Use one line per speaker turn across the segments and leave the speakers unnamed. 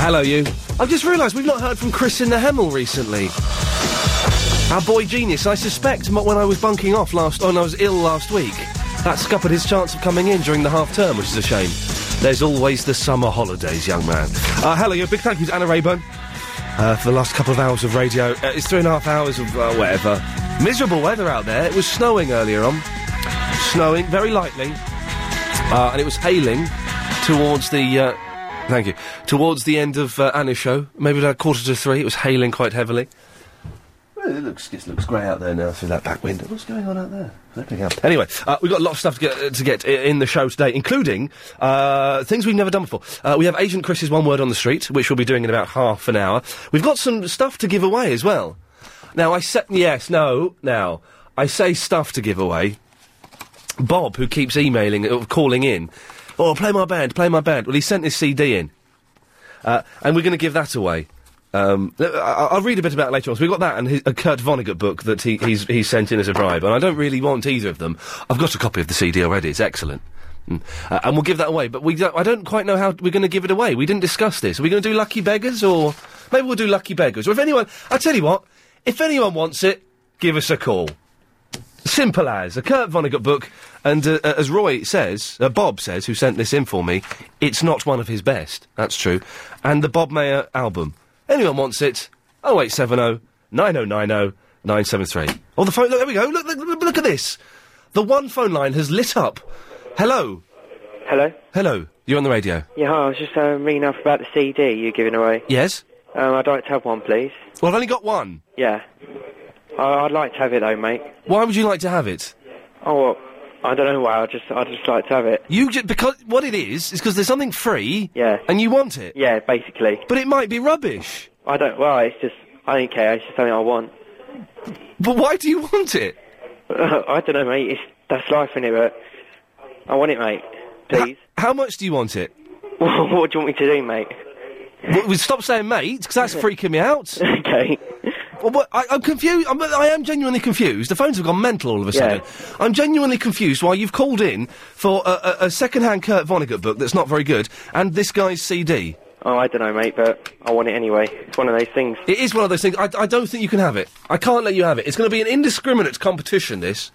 Hello, you. I've just realised we've not heard from Chris in the Hemel recently. Our boy genius. I suspect mo- when I was bunking off last, when I was ill last week, that scuppered his chance of coming in during the half term, which is a shame. There's always the summer holidays, young man. Uh, hello, you. Big thank you to Anna Rayburn uh, for the last couple of hours of radio. Uh, it's three and a half hours of uh, whatever. Miserable weather out there. It was snowing earlier on. Snowing very lightly, uh, and it was hailing towards the. Uh, thank you. Towards the end of uh, Anna's show, maybe about quarter to three. It was hailing quite heavily. Well, it looks it looks grey out there now through that back window. What's going on out there? Flipping out. Anyway, uh, we've got a lot of stuff to get, to get i- in the show today, including uh, things we've never done before. Uh, we have Agent Chris's One Word on the Street, which we'll be doing in about half an hour. We've got some stuff to give away as well. Now, I said, yes, no, now, I say stuff to give away. Bob, who keeps emailing, uh, calling in, oh, play my band, play my band. Well, he sent his CD in. Uh, and we're going to give that away. Um, I- I- I'll read a bit about it later on. So we've got that and his, a Kurt Vonnegut book that he, he's, he's sent in as a bribe, and I don't really want either of them. I've got a copy of the CD already. It's excellent. Mm. Uh, and we'll give that away, but we don't, I don't quite know how we're going to give it away. We didn't discuss this. Are we going to do Lucky Beggars, or maybe we'll do Lucky Beggars? Or if anyone, I'll tell you what, if anyone wants it, give us a call. Simple as a Kurt Vonnegut book, and uh, uh, as Roy says, uh, Bob says, who sent this in for me, it's not one of his best. That's true, and the Bob Mayer album. Anyone wants it? 0870 9090 973. Or Oh, the phone. Look, there we go. Look, look, look, look at this. The one phone line has lit up. Hello.
Hello.
Hello. You're on the radio.
Yeah, hi, I was just uh, ringing up about the CD you're giving away.
Yes.
Um, I'd like to have one, please.
Well, I've only got one.
Yeah. I- I'd like to have it though, mate.
Why would you like to have it?
Oh, well, I don't know why. I just, I just like to have it.
You just, because what it is is because there's something free.
Yeah.
And you want it.
Yeah, basically.
But it might be rubbish.
I don't. Well, it's just, I don't care. It's just something I want.
But why do you want it?
I don't know, mate. It's that's life in it, but I want it, mate. Please.
How much do you want it?
what, what do you want me to do, mate?
Well, we stop saying mate, because that's freaking me out.
okay.
Well, what, I, I'm confused. I'm, I am genuinely confused. The phones have gone mental all of a sudden. I'm genuinely confused why you've called in for a, a, a second-hand Kurt Vonnegut book that's not very good, and this guy's CD.
Oh, I don't know, mate, but I want it anyway. It's one of those things.
It is one of those things. I, I don't think you can have it. I can't let you have it. It's going to be an indiscriminate competition. This.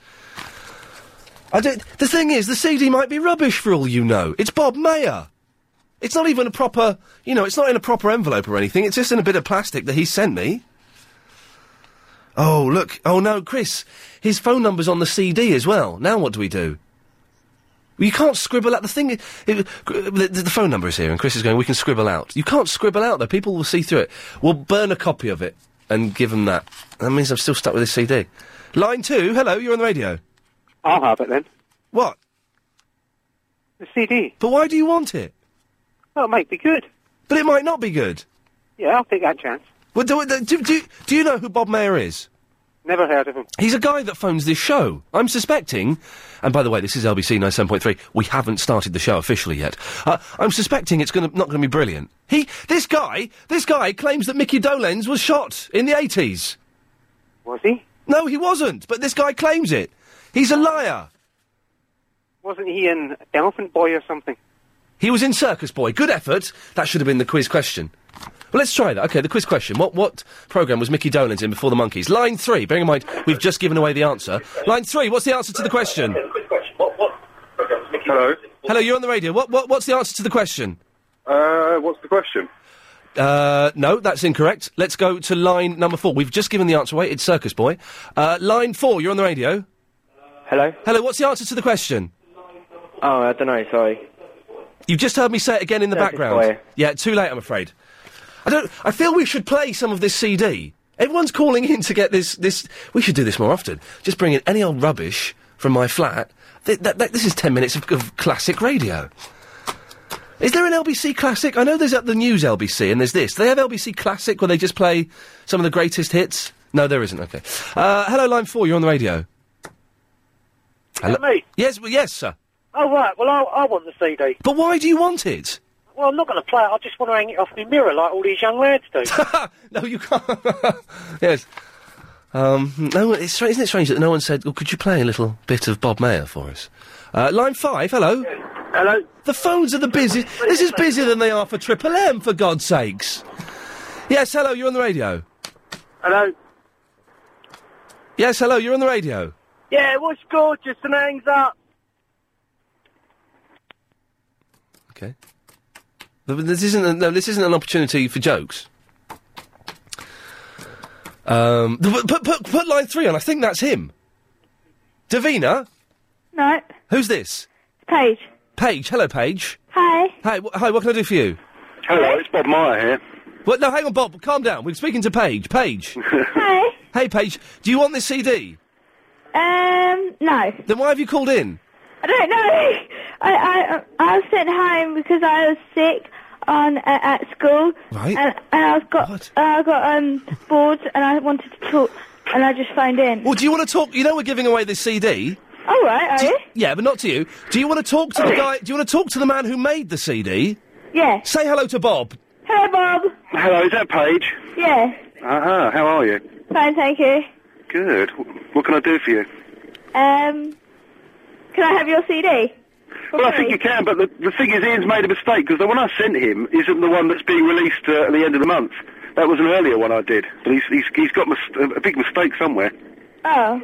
I don't. The thing is, the CD might be rubbish for all you know. It's Bob Mayer. It's not even a proper. You know, it's not in a proper envelope or anything. It's just in a bit of plastic that he sent me. Oh look! Oh no, Chris. His phone number's on the CD as well. Now what do we do? Well, You can't scribble out the thing. It, it- the, the phone number is here, and Chris is going. We can scribble out. You can't scribble out though. People will see through it. We'll burn a copy of it and give them that. That means I'm still stuck with this CD. Line two. Hello, you're on the radio.
I'll have it then.
What?
The CD.
But why do you want it?
Oh, it might be good.
But it might not be good.
Yeah, I'll take that chance.
Well, do, do, do, do you know who Bob Mayer is?
Never heard of him.
He's a guy that phones this show. I'm suspecting, and by the way, this is LBC 97.3. We haven't started the show officially yet. Uh, I'm suspecting it's gonna, not going to be brilliant. He, this guy, this guy claims that Mickey Dolenz was shot in the 80s.
Was he?
No, he wasn't, but this guy claims it. He's a liar.
Wasn't he in Elephant Boy or something?
He was in Circus Boy. Good effort. That should have been the quiz question. Well, let's try that. Okay, the quiz question. What what program was Mickey Dolenz in before the Monkeys? Line three. Bearing in mind we've just given away the answer. Line three. What's the answer to the question?
Hello.
Hello, you're on the radio. What, what what's the answer to the question?
Uh, what's the question?
Uh, no, that's incorrect. Let's go to line number four. We've just given the answer away. It's Circus Boy. Uh, line four. You're on the radio.
Hello.
Hello. What's the answer to the question?
Oh, I don't know. Sorry.
You've just heard me say it again in the
Circus
background.
Boy.
Yeah, too late, I'm afraid. I don't. I feel we should play some of this CD. Everyone's calling in to get this. This we should do this more often. Just bring in any old rubbish from my flat. Th- that, that, this is ten minutes of, of classic radio. Is there an LBC classic? I know there's at the news LBC and there's this. Do they have LBC classic where they just play some of the greatest hits? No, there isn't. Okay. Uh, hello, line four. You're on the radio. Hello.
me?
Yes, well, yes, sir.
Oh, right. Well, I, I want the CD.
But why do you want it?
Well, I'm not going to play it. I just want to hang it off my mirror like all these young lads do.
no, you can't. yes. Um, no, one- "Oh, it's, stra- isn't it strange that no one said, well, could you play a little bit of Bob Mayer for us? Uh, line five, hello. Hello? The phones are the busiest. This is busier than they are for Triple M, for God's sakes. Yes, hello, you're on the radio. Hello? Yes, hello, you're on the radio.
Yeah, it was gorgeous and hangs up.
But This isn't, a, no, this isn't an opportunity for jokes. Um, th- put, put, put line three on, I think that's him. Davina?
No,
Who's this?
Paige.
Paige. Hello, Paige.
Hi.
Hi, wh- hi, what can I do for you? Hello, it's Bob Meyer here. What? No, hang on, Bob. Calm down. We're speaking to Paige. Paige.
Hi.
Hey, Paige. Do you want this CD?
Um, no.
Then why have you called in?
I don't know. I, I, I was sent home because I was sick on uh, at school.
Right.
And, and I was got uh, I got um bored and I wanted to talk and I just phoned in.
Well, do you want to talk? You know, we're giving away this CD.
All right, are you?
Yeah, but not to you. Do you want to talk to the guy? Do you want to talk to the man who made the CD?
Yeah.
Say hello to Bob.
Hello, Bob.
Hello, is that Paige?
Yeah.
Uh-huh, how are you?
Fine, thank you.
Good. What can I do for you?
Um, can I have your CD?
Well, I think you can, but the, the thing is, Ian's made a mistake, because the one I sent him isn't the one that's being released uh, at the end of the month. That was an earlier one I did, but he's, he's, he's got mis- a big mistake somewhere.
Oh.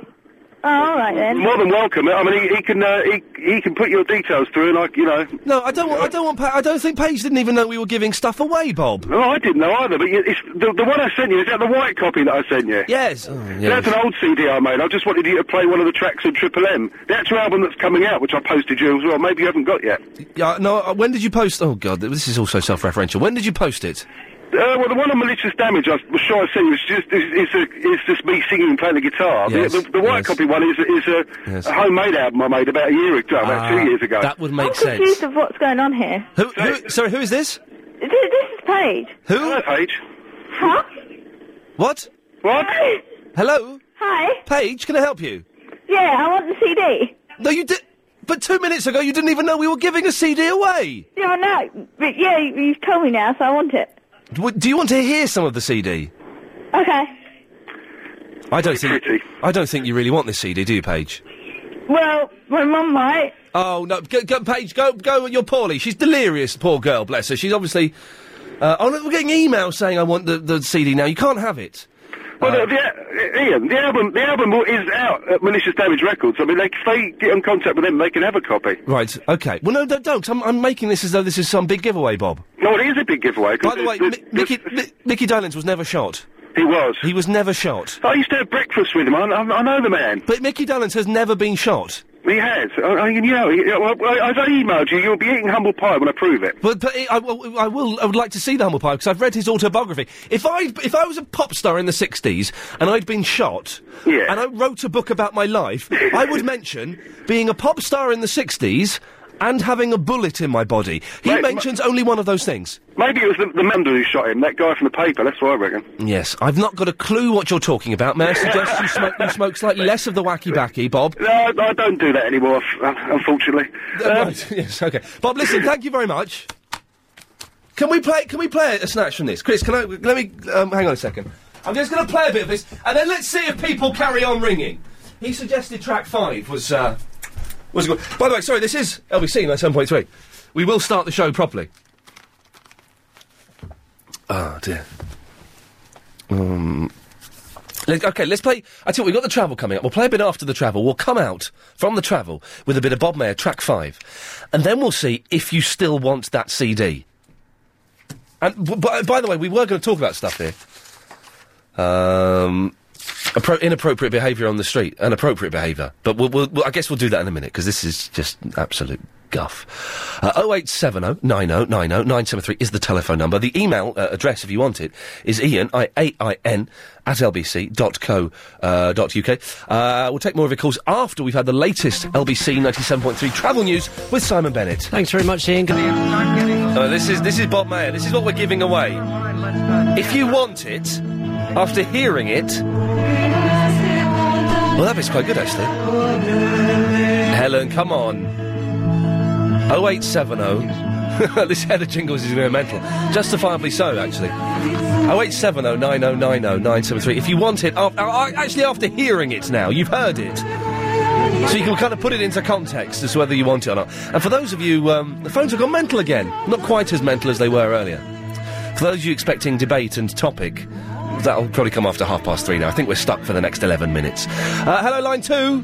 Oh, all right then.
More than welcome. I mean, he, he can uh, he, he can put your details through, and I, you know.
No, I don't. Want, I don't want. Pa- I don't think Paige didn't even know we were giving stuff away, Bob.
No, I didn't know either. But you- it's, the, the one I sent you is that the white copy that I sent you.
Oh, Yes.
That's an old CD I made. I just wanted you to play one of the tracks on Triple M. The actual album that's coming out, which I posted you as well. Maybe you haven't got yet.
Yeah. No. uh, When did you post? Oh God, this is also self-referential. When did you post it?
Uh, well, the one on malicious damage, I was sure I said it was just it's, it's, a, it's just me singing and playing the guitar.
Yes,
The, the, the white copy one is is a,
Yes.
a homemade album I made about a year ago, about
Ah,
two years ago.
That would make
I'm
sense.
confused of what's going on here.
Who, who, sorry, who is this?
This, this is Paige.
Who? Hello,
Paige.
Huh?
What?
What?
Hello.
Hi.
Paige, can I help you?
Yeah, I want the CD.
No, you did. But two minutes ago, you didn't even know we were giving a CD away.
Yeah, I know. But yeah, you- you've told me now, so I want it.
W- Do you want to hear some of the CD?
Okay.
I don't think. I don't think you really want this CD, do you, Paige?
Well, my mum might.
Oh no, go, go, Paige, go, go. You're poorly. She's delirious, poor girl. Bless her. She's obviously. Uh, oh, look, we're getting emails saying I want the, the CD now. You can't have it.
Well, the, the, Ian, the album the album is out at Malicious Damage Records. I mean, they, if they get in contact with them, they can have a copy.
Right. Okay. Well, no, don't. don't 'cause I'm, I'm making this as though this is some big giveaway, Bob.
No, it is a big giveaway. 'cause
By the
it-
way,
it-
Mi- Mickey, Mi- Mickey Dolenz was never shot.
He was.
He was never shot.
I used to have breakfast with him. I, I, I know the man.
But Mickey Dolenz has never been shot.
He has. I, I, you know, he, Uh, well, I, as I emailed you, you'll be eating humble pie when I prove it.
But, but I, I will. I would like to see the humble pie because I've read his autobiography. If I if I was a pop star in the '60s and I'd been shot, and I wrote a book about my life, I would mention being a pop star in the '60s and having a bullet in my body. He mentions only one of those things.
Maybe it was the, the man who shot him, that guy from the paper. That's what I reckon.
Yes, I've not got a clue what you're talking about. May I suggest you smoke, you smoke slightly less of the wacky backy, Bob?
No, I, I don't do that anymore, f- un- unfortunately.
Uh, right, yes, okay. Bob, listen, thank you very much. Can we play? Can we play a snatch from this, Chris? Can I? Let me. Um, hang on a second. I'm just going to play a bit of this, and then let's see if people carry on ringing. He suggested track five was uh, was good. By the way, sorry, this is LBC 97.3. We will start the show properly. Oh dear.
Uh,
Um, let- okay, let's play. I tell you, what, we've got the travel coming up. We'll play a bit after the travel. We'll come out from the travel with a bit of Bob Mayer, track five, and then we'll see if you still want that CD. And b- by, by the way, we were going to talk about stuff here. Um, appro- inappropriate behaviour on the street, inappropriate behaviour. But we'll, we'll, we'll- I guess we'll do that in a minute because this is just absolute guff. Uh, 0870 90 90 973 is the telephone number. The email uh, address, if you want it, is ian, I A I N, at lbc.co.uk. Uh, dot UK. uh, we'll take more of your calls after we've had the latest LBC 97.3 travel news with Simon Bennett.
Thanks very much, Ian.
Uh, this is this is Bob Mayer. This is what we're giving away. If you want it, after hearing it, well, that bit's quite good actually. Helen, come on. Oh, 0870. this head of jingles is going mental. Justifiably so, actually. Oh, 0870 oh, 9090 973. If you want it, af- uh, uh, actually, after hearing it now, you've heard it. So you can kind of put it into context as to whether you want it or not. And for those of you, um, the phones have gone mental again. Not quite as mental as they were earlier. For those of you expecting debate and topic, that'll probably come after half past three now. I think we're stuck for the next 11 minutes. Uh, hello, line two.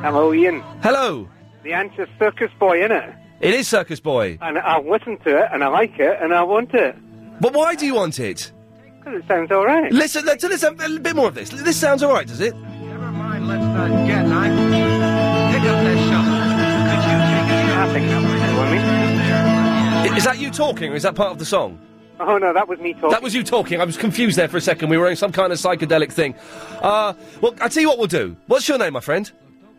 Hello, Ian.
Hello.
The answer's Circus Boy, innit?
It is Circus Boy.
And I listen to it, and I like it, and I want it.
But why do you want it?
Because it sounds alright.
Listen, let's, let's have a bit more of this. This sounds all right, does it? I- Is that you talking, or is that part of the song?
Oh, no, that was me talking.
That was you talking. I was confused there for a second. We were in some kind of psychedelic thing. Uh, well, I tell you what we'll do. What's your name, my friend?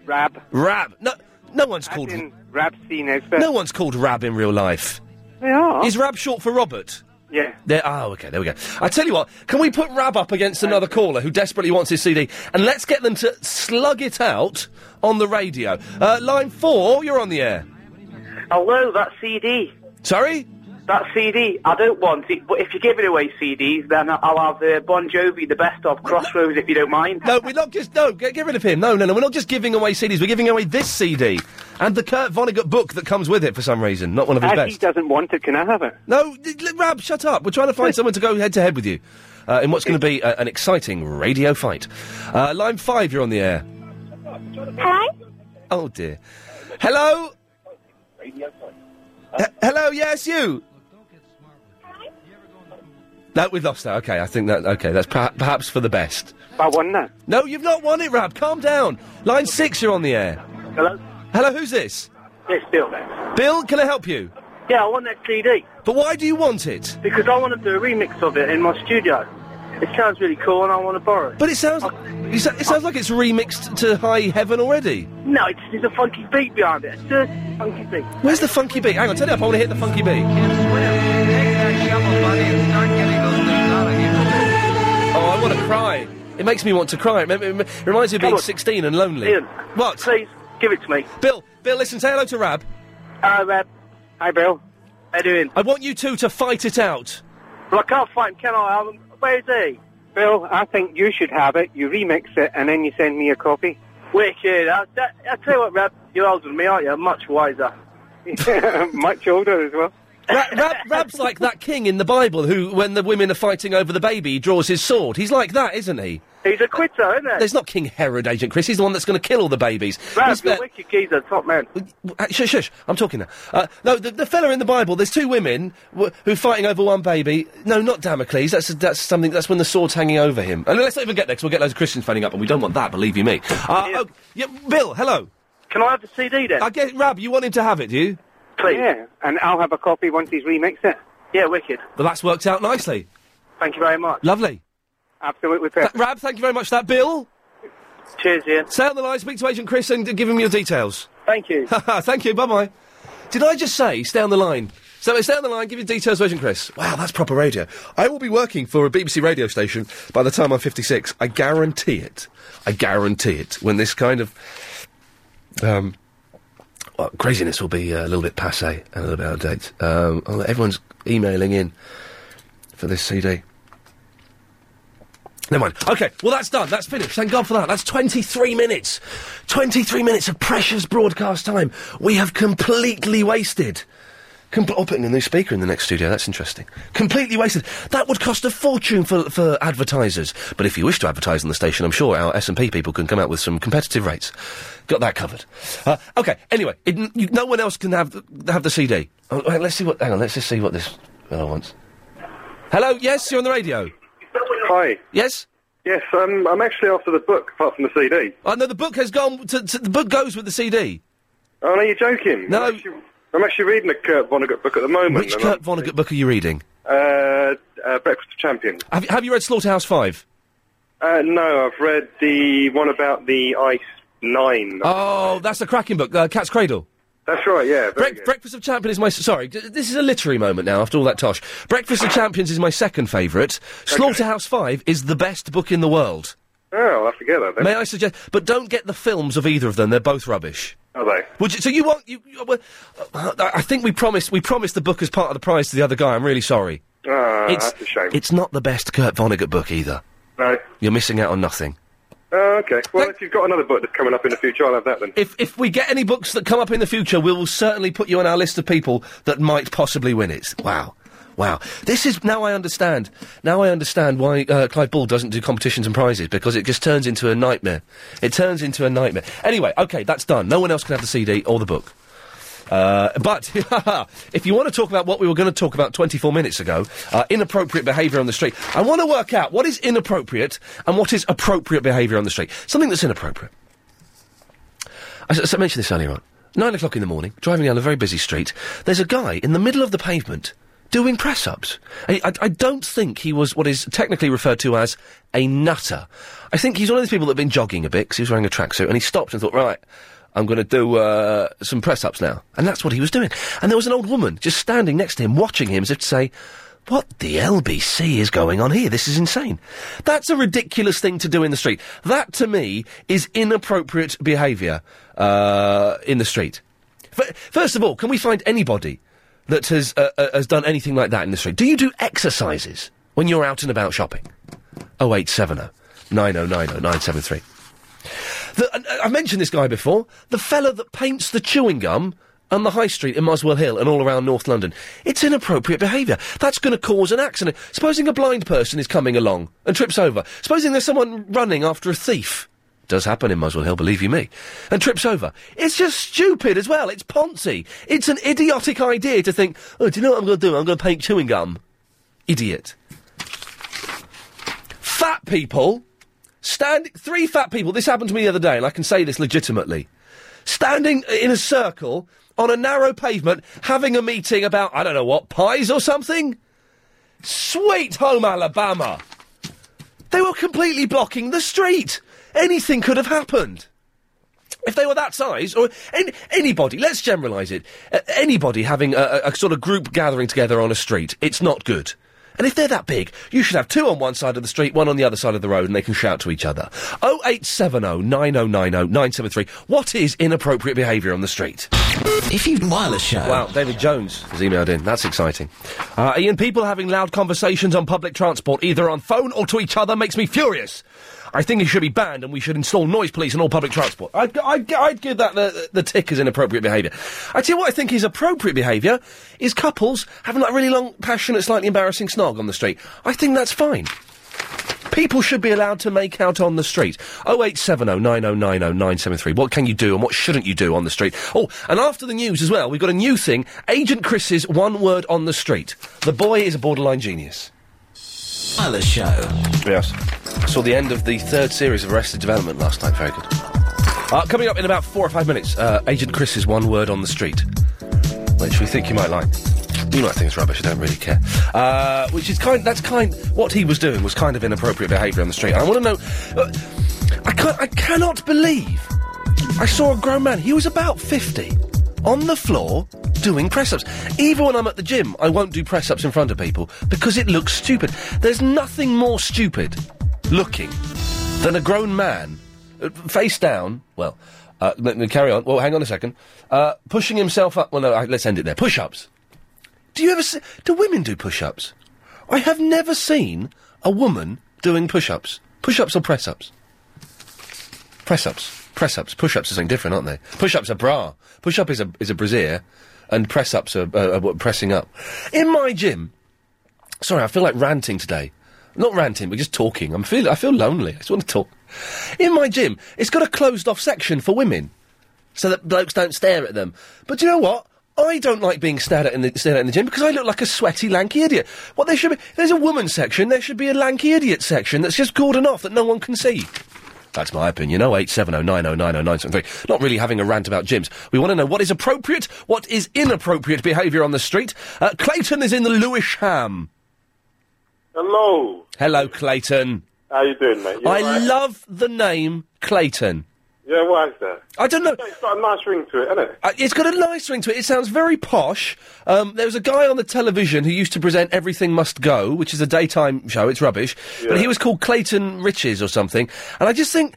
Rab.
Rab. No, no one's called.
Rab seen expert.
No one's called Rab in real life.
They are.
Is Rab short for Robert?
Yeah.
There, oh, okay, there we go. I tell you what, can we put Rab up against another caller who desperately wants his CD, and let's get them to slug it out on the radio. Uh, line four, you're on the air.
Hello, that CD.
Sorry?
That CD. I don't want it, but if you're giving away CDs, then I'll have uh, Bon Jovi, the best of Crossroads, if you don't mind.
No, we're not just no. Get, get rid of him. No, no, no. We're not just giving away CDs. We're giving away this CD and the Kurt Vonnegut book that comes with it for some reason. Not one of his
As
best.
he doesn't want it, can I have it?
No, d- l- Rab, shut up. We're trying to find someone to go head to head with you uh, in what's going to be uh, an exciting radio fight. Uh, line five, you're on the air.
Hello?
Oh dear. Hello. H- hello. Yes, you. No, we've lost that. Okay, I think that. Okay, that's perha- perhaps for the best.
I won that.
No, you've not won it, Rab. Calm down. Line six, you're on the air.
Hello?
Hello, who's this?
It's Bill, mate.
Bill, can I help you?
Yeah, I want that CD
But why do you want it?
because I want to do a remix of it in my studio. It sounds really cool, and I want to borrow it.
But it sounds it sou- it sounds like it's remixed to High Heaven already.
No, it's, there's a funky beat behind it. It's a funky beat.
Where's the funky beat? Hang on, turn it up. I want to hit the funky beat. Oh, I want to cry. It makes me want to cry. It mem- It mem- reminds me of
Come
being
on.
16 and lonely.
Ian.
What?
Please, give it to me.
Bill, Bill, listen, say hello to Rab.
Hi, Rab. Hi, Bill. How you doing?
I want you two to fight it out.
Well, I can't find him, can I? Um, Where's he?
Bill, I think you should have it. You remix it, and then you send me a copy.
Wicked. I, that, I tell you what, Rab, you're older than me, aren't you? Much wiser.
Much older as well.
Ra- Rab, Rab's like that king in the Bible who, when the women are fighting over the baby, he draws his sword. He's like that, isn't he?
He's a quitter, isn't he?
There's not King Herod, Agent Chris. He's the one that's going to kill all the babies.
Rab,
He's
you're
the-
wicked geezer, top man.
Uh, Shush, shush. I'm talking now. Uh, no, the, the fella in the Bible. There's two women w- who are fighting over one baby. No, not Damocles. That's that's something. That's when the sword's hanging over him. And let's not even get there, 'cause we'll get loads of Christians phoning up, and we don't want that. Believe you me. Uh, oh, yeah, Bill. Hello.
Can I have the CD then?
I guess Rab, you want him to have it, do you?
Please.
Yeah, and I'll have a copy once he's remixed it.
Yeah, wicked.
Well, that's worked out nicely.
Thank you very much.
Lovely.
Absolutely
Th-
perfect.
Rab, thank you very much. for That Bill.
Cheers, Ian.
Stay on the line. Speak to Agent Chris and uh, give him your details.
Thank you.
Thank you. Bye bye. Did I just say stay on the line? So stay on the line. Give your details, version, Chris. Wow, that's proper radio. I will be working for a BBC radio station by the time I'm 56. I guarantee it. I guarantee it. When this kind of um, well, craziness will be uh, a little bit passe and a little bit out of date. Um, oh, everyone's emailing in for this CD. Never mind. Okay, well, that's done. That's finished. Thank God for that. That's 23 minutes. 23 minutes of precious broadcast time we have completely wasted. Compl- oh, putting a new speaker in the next studio. That's interesting. Completely wasted. That would cost a fortune for, for advertisers. But if you wish to advertise on the station, I'm sure our S&P people can come out with some competitive rates. Got that covered. Uh, okay, anyway, it, n- you, no one else can have, th- have the CD. Oh, wait, let's see what... Hang on, let's just see what this fellow wants. Hello, yes, you're on the radio.
Hi.
Yes?
Yes, um, I'm actually after the book, apart from the CD.
Oh no, the book has gone. To, to, the book goes with the CD.
Oh, no, you're joking.
No.
I'm actually, I'm actually reading a Kurt Vonnegut book at the moment.
Which
and
Kurt Vonnegut book are you reading?
I'm- Uh, uh, Breakfast of Champions.
Have, have you read Slaughterhouse Five?
Uh, no, I've read the one about the Ice Nine.
Oh, that's the cracking book, uh, Cat's Cradle.
That's right, yeah. very
Break
good.
Breakfast of Champions is my. Sorry, d- this is a literary moment now. After all that tosh, Breakfast of Champions is my second favourite. Slaughterhouse Five is the best book in the world.
oh, I'll have to get that then.
May I suggest? But don't get the films of either of them. They're both rubbish.
Are they?
Would you, so you want you? you- well, uh, I think we promised we promised the book as part of the prize to the other guy. I'm really sorry.
Ah,
it's
that's a shame.
it's not the best Kurt Vonnegut book either.
No.
You're missing out on nothing.
Uh, okay. Well, if you've got another book that's coming up in the future, I'll have that then.
If if we get any books that come up in the future, we will certainly put you on our list of people that might possibly win it. Wow. Wow. This is now I understand. Now I understand why uh, Clive Ball doesn't do competitions and prizes because it just turns into a nightmare. It turns into a nightmare. Anyway, okay, that's done. No one else can have the CD or the book. Uh, but if you want to talk about what we were going to talk about 24 minutes ago, uh, inappropriate behaviour on the street, I want to work out what is inappropriate and what is appropriate behaviour on the street. Something that's inappropriate. I, s- I mentioned this earlier on. Nine o'clock in the morning, driving down a very busy street. There's a guy in the middle of the pavement doing press ups. I, I- I don't think he was what is technically referred to as a nutter. I think he's one of those people that have been jogging a bit because he was wearing a tracksuit and he stopped and thought, right, I'm going to do uh, some press ups now. And that's what he was doing. And there was an old woman just standing next to him, watching him as if to say, what the LBC is going on here? This is insane. That's a ridiculous thing to do in the street. That to me is inappropriate behaviour uh, in the street. F- first of all, can we find anybody that has uh, uh, has done anything like that in the street? Do you do exercises when you're out and about shopping? 0870 9090 973. The, and, uh, I've mentioned this guy before. The fella that paints the chewing gum on the high street in Muswell Hill and all around North London. It's inappropriate behaviour. That's going to cause an accident. Supposing a blind person is coming along and trips over. Supposing there's someone running after a thief. Does happen in Muswell Hill, believe you me. And trips over. It's just stupid as well. It's Ponzi. It's an idiotic idea to think, oh, do you know what I'm going to do? I'm going to paint chewing gum. Idiot fat people stand three fat people this happened to me the other day and i can say this legitimately standing in a circle on a narrow pavement having a meeting about i don't know what pies or something sweet home alabama they were completely blocking the street anything could have happened if they were that size, or an anybody, let's generalise it. Uh, anybody having a, a, a sort of group gathering together on a street, it's not good. And if they're that big, you should have two on one side of the street, one on the other side of the road, and they can shout to each other. 0870 9090 973. What is inappropriate behaviour on the street? If you wireless show. Wow, David Jones has emailed in. That's exciting. Uh, Ian, people having loud conversations on public transport, either on phone or to each other, makes me furious. I think it should be banned and we should install noise police on all public transport. I'd, g- I'd, g- I'd give that the, the tick as inappropriate behaviour. I tell you what I think is appropriate behaviour is couples having like really long, passionate, slightly embarrassing snog on the street. I think that's fine. People should be allowed to make out on the street. 0870 9090 973. What can you do and what shouldn't you do on the street? Oh, and after the news as well, we've got a new thing Agent Chris's one word on the street. The boy is a borderline genius. Wireless Show. Yes. Saw the end of the third series of Arrested Development last night. Very good. Uh, coming up in about four or five minutes, uh, Agent Chris's one word on the street, which we think you might like. You might think it's rubbish. I don't really care. Uh, which is kind. That's kind. What he was doing was kind of inappropriate behaviour on the street. I want to know. Uh, I can't. I cannot believe. I saw a grown man. He was about fifty, on the floor doing press ups. Even when I'm at the gym, I won't do press ups in front of people because it looks stupid. There's nothing more stupid looking than a grown man uh, face down. Well, uh, let me carry on. Well, hang on a second. Uh, pushing himself up. Well, no, I- let's end it there. Push ups. Do you ever see? Do women do push-ups? I have never seen a woman doing push-ups. Push-ups or press-ups? Press-ups, press-ups, push-ups are something different, aren't they? Push-ups are bra. Push-up is a is a brassiere, and press-ups are, uh, are what- pressing up. In my gym, sorry, I feel like ranting today. Not ranting, but just talking. I'm feel I feel lonely. I just want to talk. In my gym, it's got a closed-off section for women so that blokes don't stare at them. But do you know what? I don't like being stared at in the stared at in the gym because I look like a sweaty lanky idiot. What there should be there's a woman section, there should be a lanky idiot section that's just cordoned off that no one can see. That's my opinion. Oh, 08709090973. Not really having a rant about gyms. We want to know what is appropriate, what is inappropriate behaviour on the street. Uh, Clayton is in the Lewisham.
Hello.
Hello, Clayton.
How you doing, mate? You
I
alright?
love the name Clayton.
Yeah, why is that?
I don't know.
It's got a nice ring to it, isn't it?
Uh, it's got a nice ring to it. It sounds very posh. Um, there was a guy on the television who used to present Everything Must Go, which is a daytime show. It's rubbish, but he was called Clayton Riches or something. And I just think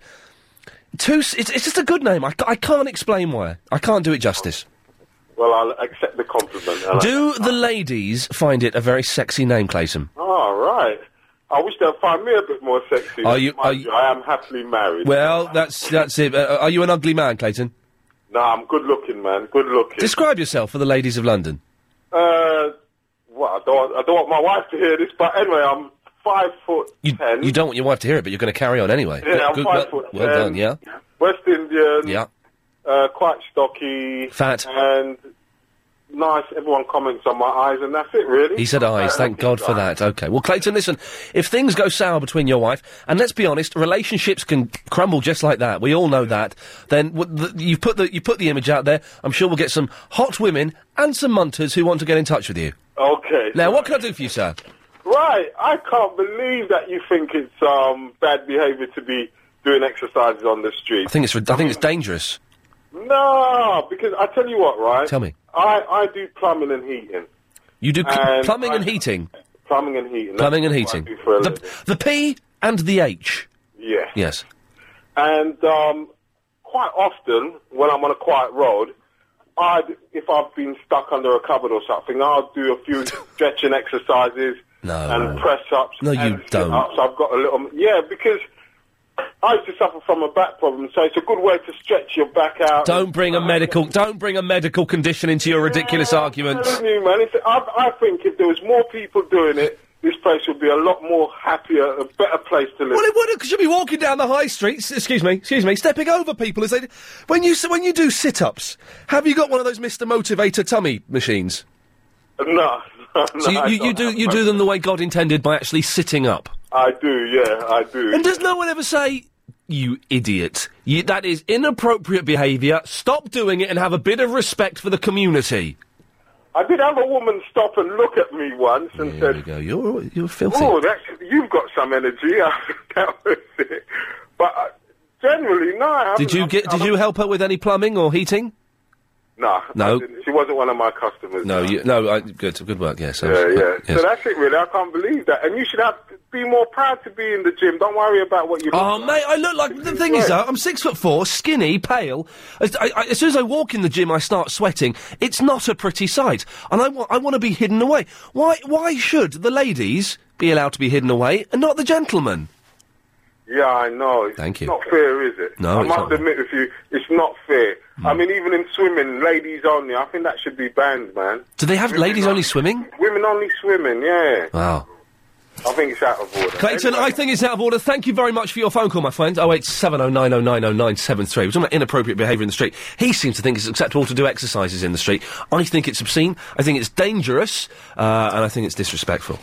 too. s- It's, it's just a good name. I, ca- I can't explain why. I can't do it justice.
Well, I'll accept the compliment. I'll-
Do the ladies find it a very sexy name, Clayton?
All right. I wish they'd find me a bit more sexy.
Are you-
Mind
are you-
I am happily married.
Well, that's that's it. Uh, are you an ugly man, Clayton?
No, I'm good looking, man. Good looking.
Describe yourself for the ladies of London.
Uh, well, I don't, I don't want my wife to hear this, but anyway, I'm five foot
You,
ten,
you don't want your wife to hear it, but you're going to carry on anyway.
Yeah,
Good-
I'm
good-
five
well,
foot
well
ten.
done. Yeah,
West Indian,
yeah.
uh, quite stocky,
Fat.
and nice. Everyone comments on my eyes, and that's it, really.
He said eyes. Thank God for that. Okay. Well, Clayton, listen. If things go sour between your wife, and let's be honest, relationships can crumble just like that. We all know that. Then w- th- you put the you put the image out there. I'm sure we'll get some hot women and some munters who want to get in touch with you.
Okay.
Now, what can I do for you, sir?
Right, I can't believe that you think it's um bad behaviour to be doing exercises on the street.
I think it's rid- I think it's dangerous.
No, because I tell you what, right?
Tell me.
I I do plumbing and heating,
You do c-
Um,
plumbing
I-
and heating.
plumbing and heating, That's
Plumbing and
what I
heating.
do for a
The,
living.
the P and the H.
Yeah.
Yes.
And um, quite often, when I'm on a quiet road, I'd if I've been stuck under a cupboard or something, I'll do a few stretching exercises
No.
and press ups.
No, you
and
don't.
sit-ups. I've got a little, yeah, because I used to suffer from a back problem, so it's a good way to stretch your back out.
Don't bring a medical. Don't bring a medical condition into your ridiculous
I'm
arguments.
telling you, man, if, I, I think if there was more people doing it, this place would be a lot more happier, a better place to live.
Well, it would because you'd be walking down the high street. s- Excuse me, excuse me, stepping over people as they. When you s- when you do sit-ups, have you got one of those Mr. Motivator tummy machines?
no, no,
So
no, I
you, you, you
don't
do
have
you
that.
do them the way God intended by actually sitting up.
I do, yeah, I do.
And does no one ever say, "You idiot"? You, that is inappropriate behaviour. Stop doing it and have a bit of respect for the community.
I did have a woman stop and look at me once and
There you
said,
go. You're you're filthy.
"Oh, that's you've got some energy." that was it. But uh, generally, no. I
Did
haven't.
you get? Did you help her with any plumbing or heating?
No, I
No.
didn't. She wasn't one of my customers.
No, you, no. I, good, good work. Yes. I
Yeah,
was-
yeah.
yes.
So that's it, really. I can't believe that. And you should have be more proud to be in the gym. Don't worry about what you. look
Oh,
like.
mate, I look like. The thing is, though, I'm six foot four, skinny, pale. As, I, I, as soon as I walk in the gym, I start sweating. It's not a pretty sight. And I, wa- I want to be hidden away. Why, why should the ladies be allowed to be hidden away and not the gentlemen?
Yeah, I know. It's
Thank you.
Not fair, is it?
No,
I
it's
must
not. Mm.
admit with you, it's not fair. I mean, even in swimming, ladies only. I think that should be banned, man.
Do they have ladies only swimming?
Women only swimming, yeah.
Wow.
I think it's out of order.
Clayton, I think it's out of order. Thank you very much for your phone call, my friend. 08709090973. We're talking about inappropriate behaviour in the street. He seems to think it's acceptable to do exercises in the street. I think it's obscene. I think it's dangerous. Uh, and I think it's disrespectful.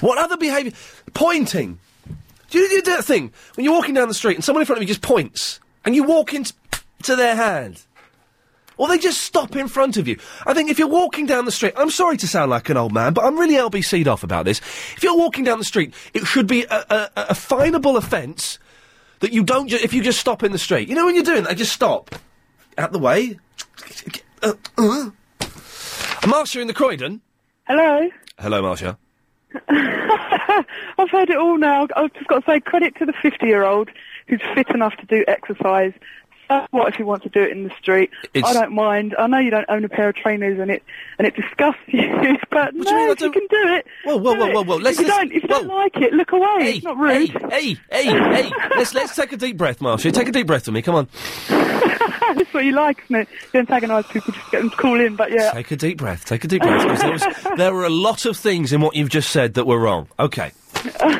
What other behaviour? Pointing. Do you do that thing when you're walking down the street and someone in front of you just points and you walk into to their hand? Or they just stop in front of you. I think if you're walking down the street, I'm sorry to sound like an old man, but I'm really LBC'd off about this. If you're walking down the street, it should be a, a, a finable offence that you don't, ju- if you just stop in the street. You know when you're doing that, just stop. Out the way. Uh, uh. Marcia in the Croydon.
Hello.
Hello, Marcia.
I've heard it all now. I've just got to say credit to the 50 year old who's fit enough to do exercise. So what if you want to do it in the street?
It's-
I don't mind. I know you don't own a pair of trainers and it and it disgusts you, but
do you mean
no,
I
if you
don't-
can do it.
Whoa, whoa,
do
whoa, whoa,
it.
whoa. Let's-
if you
let's-
don't, if you don't
whoa.
like it, look away.
Hey,
it's not rude.
Hey, hey, hey, hey. Let's, let's take a deep breath, Marcia. Take a deep breath with me. Come on.
That's what you like, isn't it? You antagonise people, just get them to call in. But yeah,
Take a deep breath. Take a deep breath. 'cause there, was- there were a lot of things in what you've just said that were wrong. Okay.
in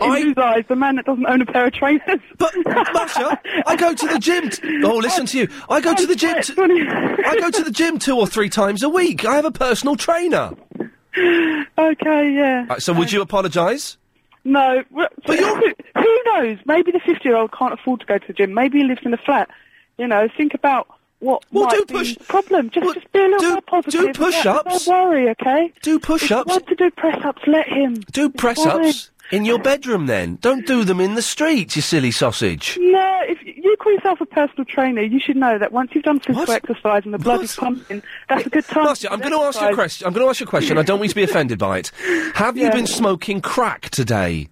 whose eyes? The man that doesn't own a pair of trainers.
But Masha, I go to the gym. T- oh, listen to you. I go to the gym. T- I go to the gym two or three times a week. I have a personal trainer.
okay, yeah.
Right, so, would you apologise?
No, wh-
But you're-
who knows? Maybe the fifty-year-old can't afford to go to the gym. Maybe he lives in a flat. You know, think about what
Well,
might
do
be
push-
the problem. Just,
well,
just be a little
do-
more positive.
do
about it.
push-ups.
Don't worry, okay?
Do
If you
push-ups.
want to do press-ups? Let him.
Do
It's
press-ups in your bedroom. Then don't do them in the street. You silly sausage.
fine. No, if y- you call yourself a personal trainer, you should know that once you've done physical
What?
exercise and the blood
What?
is pumping, that's a good time.
Marcia, I'm going to ask you a
exercise.
question. I'm going to ask you a question. I don't want you to be offended by it. Have you
Yeah.
been smoking crack today?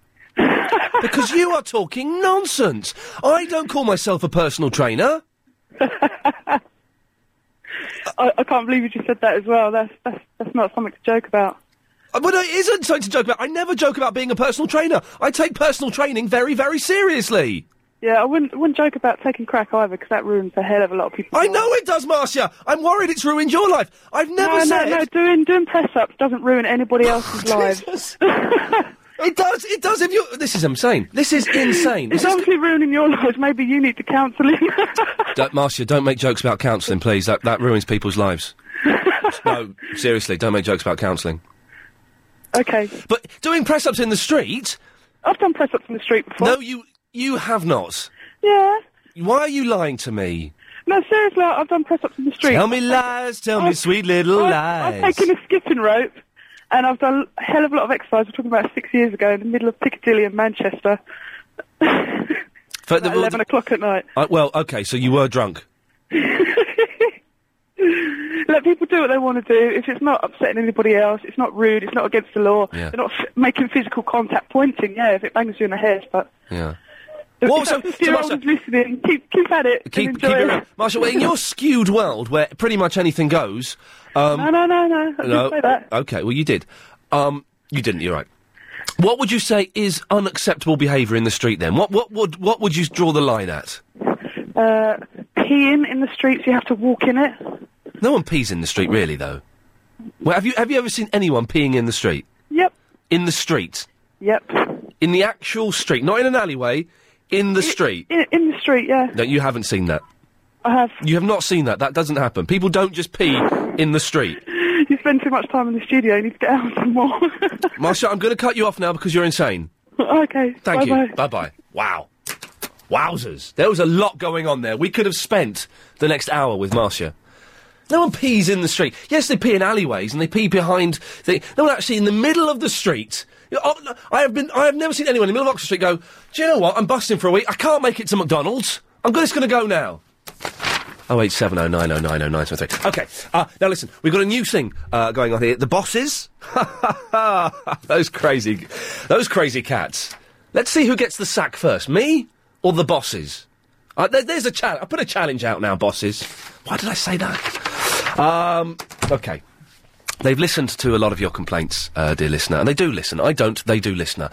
because you are talking nonsense. I don't call myself a personal trainer.
I, I can't believe you just said that as well. That's that's that's not something to joke about.
Uh, But it isn't something to joke about. I never joke about being a personal trainer. I take personal training very, very seriously.
Yeah, I wouldn't wouldn't joke about taking crack either, because that ruins a hell of a lot of people.
I know it does, Marcia. I'm worried it's ruined your life. I've never
no,
said. Oh,
no, no. Doing doing press ups doesn't ruin anybody else's lives.
It does. It does. If you, this is insane. This is insane.
It's
This is-
obviously ruining your lives. Maybe you need to counselling.
Don't, Marcia, don't make jokes about counselling, please. That that ruins people's lives. no, seriously, don't make jokes about counselling.
okay,
But doing press ups in the street?
I've done press ups in the street before.
No, you you have not.
Yeah.
Why are you lying to me?
No, seriously, I've done press ups in the street.
Tell me lies. Tell me
I've-
sweet little
I've
lies.
taken a skipping rope, and I've done a hell of a lot of exercise. We're talking about six years ago in the middle of Piccadilly in Manchester,
For
at
the-
eleven o'clock at night.
Uh, well, okay, so you were drunk.
Let people do what they want to do. If it's not upsetting anybody else, it's not rude, it's not against the law.
Yeah.
They're not f- making physical contact, pointing. Yeah, if it bangs you in the head, but.
Yeah.
if
Well,
that
so- so
50-year-old
Marsha-
is listening. Keep keep at it.
Keep,
and
keep
enjoy
it
it.
real. Marcia, well, in your skewed world where pretty much anything goes. Um,
No, no, no, no. I didn't say that.
Okay, well, you did. Um, you didn't, you're right. What would you say is unacceptable behaviour in the street then? What, what, would, what would you draw the line at?
Uh, peeing in the streets, you have to walk in it.
No one pees in the street, really, though. Well, have you, have you ever seen anyone peeing in the street?
Yep,
In the street?
yep.
In the actual street? Not in an alleyway, in the street?
In, in the street, yeah,
No, you haven't seen that.
I have.
You have not seen that. That doesn't happen. People don't just pee in the street.
You spend too much time in the studio. You need to get out some more.
Marcia, I'm going to cut you off now because you're insane.
okay.
Thank
bye-bye.
you. Bye bye. Wow. Wowzers. There was a lot going on there. We could have spent the next hour with Marcia. No one pees in the street. Yes, they pee in alleyways and they pee behind. The, no one actually in the middle of the street. You know, oh, no, I have been. I have never seen anyone in the middle of Oxford Street go. Do you know what? I'm busting for a week. I can't make it to McDonald's. I'm just going to go now. Oh eight seven oh nine oh nine oh nine seven three. Okay. Uh, now listen, we've got a new thing uh, going on here. The bosses, those crazy, those crazy cats. Let's see who gets the sack first, me or the bosses. Uh, there, there's a challenge. I put a challenge out now, bosses. Why did I say that? Um, okay. They've listened to a lot of your complaints, uh, dear listener, and they do listen. I don't, they do listener,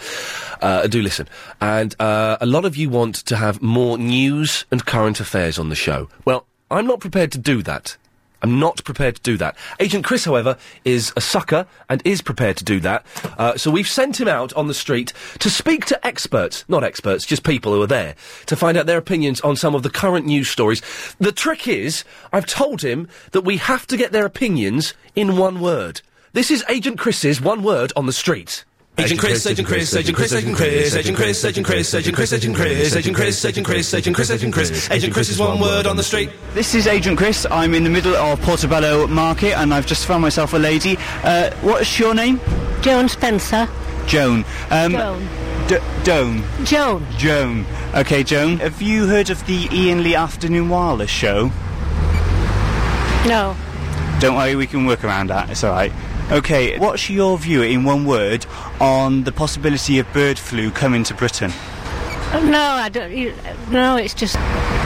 uh, do listen. And uh, a lot of you want to have more news and current affairs on the show. Well, I'm not prepared to do that. I'm not prepared to do that. Agent Chris, however, is a sucker and is prepared to do that. Uh, so we've sent him out on the street to speak to experts, not experts, just people who are there, to find out their opinions on some of the current news stories. The trick is, I've told him that we have to get their opinions in one word. This is Agent Chris's one word on the street. Agent Chris, Agent Chris, Agent Chris, Agent Chris, Agent Chris, Agent Chris, Agent Chris, Agent Chris, Agent Chris, Agent Chris, Agent Chris, Agent Chris, Agent Chris is one word on the street.
This is Agent Chris. I'm in the middle of Portobello Market and I've just found myself a lady. Uh, what's your name? Joan Spencer. Joan. Um,
Joan.
D- Doan. Joan. Joan. Okay, Joan. Have you heard of the Ian Lee Afternoon Wireless show?
No.
Don't worry, we can work around that. It's all right. Okay, what's your view in one word on the possibility of bird flu coming to Britain?
No, I don't. You, no, it's just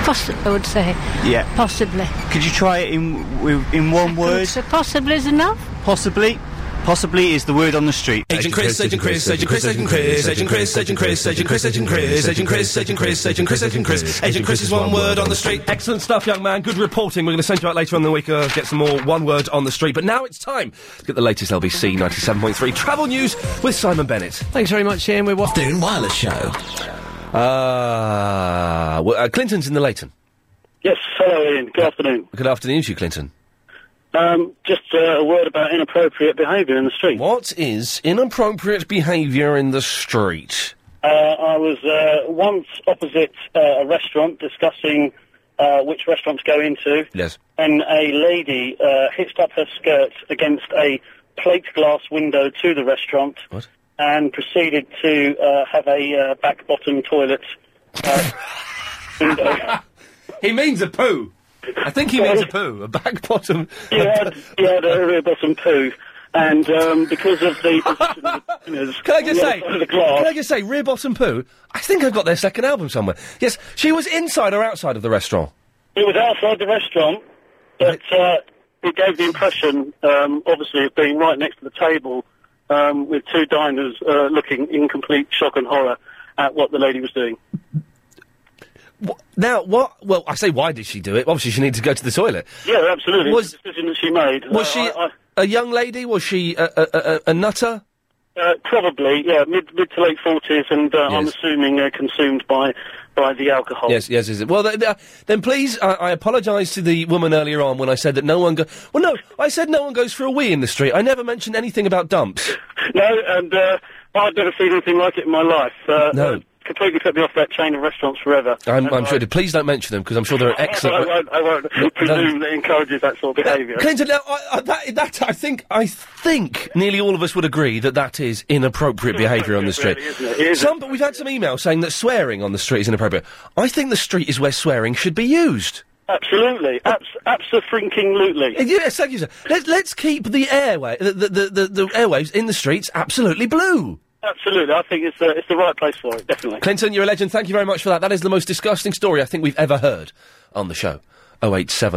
possible, I would say.
Yeah.
Possibly.
Could you try it in w- in one word?
So possibly is enough?
Possibly. Possibly is the word on the street.
Agent Chris, Agent Chris, Agent Chris, Agent Chris, Agent Chris, Agent Chris, Agent Chris, Agent Chris, Agent Chris, Agent Chris, Agent Chris, Agent Chris, Agent Chris is one word on the street. Excellent stuff, young man. Good reporting. We're going to send you out later on in the week. Uh, get some more one word on the street. But now it's time to get the latest LBC 97.3 travel news with Simon Bennett. Thanks very much, Ian. We're what? Doing Wireless Show. Uh, well, uh, Clinton's in the Leighton.
Yes, hello Ian, good afternoon.
Good afternoon to you, Clinton.
Um, just uh, a word about inappropriate behaviour in the street.
What is inappropriate behaviour in the street?
Uh, I was uh, once opposite uh, a restaurant discussing uh, which restaurants go into,
Yes.
and a lady uh, hitched up her skirt against a plate glass window to the restaurant and proceeded to uh, have a uh, back bottom toilet uh, window.
He means a poo. I think he means a poo, a back bottom.
He had, he had a rear bottom poo, and um, because of the position of the spinners
Can I just
on the
say?
other side of the glass,
Can I just say? Rear bottom poo. I think I've got their second album somewhere. Yes, she was inside or outside of the restaurant.
It was outside the restaurant, but uh, it gave the impression, um, obviously, of being right next to the table um, with two diners uh, looking in complete shock and horror at what the lady was doing.
Now, what? Well, I say, why did she do it? Obviously, she needed to go to the toilet.
Yeah, absolutely. It
Was-
was a decision that she made.
Was
Uh,
she
I- I-
a young lady? Was she a, a, a, a nutter?
Uh, probably, yeah, mid mid to late forties, and uh, I'm assuming uh, consumed by by the alcohol.
Yes, yes, yes. Well, th- th- then please, I, I apologise to the woman earlier on when I said that no one goes. Well, no, I said no one goes for a wee in the street. I never mentioned anything about dumps.
No, and uh, I've never seen anything like it in my life. Uh,
No.
uh, completely put me off that chain of restaurants forever.
I'm, I'm sure. Please don't mention them because I'm sure they're
I,
excellent.
won't, I won't presume that encourages that sort of behaviour.
Clinton, now, I, I, that, that I think I think nearly all of us would agree that that is inappropriate behaviour on the street. Some, but we've had some emails saying that swearing on the street is inappropriate. I think the street is where swearing should be used.
Absolutely, abs- absolutely.
Uh, Yes, thank you, sir. Let, let's keep the airway, the, the, the, the, the airwaves in the streets absolutely blue.
Absolutely, I think it's the it's the right place for it. Definitely.
Clinton, you're a legend. Thank you very much for that. That is the most disgusting story I think we've ever heard on the show.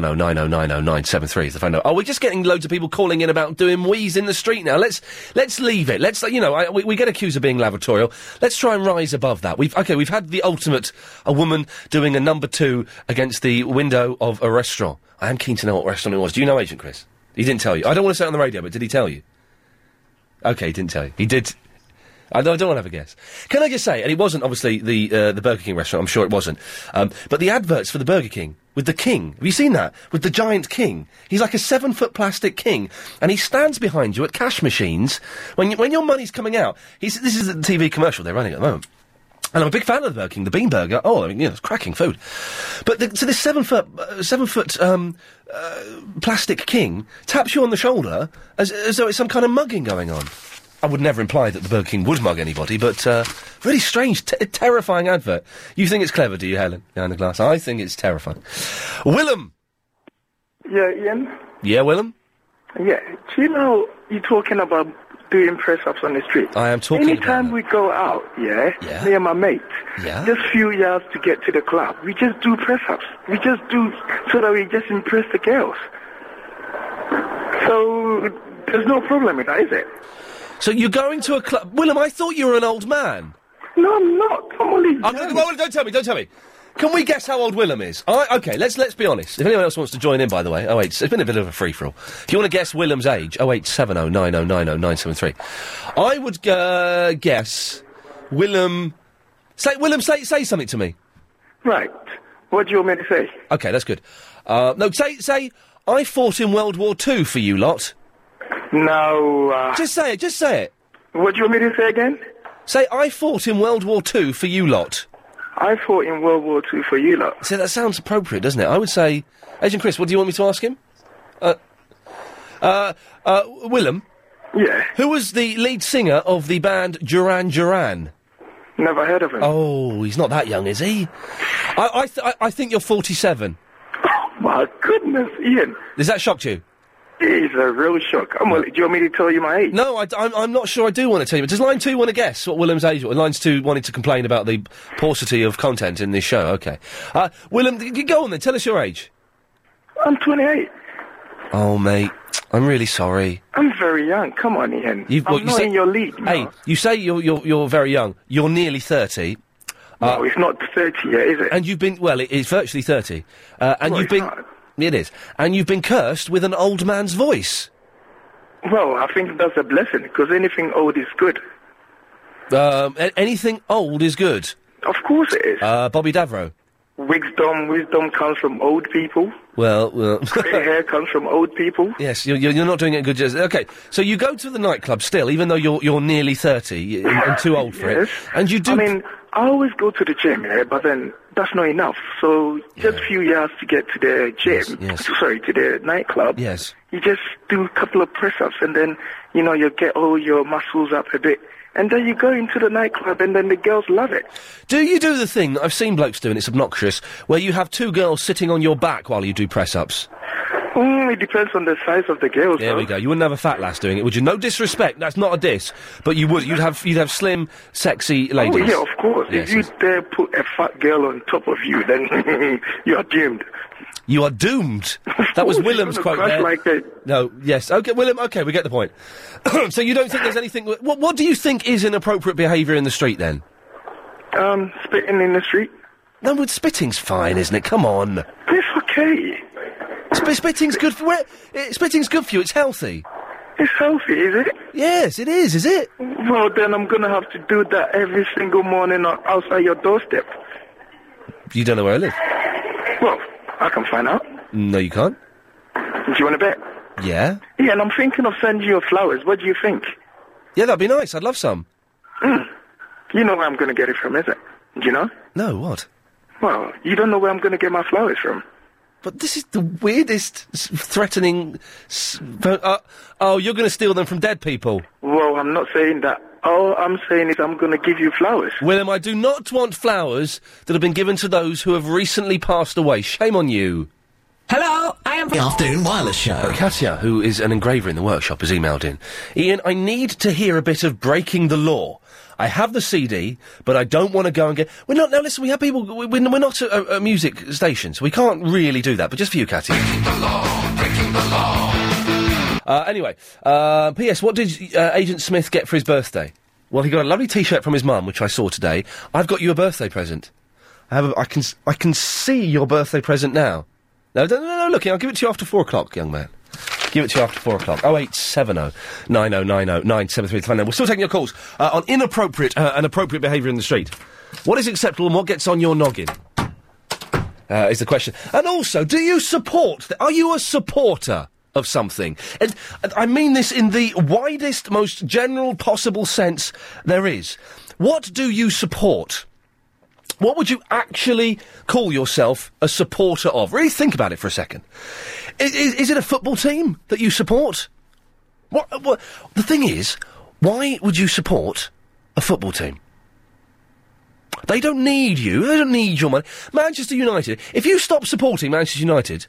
08709090973 is the phone number. Are we just getting loads of people calling in about doing wheeze in the street now? Let's let's leave it. Let's you know I, we, we get accused of being lavatorial. Let's try and rise above that. We've okay. We've had the ultimate: a woman doing a number two against the window of a restaurant. I am keen to know what restaurant it was. Do you know, Agent Chris? He didn't tell you. I don't want to say it on the radio, but did he tell you? Okay, he didn't tell you. He did. I don't, I don't want to have a guess. Can I just say, and it wasn't obviously the uh, the Burger King restaurant. I'm sure it wasn't. Um, but the adverts for the Burger King with the king. Have you seen that? With the giant king. He's like a seven foot plastic king, and he stands behind you at cash machines when you, when your money's coming out. He's, this is a TV commercial they're running at the moment. And I'm a big fan of the Burger King, the Bean Burger. Oh, I mean, you know, it's cracking food. But the, so this seven foot, uh, seven foot um, uh, plastic king taps you on the shoulder as, as though it's some kind of mugging going on. I would never imply that the Burger King would mug anybody, but uh, really strange, t- terrifying advert. You think it's clever, do you, Helen? Behind the glass, I think it's terrifying. Willem,
Yeah, Ian.
yeah, Willem,
Yeah. Do you know you're talking about doing press ups on the street?
I am talking.
Anytime we go out, yeah, me and my mates,
Yeah.
just few yards to get to the club, we just do press ups. We just do so that we just impress the girls. So there's no problem with that, is it?
So you're going to a club, Willem? I thought you were an old man.
No, I'm not. I'm only.
well, don't tell me. Don't tell me. Can we guess how old Willem is? I, okay, let's let's be honest. If anyone else wants to join in, by the way, oh wait, it's been a bit of a free for all. If you want to guess Willem's age, oh eight seven oh nine oh nine oh nine seven three, I would uh, guess Willem. Say Willem, say say something to me.
Right. What do you want me to say?
Okay, that's good. Uh, no, say say I fought in World War Two for you lot.
No. Uh...
Just say it. Just say it.
What do you want me to say again?
Say I fought in World War Two for you lot.
I fought in World War Two for you lot.
See, that sounds appropriate, doesn't it? I would say, Agent Chris, what do you want me to ask him? Uh, uh, uh, Willem?
Yeah.
Who was the lead singer of the band Duran Duran?
Never heard of him.
Oh, he's not that young, is he? I, I, th- I, I think you're 47.
Oh, My goodness, Ian.
Does that shock you?
It's a real shock. I'm, do you want me to tell you my age?
No, I, am I'm not sure I do want to tell you. But does line two want to guess what Willem's age was? Line two wanted to complain about the paucity of content in this show. Okay. Uh, Willem, g- g- go on then. Tell us your age.
I'm 28.
Oh, mate. I'm really sorry.
I'm very young. Come on, Ian.
You've-
I'm
what, you
not
say-
in your league. No.
Hey, you say you're you're, you're very young. You're nearly thirty. Uh,
No, it's not thirty yet, is it?
And you've been well, it is virtually thirty. Uh, and
No,
you've
it's
been
not.
it is, and you've been cursed with an old man's voice.
Well, I think that's a blessing because anything old is good.
Um, a- anything old is good.
Of course it is.
Uh, Bobby Davro.
Wisdom, wisdom comes from old people.
Well, well
Grey hair comes from old people.
yes, you're, you're you're not doing it good. Just, okay, so you go to the nightclub still, even though you're you're nearly thirty and, and too old for
Yes.
it. And you do.
I mean, I always go to the gym, yeah, but then that's not enough. So just few yards to get to the gym.
Yes,
Sorry, to the nightclub.
yes.
You just do a couple of press-ups and then, you know, you get all your muscles up a bit. And then you go into the nightclub and then the girls love it.
Do you do the thing that I've seen blokes do, and it's obnoxious, where you have two girls sitting on your back while you do press ups?
Mm, it depends on the size of the girls.
There we go. You wouldn't have a fat lass doing it, would you? No disrespect. That's not a diss, but you would. You'd have you'd have slim, sexy ladies.
Oh yeah, of course.
Yes,
if you dare put a fat girl on top of you, then you are doomed.
You are doomed. That was
Oh, she's
Willem's
gonna
quote.
crash
there.
like
No, yes. Okay, Willem, okay, we get the point. so you don't think there's anything. What, what do you think is inappropriate behaviour in the street then?
Um, spitting in the street.
No, but spitting's fine, isn't it? Come on.
It's okay.
Sp- spitting's good for. Where, eh, spitting's good for you, it's healthy.
It's healthy, is it?
Yes, it is. Is it?
Well, then I'm gonna have to do that every single morning or outside your doorstep.
You don't know where I live.
Well, I can find out.
No, you can't.
Do you want to bet?
Yeah.
Yeah, and I'm thinking of sending you flowers. What do you think?
Yeah, that'd be nice. I'd love some.
Mm. You know where I'm gonna get it from, is it? Do you know?
No, what?
Well, you don't know where I'm gonna get my flowers from.
But this is the weirdest s- threatening. S- pho- uh, oh, you're going to steal them from dead people.
Well, I'm not saying that. All I'm saying is I'm gonna give you flowers.
Willem, I do not want flowers that have been given to those who have recently passed away. Shame on you.
Hello, I am.
The Afternoon Wireless Show. Katya, who is an engraver in the workshop, has emailed in. Ian, I need to hear a bit of Breaking the Law. I have the CD, but I don't want to go and get. We're not. Now, listen, we have people. we- We're, we're not a, a- a music station, so we can't really do that, but just for you, Katya. Uh, anyway, uh, P.S. What did uh, Agent Smith get for his birthday? Well, he got a lovely T-shirt from his mum, which I saw today. I've got you a birthday present. I have. A, I can. s- I can see your birthday present now. No, no, no, no. Look, I'll give it to you after four o'clock, young man. Give it to you after four o'clock. Oh eight seven oh nine oh nine oh nine seven three five nine. We're still taking your calls uh, on inappropriate uh, and appropriate behaviour in the street. What is acceptable and what gets on your noggin? uh, is the question. And also, do you support? th- Are you a supporter of something? And, and I mean this in the widest, most general possible sense there is. What do you support? What would you actually call yourself a supporter of? Really think about it for a second. I- i- Is, it a football team that you support? What, what, the thing is, why would you support a football team? They don't need you. They don't need your money. Manchester United. If you stop supporting Manchester United,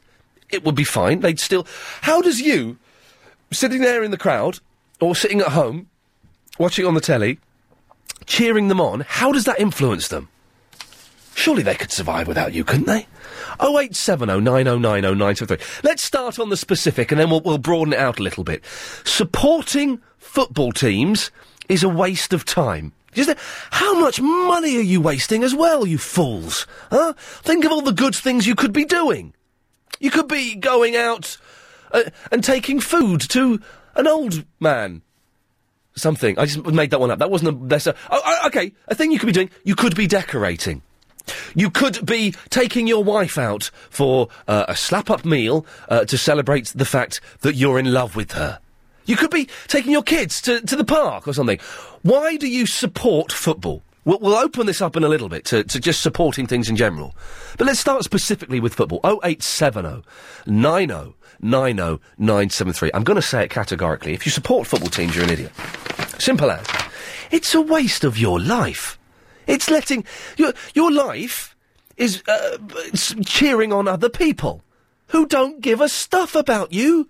it would be fine. They'd still. How does you sitting there in the crowd or sitting at home watching on the telly, cheering them on? How does that influence them? Surely they could survive without you, couldn't they? Oh, 08709090973. Let's start on the specific and then we'll, we'll broaden it out a little bit. Supporting football teams is a waste of time. Just, how much money are you wasting as well, you fools? Huh? Think of all the good things you could be doing. You could be going out uh, and taking food to an old man something. I just made that one up. That wasn't a. That's a oh, oh, okay, a thing you could be doing. You could be decorating. You could be taking your wife out for uh, a slap up meal uh, to celebrate the fact that you're in love with her. You could be taking your kids to, to the park or something. Why do you support football? We'll, we'll open this up in a little bit to, to just supporting things in general. But let's start specifically with football. 0870 90 90 973. I'm going to say it categorically. If you support football teams, you're an idiot. Simple as. It's a waste of your life. It's letting. Your, your life is uh, s- cheering on other people who don't give a stuff about you.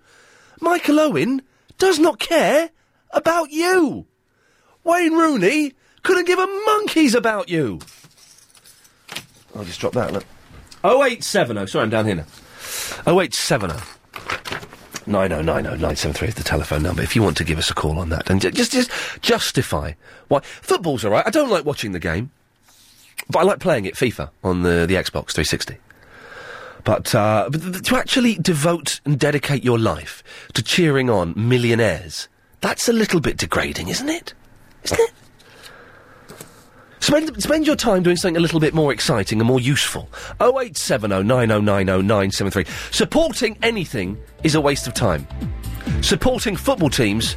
Michael Owen does not care about you. Wayne Rooney couldn't give a monkey's about you. I'll just drop that. Look. 0870. Sorry, I'm down here now. 0870. oh. 9090973 is the telephone number if you want to give us a call on that. And ju- just, just justify why. Football's alright. I don't like watching the game, but I like playing it, FIFA, on the, the Xbox 360. But, uh, but th- th- to actually devote and dedicate your life to cheering on millionaires, that's a little bit degrading, isn't it? Spend, spend your time doing something a little bit more exciting and more useful. 0870 9090 973. Supporting anything is a waste of time. Supporting football teams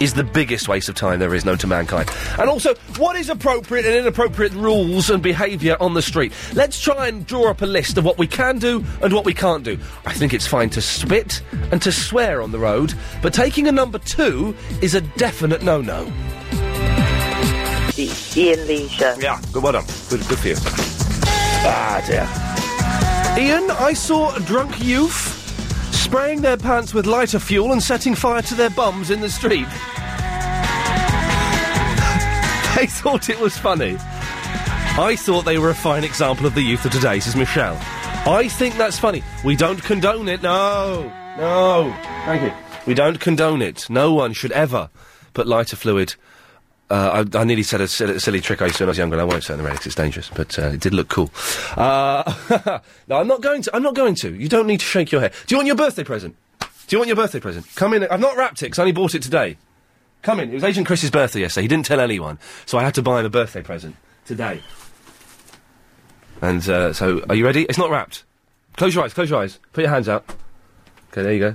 is the biggest waste of time there is known to mankind. And also, what is appropriate and inappropriate rules and behaviour on the street? Let's try and draw up a list of what we can do and what we can't do. I think it's fine to spit and to swear on the road, but taking a number two is a definite no no.
The Ian Lee Show.
Yeah, good, well done. Good, good for you. Ah, dear. Ian, I saw a drunk youth spraying their pants with lighter fuel and setting fire to their bums in the street. they thought it was funny. I thought they were a fine example of the youth of today, says Michelle. I think that's funny. We don't condone it, no. No. Thank you. We don't condone it. No one should ever put lighter fluid. Uh, I, I nearly said a, silly- silly trick I used to when I was younger, and I won't say it on the radio 'cause it's dangerous. But uh, it did look cool. Uh, no, I'm not going to. I'm not going to. You don't need to shake your hair. Do you want your birthday present? Do you want your birthday present? Come in. I've not wrapped it because I only bought it today. Come in. It was Agent Chris's birthday yesterday. He didn't tell anyone, so I had to buy him a birthday present today. And uh, so, are you ready? It's not wrapped. Close your eyes. Close your eyes. Put your hands out. Okay, there you go.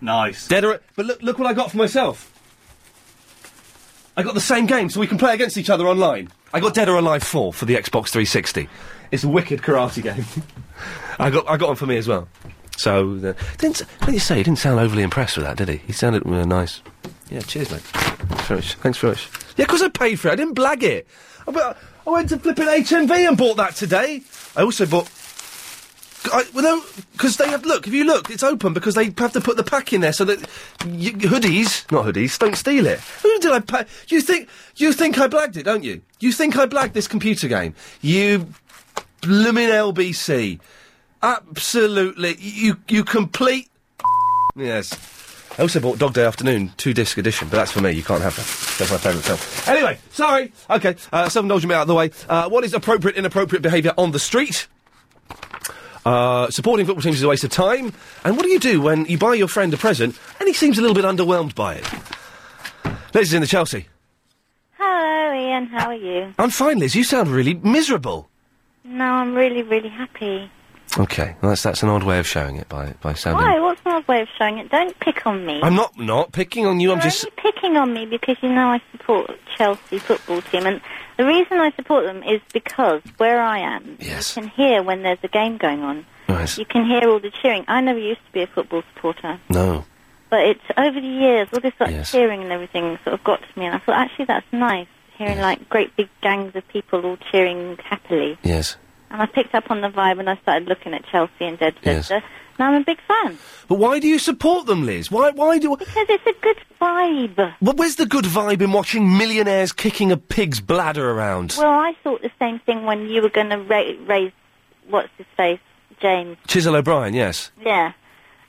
Nice. Dead or but look, look what I got for myself. I got the same game, so we can play against each other online. I got Dead or Alive Four for the Xbox 360. It's a wicked karate game. I got I got one for me as well. So uh, didn't s- what did you say? He didn't sound overly impressed with that, did he? He sounded uh, nice. Yeah, cheers, mate. Thanks very much. Thanks very much. Yeah, 'cause I paid for it. I didn't blag it. I, but I went to flipping HMV and bought that today. I also bought I, well, no, because they have. Look, if you look, it's open because they have to put the pack in there so that y- hoodies, not hoodies, don't steal it. Who did I? Pa- you think you think I blagged it, don't you? You think I blagged this computer game? You blooming LBC! Absolutely, you you complete. yes. I also bought Dog Day Afternoon, two disc edition, but that's for me. You can't have that. That's my favourite film. Anyway, sorry. Okay, uh, self-indulgent out of the way. Uh, what is appropriate, inappropriate behaviour on the street? Uh, supporting football teams is a waste of time. And what do you do when you buy your friend a present and he seems a little bit underwhelmed by it? Liz is in the Chelsea.
Hello, Ian. How are you?
I'm fine, Liz. You sound really miserable.
No, I'm really, really happy.
Okay, well, that's that's an odd way of showing it by by sounding.
Why? What's my way of showing it? Don't pick on me.
I'm not not picking on you. I'm
You're
just
only picking on me because you know I support Chelsea football team, and the reason I support them is because where I am,
yes.
you can hear when there's a game going on.
Right.
You can hear all the cheering. I never used to be a football supporter,
no.
but it's over the years all this like
Yes.
cheering and everything sort of got to me, and I thought actually that's nice hearing like great big gangs of people all cheering happily.
Yes.
And I picked up on the vibe, and I started looking at Chelsea and
Yes.
Deadchester. And I'm a big fan.
But why do you support them, Liz? Why why do?
Because it's a good vibe.
Well, where's the good vibe in watching millionaires kicking a pig's bladder around?
Well, I thought the same thing when you were going to ra- raise what's his face, James.
Chisel O'Brien, yes.
Yeah,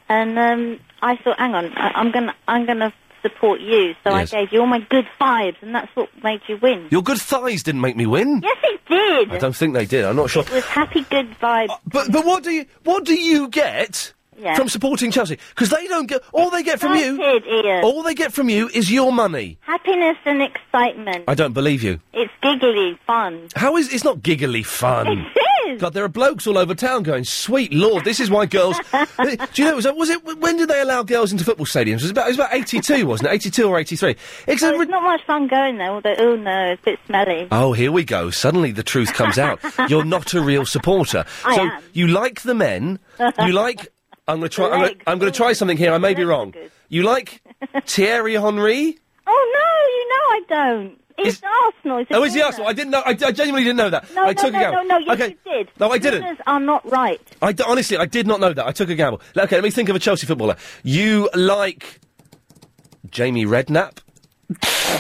and um, I thought, hang on, I- I'm going to I'm going to support you. So
Yes.
I gave you all my good vibes, and that's what made you win.
Your good thighs didn't make me win.
Yes, it did.
I don't think they did. I'm not sure.
It was happy good vibes.
But but what do you what do you get
Yeah.
from supporting Chelsea? Because they don't get all they get from you.
Excited, Ian.
All they get from you is your money.
Happiness and excitement.
I don't believe you.
It's giggly fun.
How is it's not giggly fun?
It is.
God, there are blokes all over town going, "Sweet Lord, this is why girls." do you know? Was it, was it when did they allow girls into football stadiums? It was about it was about eighty two, wasn't it? Eighty two or eighty three? It's
Well, it's not much fun going there, although, oh no, it's a bit smelly.
Oh, here we go. Suddenly the truth comes out. You're not a real supporter.
I
so
am.
you like the men. You like. I'm going to try. I'm gonna- I'm going to try something here. I may be wrong. You like Thierry Henry?
Oh no, you know I don't. It's Arsenal. It's a
Oh, is he
corner.
Arsenal? I didn't know. I, I genuinely didn't know that.
No, no,
I took
no,
a gamble.
no, no, yes,
okay.
you did.
No, I didn't.
Corners are not right.
I d- honestly, I did not know that. I took a gamble. Okay, let me think of a Chelsea footballer. You like Jamie Redknapp?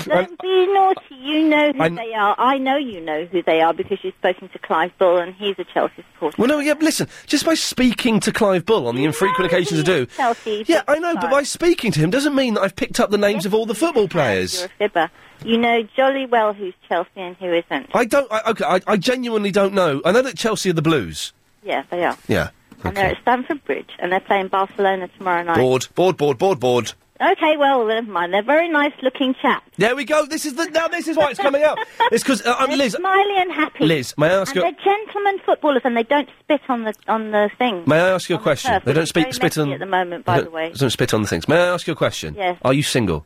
Don't be naughty. You know who
I'm-
they are. I know you know who they are because you've spoken to Clive Bull, and he's a Chelsea supporter.
Well, no, yeah, but listen, just by speaking to Clive Bull on the infrequent occasions I do.
Chelsea.
Yeah, I know, but by speaking to him doesn't mean that I've picked up the names of all the football
You're
players.
a fibber. You know jolly well who's Chelsea and who isn't.
I don't, I, okay, I, I genuinely don't know. I know that Chelsea are the Blues.
Yeah, they are.
Yeah.
And they're at Stamford Bridge, and they're playing Barcelona tomorrow night.
Board, board, board, board, board.
Okay, well, never mind. They're very nice-looking chaps.
There we go. This is the now. This is why it's coming out. It's because uh, I'm Liz.
Smiley and happy.
Liz, may I ask
and
you?
They're gentlemen footballers, and they don't spit on the on the thing.
May I ask you a
on the
question?
turf,
They don't
which is
speak
very
spit on
messy at the moment, by
they
the way.
Don't spit on the things. May I ask you a question?
Yes. Hmm?
Are you single?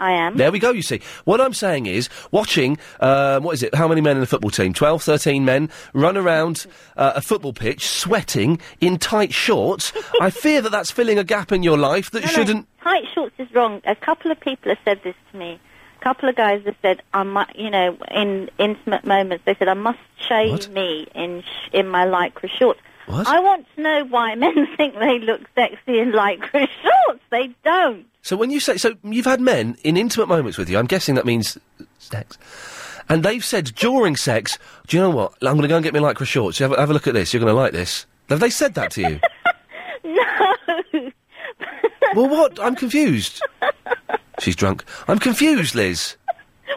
I am.
There we go, you see. What I'm saying is, watching, um, what is it, how many men in a football team? 12, 13 men run around uh, a football pitch, sweating, in tight shorts. I fear that that's filling a gap in your life that
No, no,
shouldn't...
tight shorts is wrong. A couple of people have said this to me. A couple of guys have said, "I might," you know, in intimate moments, they said, "I must show you me in sh- in my lycra shorts."
What?
I want to know why men think they look sexy in lycra shorts. They don't.
So when you say so, you've had men in intimate moments with you. I'm guessing that means sex, and they've said during sex, "Do you know what? I'm going to go and get me lycra shorts. You have, a- have a look at this. You're going to like this." Have they said that to you?
No.
well, what? I'm confused. She's drunk. I'm confused, Liz.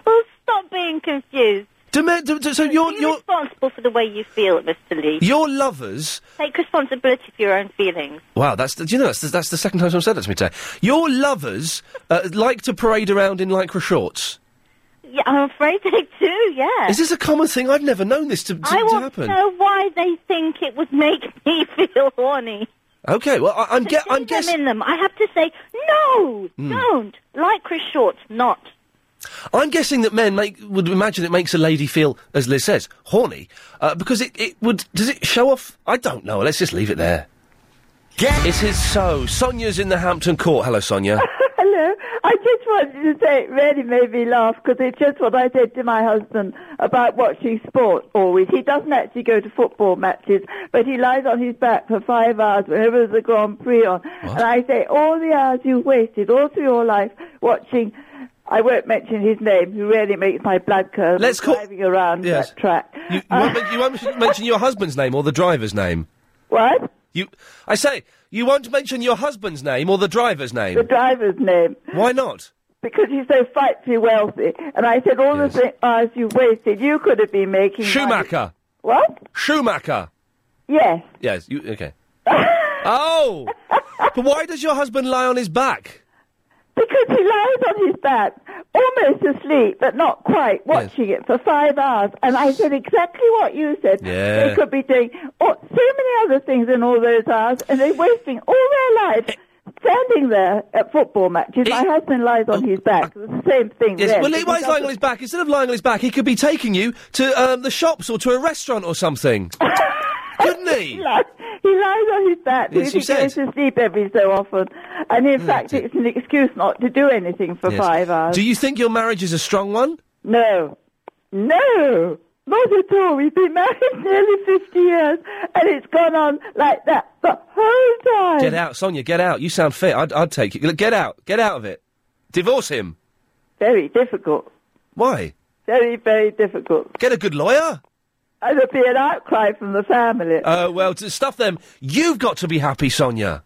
Well, stop being confused.
Do men, do, do, so you're,
you're responsible for the way you feel, Mr. Lee.
Your lovers.
Take responsibility for your own feelings.
Wow, that's the, do you know that's the, that's the second time someone said that to me today. Your lovers uh, like to parade around in lycra shorts.
Yeah, I'm afraid they do. Yeah.
Is this a common thing? I've never known this to, to,
I
to
want
happen.
to know why they think it would make me feel horny.
Okay, well I, I'm
To
get
see
I'm
them
guessing.
in them. I have to say no,
Mm.
don't. Lycra shorts, not.
I'm guessing that men make, would imagine it makes a lady feel, as Liz says, horny, uh, because it, it would. Does it show off? I don't know. Let's just leave it there. It is so. Sonia's in the Hampton Court. Hello, Sonia.
Hello. I just wanted to say it really made me laugh because it's just what I said to my husband about watching sport always. He doesn't actually go to football matches, but he lies on his back for five hours whenever there's a Grand Prix on. And I say, all the hours you wasted all through your life watching, I won't mention his name, who really makes my blood curl. Let's driving around
Yes.
that track.
You, you won't, men- you won't mention your husband's name or the driver's name.
What?
You, I say, you won't mention your husband's name or the driver's name.
The driver's name.
Why not?
Because he's so frightfully wealthy. And I said, all the thi- hours you wasted, you could have been making money."
Schumacher.
What?
Schumacher.
Yes.
Yes. You okay? oh, but why does your husband lie on his back?
Because he lies on his back, almost asleep, but not quite, watching it for five hours. And I said exactly what you said.
Yeah.
They could be doing oh, so many other things in all those hours, and they're wasting all their lives standing there at football matches. My husband lies on his back. It's the same thing.
Yes,
then.
well,
It
why he's lying
doesn't-
on his back? Instead of lying on his back, he could be taking you to um, the shops or to a restaurant or something. Couldn't he?
lies, he lies on his back because
Yes,
he
you said.
goes to sleep every so often. And in fact, it's an excuse not to do anything for
Yes.
five hours.
Do you think your marriage is a strong one?
No. No. Not at all. We've been married nearly 50 years and it's gone on like that the whole time.
Get out, Sonia. Get out. You sound fit. I'd, I'd take you. Look, Get out. Get out of it. Divorce him.
Very difficult.
Why?
Very, very difficult.
Get a good lawyer.
And there'll be an outcry from the family.
Oh well, to stuff them. You've got to be happy, Sonia.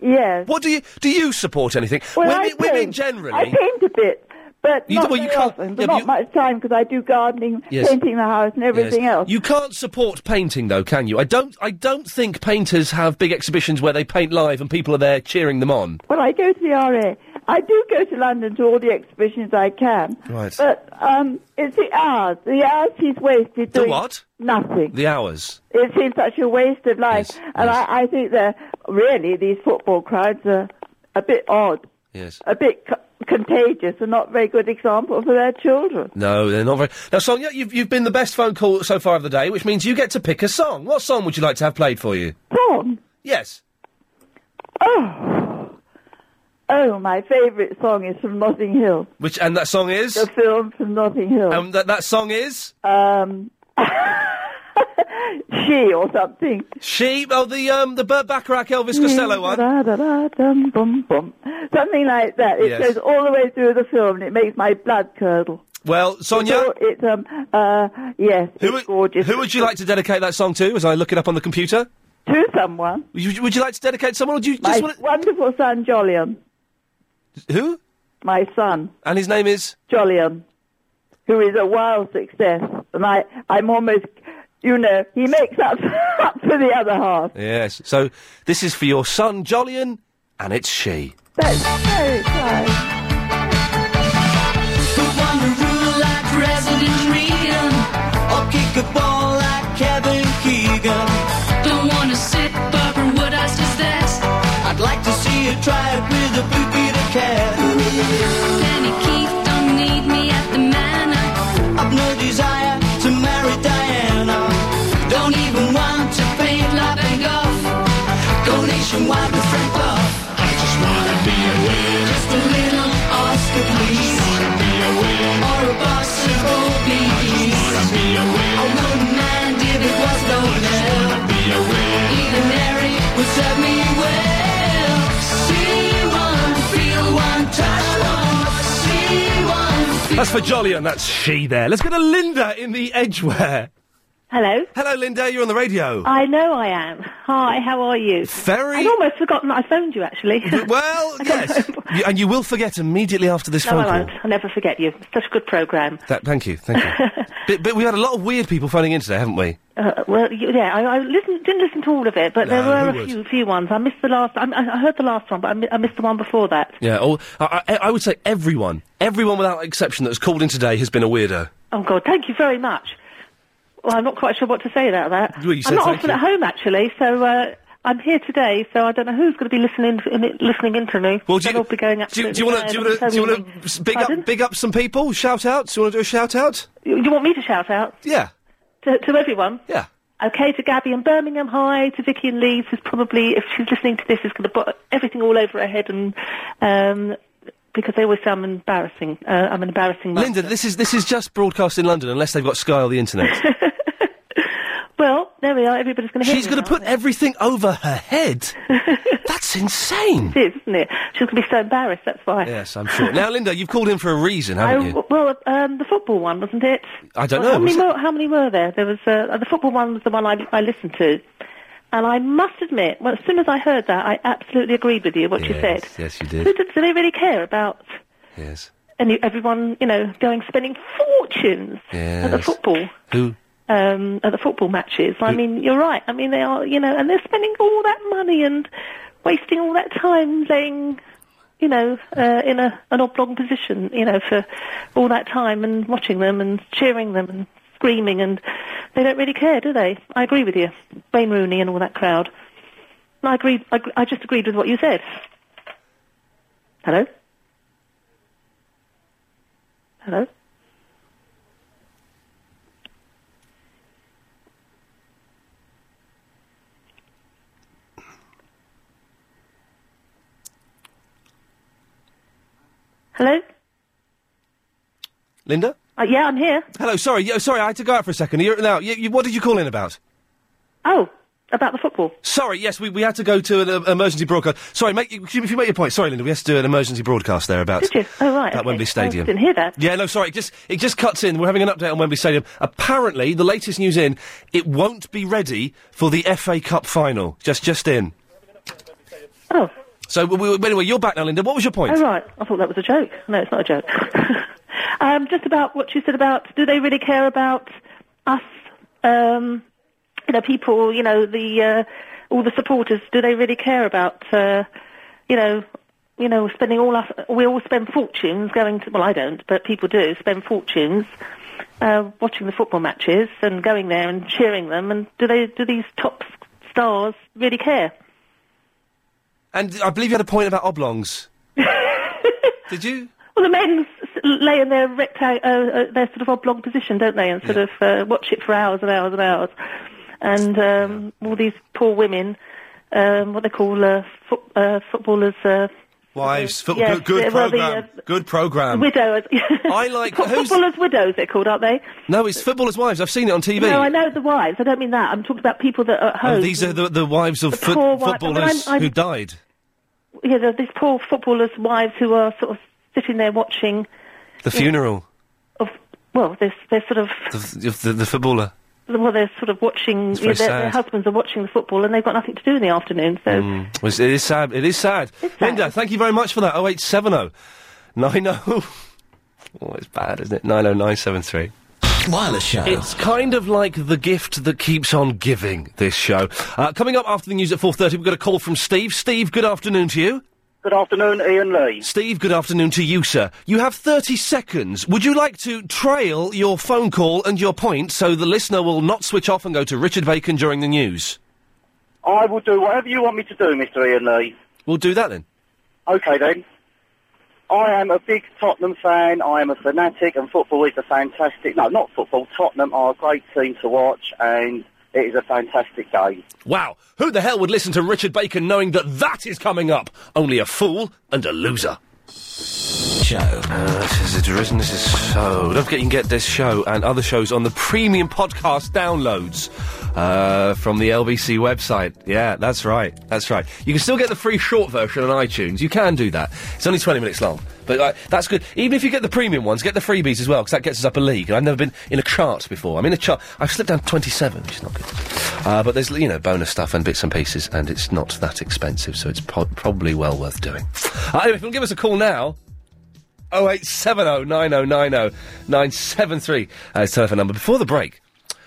yes.
What do you do? You support anything?
Well, I
women, women
paint.
generally.
I paint a bit. But
You-
not
well, you
very
can't-
often,
yeah,
but
but
not
you-
much time because I do gardening,
Yes.
painting the house and
Yes.
everything else.
You can't support painting though, can you? I don't. I don't think painters have big exhibitions where they paint live and people are there cheering them on.
Well, I go to the RA. I do go to London to all the exhibitions I can.
Right.
But um, it's the hours. The hours he's wasted
The
doing
what?
nothing.
The hours.
It seems such a waste of life. and I, I think that really these football crowds are a bit odd,
Yes.
a bit co- contagious, and not very good example for their children.
No, they're not very. Now, Sonia, you've you've been the best phone call so far of the day, which means you get to pick a song. What song would you like to have played for you?
Tom.
Yes.
Oh. Oh, my favourite song is from Notting Hill.
Which and that song is.
The film from Notting Hill.
Um, that that song is.
um she or something.
She. Oh, the um the Burt Bacharach Elvis Costello one.
Da-da-da-dum-bum-bum. Something like that. It
Yes.
goes all the way through the film and it makes my blood curdle.
Well, Sonia,
So it's um uh yes,
Who
it's gorgeous.
who would you like to dedicate that song to? As I look it up on the computer.
to someone?
Would you, would you like to dedicate to someone, or do you
My
just want
wonderful son Jolyon,
to... Who?
my son
And his name is...
Jolyon, who is a wild success, and I I'm almost you know he makes up, up for the other half.
Yes. So, this is for your son, Jolyon, and it's she.
That's very kind.
The one to rule like President Reagan, or kick a ball like Kevin Keegan. Don't wanna sit Barbara Woodhouse is this. I'd like to see you try it with a Blue Peter cat. Penny Keith don't need me at the manor. I've no desire to marry Diana. Don't even want to paint love and golf. Go nationwide with Frank Buff. I just wanna be a winner. Just a little
That's for Jolly, and that's she there. Let's go to Linda in the Edgeware.
Hello.
Hello, Linda. You're on the radio.
I know I am. Hi, how are you?
Oh. Very-
I'd almost forgotten that I phoned you, actually.
well, yes. You- and you will forget immediately after this
no,
phone
I
call.
won't. I'll never forget you. Such a good programme.
That, thank you, thank you. but, but we had a lot of weird people phoning in today, haven't we?
Uh, well, you, yeah, I, I listened, didn't listen to all of it, but there
No, who
were a
would?
few, few ones. I missed the last. I, I I heard the last one, but I, mi- I missed the one before that.
Yeah, all, I, I, I would say everyone, everyone without exception that's called in today has been a weirdo.
Oh God, thank you very much. Well, I'm not quite sure what to say about that.
Well, you said
I'm not
thank
often
you.
at home actually, so uh, I'm here today. So I don't know who's going to be listening in, listening in to me.
Well, do you-
They'll all be going
Do you,
absolutely
do you want to
mad
do
and
you want to do you
phoning
want
me.
to big up big up some people? Shout outs? You want to do a shout out?
You, you want me to shout out
Yeah.
to, to everyone?
Yeah.
Okay, to Gabby in Birmingham, hi. To Vicky in Leeds, who's probably, if she's listening to this, is going to put everything all over her head and, um, because they always say I'm embarrassing. Uh, I'm an embarrassing mum.
Linda, this is this is just broadcast in London unless they've got Sky or the internet.
Well, there we are. Everybody's going to hear
She's going to put everything over her head. That's insane.
It is, isn't it? She's going to be so embarrassed, that's why.
yes, I'm sure. Now, Linda, you've called in for a reason, haven't
I,
you?
well, um, the football one, wasn't it?
I don't
Well,
know.
How many,
Was it-
more, how many were there? There was uh, the football one was the one I, I listened to, and I must admit, well, as soon as I heard that, I absolutely agreed with you what you said.
Yes, you
Do,
did.
do they really care about
Yes.
any, everyone, you know, going spending fortunes at the
Yes.
football?
Who?
Um, at the football matches. I
Who-
mean, you're right. I mean, they are, you know, and they're spending all that money and wasting all that time laying, you know, uh, in a, an oblong position, you know, for all that time and watching them and cheering them and screaming and they don't really care, do they? I agree with you. Wayne Rooney and all that crowd. And I agree. I, gr- I just agreed with what you said. Hello? Hello? Hello?
Linda?
Uh, yeah, I'm here.
Hello, sorry, yeah, sorry, I had to go out for a second. You're, now, you, you, what did you call in about?
Oh, about the football.
Sorry, yes, we, we had to go to an uh, emergency broadcast. Sorry, make, if you make your point, sorry, Linda, we had to do an emergency broadcast there about
Did you? Oh, right.
at
okay.
Wembley Stadium.
I didn't hear that.
Yeah, no, sorry. It just it just cuts in. We're having an update on Wembley Stadium. Apparently, the latest news in, it won't be ready for the FA Cup final. Just just in.
Oh.
So we, we- anyway, you're back now, Linda. What was your point?
Oh, right. I thought that was a joke. No, it's not a joke. um, just about what you said about do they really care about us, um, you know, people, you know, the uh, all the supporters? Do they really care about, uh, you know, you know, spending all us? We all spend fortunes going to. Well, I don't, but people do spend fortunes. Uh, watching the football matches and going there and cheering them, and do they do these top s- stars really care?
And I believe you had a point about oblongs. Did you?
Well, the men s- lay in their rectangle, uh, uh, their sort of oblong position, don't they, and sort of uh, watch it for hours and hours and hours. And um, all these poor women, um, what they call uh, foot uh, footballers, uh,
Wives, football,
Yes,
good, good
yeah, well, the,
program, good program.
widowers. I
Um, like
footballers' widows. They're called, aren't they?
No, it's footballers' wives. I've seen it on TV.
No, I know the wives. I don't mean that. I'm talking about people that are at home.
Oh, these are the, the wives of
The
foot
poor wi-
footballers
I mean, I'm-
who
I'm-
died.
yeah, they're these poor footballers' wives who are sort of sitting there watching.
The funeral
Well, they're, they're sort of
of, of the, the footballer.
well, they're sort of watching.
It's very
their, their
sad.
husbands are watching the football, and they've got nothing to do in the afternoon. So
Mm. Well, It is sad. It is sad. Linda, thank you very much for that. 0870 90. oh, it's bad, isn't it? 90973.
Wireless show.
It's kind of like the gift that keeps on giving, this show. Uh, coming up after the news at 4.30, we've got a call from Steve. Steve, good afternoon to you.
Good afternoon, Ian Lee.
Steve, good afternoon to you, sir. You have 30 seconds. Would you like to trail your phone call and your point so the listener will not switch off and go to Richard Bacon during the news?
I will do whatever you want me to do, Mr. Ian Lee.
We'll do that then.
Okay then. I am a big Tottenham fan. I am a fanatic, and football is a fantastic. No, not football. Tottenham are a great team to watch, and it is a fantastic game.
Wow, who the hell would listen to Richard Bacon knowing that that is coming up? Only a fool and a loser. Show. Uh, this is a derision. This is so. Don't forget you can get this show and other shows on the premium podcast downloads uh, from the LBC website. Yeah, that's right. That's right. You can still get the free short version on iTunes. You can do that. It's only 20 minutes long. But uh, that's good. Even if you get the premium ones, get the freebies as well, because that gets us up a league. And I've never been in a chart before. I'm in a chart. I've slipped down to 27, which is not good. Uh, but there's, you know, bonus stuff and bits and pieces, and it's not that expensive, so it's po- probably well worth doing. Uh, anyway, if you'll give us a call now, 0870 9090 973 uh, is the telephone number. Before the break,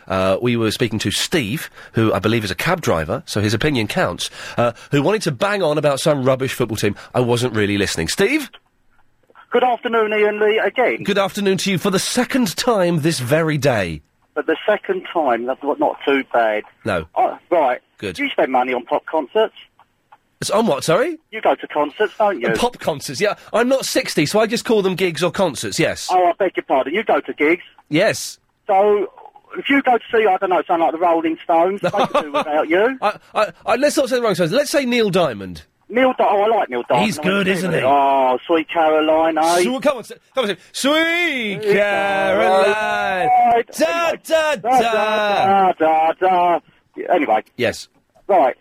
uh, we were speaking to Steve, who I believe is a cab driver, so his opinion counts, uh, who wanted to bang on about some rubbish football team. I wasn't really listening. Steve?
Good afternoon, Ian Lee, again.
Good afternoon to you for the second time this very day.
But the second time, that's not not too bad.
No.
Oh, right.
Good.
You spend money on pop concerts.
It's on what, sorry?
You go to concerts, don't you?
And pop concerts, yeah. I'm not 60, so I just call them gigs or concerts, yes.
Oh, I beg your pardon. You go to gigs.
Yes.
So, if you go to see, I don't know, something like the Rolling Stones, they could do without you.
I, I, I, let's not say the wrong sentence. Let's say Neil Diamond.
Neil, Di- oh, I like Neil Diamond.
He's good, isn't he?
Oh, Sweet Caroline, eh?
Sweet- come on, come on, Sweet Caroline. Da, da,
da, da, da. Anyway,
Yes.
right.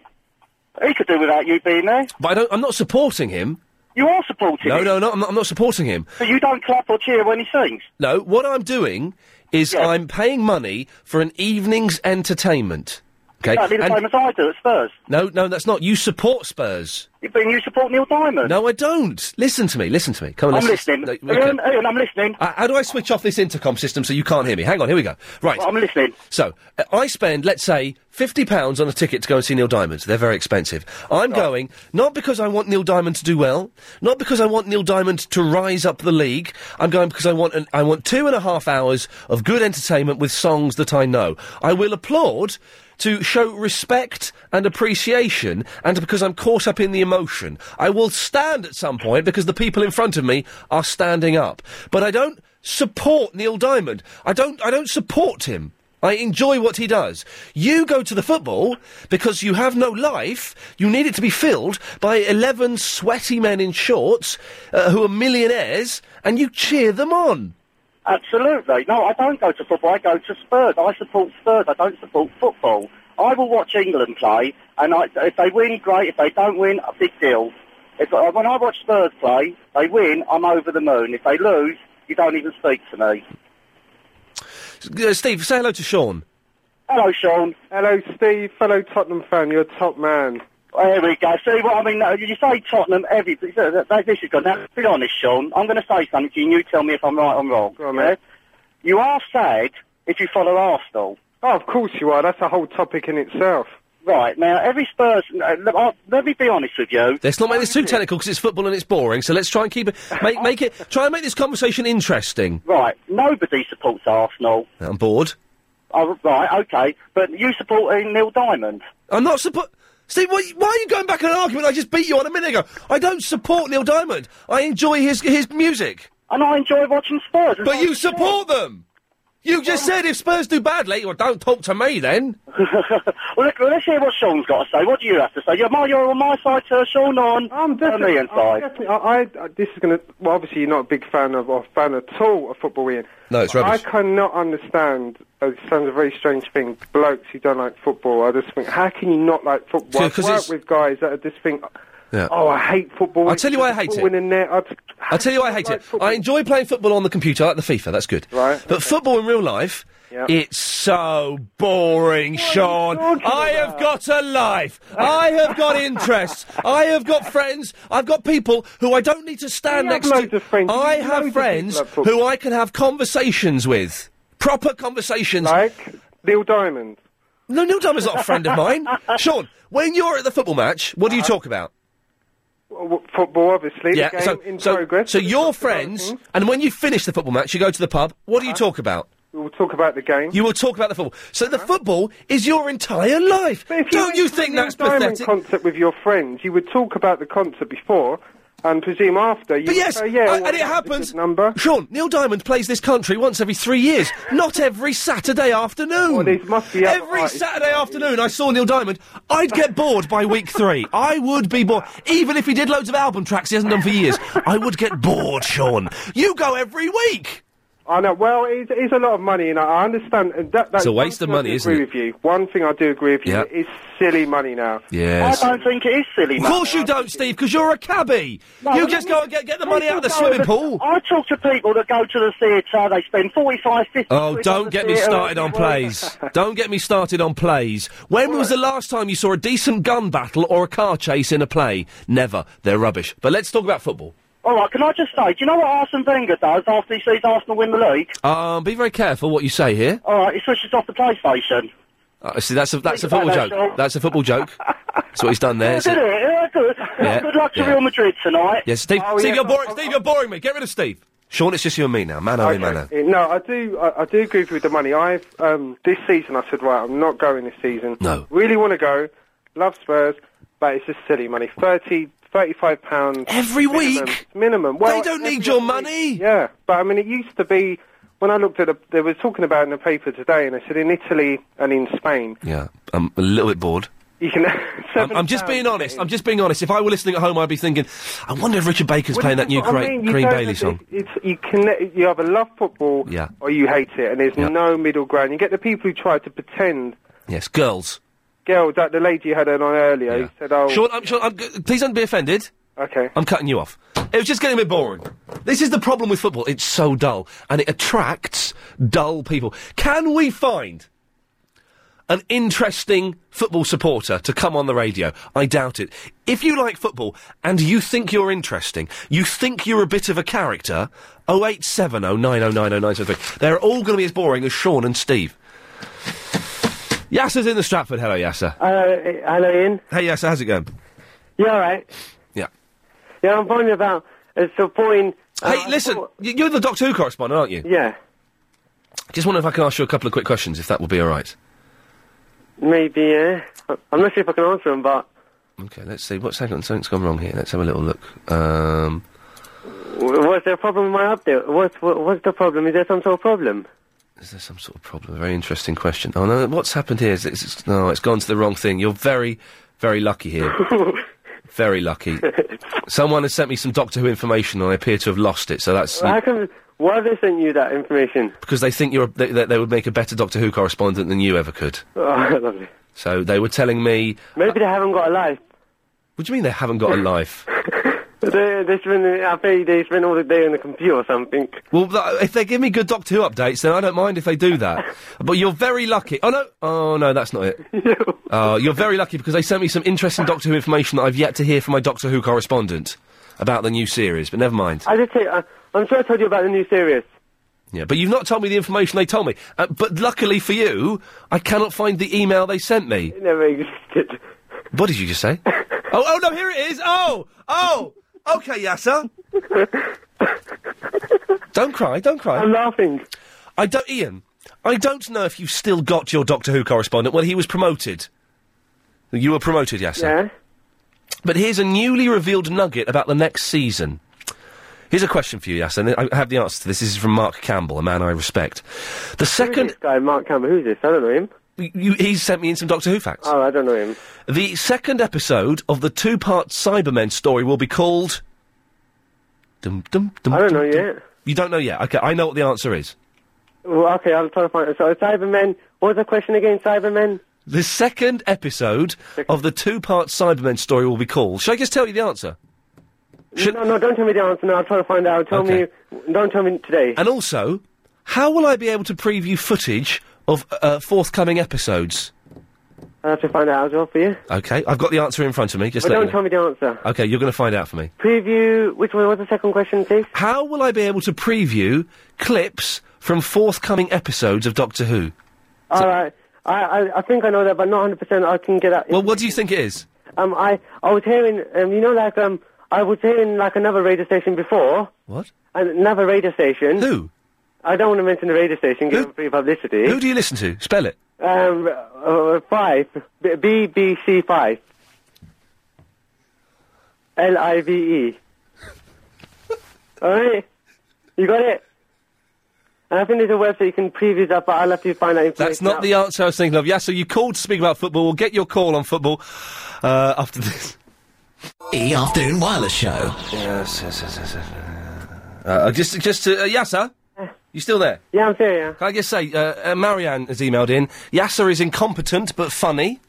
He could do without you being there.
But I don't, I'm not supporting him.
You are supporting
No,
him.
no, no, I'm not, I'm not supporting him.
But you don't clap or cheer when he sings.
No, what I'm doing is I'm paying money for an evening's entertainment. Okay?
Exactly the
And-
same as I do at Spurs.
no, no, that's not. You support Spurs.
But you support Neil Diamond.
No, I don't. Listen to me, listen to me. Come on,
I'm
let's-
listening.
No, okay.
Ian, Ian, I'm listening.
Uh, how do I switch off this intercom system so you can't hear me? Hang on, here we go. Right.
I'm listening.
So, uh, I spend, let's say, £50 on a ticket to go and see Neil Diamond. They're very expensive. I'm going, not because I want Neil Diamond to do well, not because I want Neil Diamond to rise up the league. I'm going because I want, an, I want two and a half hours of good entertainment with songs that I know. I will applaud to show respect and appreciation, and because I'm caught up in the emotion. I will stand at some point because the people in front of me are standing up. But I don't support Neil Diamond. I don't. I don't support him. I enjoy what he does. You go to the football because you have no life. You need it to be filled by 11 sweaty men in shorts uh, who are millionaires and you cheer them on.
Absolutely. No, I don't go to football. I go to Spurs. I support Spurs. I don't support football. I will watch England play, and I, if they win, great. If they don't win, a big deal. If, uh, when I watch Spurs play, they win, I'm over the moon. If they lose, you don't even speak to me.
Uh, Steve, say hello to Sean.
Hello, Sean.
Hello, Steve. Fellow Tottenham fan. You're a top man.
There we go. See what I mean? No, You say Tottenham, every th- th- th- this is good. Now, be honest, Sean. I'm going to say something to you, and you tell me if I'm right or wrong.
Go on,
yeah?
mate.
You are sad if you follow Arsenal.
Oh, of course you are. That's a whole topic in itself.
Right, now, every Spurs... uh, Let uh, let me be honest with you.
Let's not make this too technical because it's football and it's boring. So let's try and keep it. Make, make it. Try and make this conversation interesting.
Right, nobody supports Arsenal.
I'm bored.
Oh, right, okay. But you support uh, Neil Diamond.
I'm not support. Steve, why, why are you going back on an argument I just beat you on a minute ago? I don't support Neil Diamond. I enjoy his his music.
And I enjoy watching Spurs.
But you support them. You just said if Spurs do badly, well, don't talk to me then.
well, look, let's hear what Sean's got to say. What do you have to say? You're, Uh, my, you're on my side, uh, Sean, on, I'm on Ian's
I,
side.
definitely- I, I- this is going to. Well, obviously, you're not a big fan of or fan at all of football, Ian.
No, it's rubbish.
I cannot understand. uh, It sounds a very strange thing. Blokes who don't like football. I just think, how can you not like football?
Yeah,
I
'cause
work
it's-
with guys that are just think,
Yeah.
oh, I hate football.
I'll tell you why I hate it.
In there, I just,
I'll tell you why I hate it. I enjoy playing football on the computer, I like the FIFA, that's good. Right. But football in real life, it's so boring, Sean. I have got a life. I have got interests. I have got friends. I've got people who I don't need to stand
You have
next
loads
to.
of friends.
I
You have
have
loads of
friends
people at football.
who I can have conversations with. Proper conversations.
Like Neil Diamond.
No, Neil Diamond's not a friend of mine. Sean, when you're at the football match, what do
Uh-huh.
you talk about?
w- w- football, obviously. the game in
so,
progress.
So you're friends, and when you finish the football match, you go to the pub. What do you talk about?
Uh-huh. We will talk about the game. Uh-huh.
You will talk about the football. So the football is your entire life. Don't you think that's
Neil Diamond
pathetic?
concert with your friends, you would talk about the concert before and presume after. You
But
would
yes,
say, yeah,
uh,
well,
and it
that's a
happens.
good Number.
Sean, Neil Diamond plays this country once every three years, not every Saturday afternoon. every Saturday afternoon I saw Neil Diamond, I'd get bored by week three. I would be bored. Even if he did loads of album tracks he hasn't done for years, I would get bored, Sean. You go every week.
I know. Well, it is, it is a lot of money, and I I understand. And that, that,
It's a waste
one
of money,
thing I do agree
isn't it?
With you, one thing I do agree with you
Yeah.
it is silly money now.
Yes.
don't think it is silly.
Of course you don't, Steve, because you're a cabbie.
No,
you
let
just
me-
go and get, get the money out of the
go
swimming
over-
pool.
I talk to people that go to the theatre, they spend 45, 50
Oh,
quid on
don't
the
get me
theatre
started on
every week.
plays. don't get me started on plays. When was the last time you saw a decent gun battle or a car chase in a play? Never. They're rubbish. But let's talk about football.
All right, can I just say, do you know what Arsene Wenger does after he sees Arsenal win the league?
Um, be very careful what you say here.
All right, he switches off the PlayStation.
Uh, see, that's a that's a
Think
football
about that,
joke.
Sean.
That's a football joke. That's what he's done there.
Yeah,
So-
did it? Yeah, good.
Yeah,
good luck to
yeah.
Real Madrid tonight.
Yeah, Steve,
Oh,
Steve,
yeah.
you're boring. Steve, you're boring me. Get rid of Steve. Sean, it's just you and me now. oh, Mano in mano.
Uh, No, I do. I, I do agree with the money. I've um, this season. I said, right, I'm not going this season.
No.
really want to go. Love Spurs, but it's just silly money. Thirty. Thirty-five pounds
every
week minimum. Well,
They don't
every
need your
week,
money.
Yeah, but I mean, it used to be when I looked at. A, they were talking about it in the paper today, and they said in Italy and in Spain,
Yeah, I'm a little bit bored.
you can.
I'm, I'm just being honest. I'm just being honest. If I were listening at home, I'd be thinking, I wonder if Richard Baker's
Well,
playing that
this
new
is what I
Cra-
mean, you
Green
don't-
Bailey song.
It's, you can you either love football
Yeah.
or you hate it, and there's no middle ground. You get the people who try to pretend.
Yes, girls.
Girl, that the lady you had on earlier, who said, "Oh,
Sean, I'm, Sean I'm, g- please don't be offended.
Okay.
I'm cutting you off. It was just getting a bit boring. This is the problem with football. It's so dull, and it attracts dull people. Can we find an interesting football supporter to come on the radio? I doubt it. If you like football and you think you're interesting, you think you're a bit of a character, 0870 9090973. They're all going to be as boring as Sean and Steve. Yasser's in the Stratford. Hello, Yasser.
Uh, hello, Ian.
Hey, Yasser, how's it going?
You all right?
Yeah.
Yeah, I'm phoning about uh, supporting. Uh,
Hey, listen, y- you're the Doctor Who correspondent, aren't you?
Yeah,
Just wonder if I can ask you a couple of quick questions, if that would be all right.
maybe. Yeah, I- I'm not sure if I can answer them, but
Okay, let's see. What's happened? Something's gone wrong here. Let's have a little look. Um,
w- what's the problem with my update? What's what, what's the problem? Is there some sort of problem?
is there some sort of problem? A very interesting question. Oh no, what's happened here is it's, it's, no, it's gone to the wrong thing. You're very, very lucky here. very lucky. Someone has sent me some Doctor Who information, and I appear to have lost it. So that's
How come? Why have they sent you that information?
because they think you're a, they, they they would make a better Doctor Who correspondent than you ever could.
Oh, lovely.
So they were telling me.
Maybe they haven't got a life.
What do you mean they haven't got a life?
They they spend. I think they spend all the day on the computer or something.
Well, th- if they give me good Doctor Who updates, then I don't mind if they do that. but you're very lucky. Oh no! Oh no, that's not it. uh, you're very lucky because they sent me some interesting Doctor Who information that I've yet to hear from my Doctor Who correspondent about the new series. But never mind.
I just say, I, I'm sure I told you about the new series.
Yeah, but you've not told me the information they told me. Uh, but luckily for you, I cannot find the email they sent me.
It never existed.
What did you just say? oh, oh no, here it is. Oh, oh. Okay, Yasser. don't cry. Don't cry. I'm
laughing.
I don't, Ian. I don't know if you've still got your Doctor Who correspondent. Well, he was promoted. You were promoted, Yasser.
Yeah.
But here's a newly revealed nugget about the next season. Here's a question for you, Yasser. and I have the answer to this. This is from Mark Campbell, a man I respect. The second
guy, Mark Campbell, who's this? I don't know him.
You, he sent me in some Doctor Who facts.
Oh, I don't know him.
The second episode of the two-part Cybermen story will be called. Dum, dum, dum,
I don't
dum,
know
dum.
yet.
You don't know yet. Okay, I know what the answer is.
Well, okay, I'll try to find it. So, Cybermen, what was the question again, Cybermen?
The second episode of the two-part Cybermen story will be called. Shall I just tell you the answer?
No, no, don't tell me the answer now. I'll try to find out. Tell
Okay.
me, don't tell me today.
And also, how will I be able to preview footage of uh, forthcoming episodes?
I'll have to find out as well for you.
Okay, I've got the answer in front of me. Just
but
let
don't
me
tell
know.
me the answer.
Okay, you're going to find out for me.
Preview, which one was the second question, please?
How will I be able to preview clips from forthcoming episodes of Doctor Who?
All right. I, I, I think I know that, but not 100% I can get that.
Well, what do you think it is?
Um, I, I was hearing, um, you know, like, um, I was hearing, like, another radio station before.
What?
Another radio station.
Who?
I don't want to mention the radio station, give them free publicity.
Who do you listen to? Spell it.
Um, uh, five. B- BBC five. L I V E. All right, you got it. And I think there's a website you can preview that, but I'll have to find that information.
That's not the answer I was thinking of. Yeah, so you called to speak about football. We'll get your call on football uh, after this.
E Afternoon Wireless Show.
Yes, yes, yes, yes. yes. Uh, just, just to, uh, yeah, sir. uh, You still there?
Yeah, I'm here, yeah.
Can I just say, uh, uh, Marianne has emailed in. Yasser is incompetent but funny.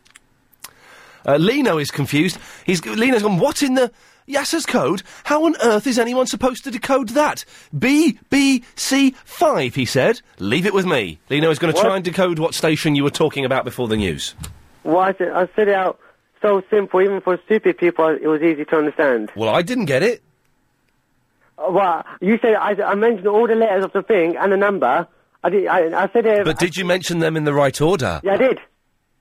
Uh, Lino is confused. He's Lino's gone. What in the Yasser's code? How on earth is anyone supposed to decode that? B B C five. He said. Leave it with me. Lino is going to
What?
try and decode what station you were talking about before the news.
Why is it? I said it out so simple, even for stupid people, it was easy to understand.
Well, I didn't get it.
Uh, Well, you said I, I mentioned all the letters of the thing and the number. I, did, I, I said it.
But did you mention them in the right order?
yeah, I did.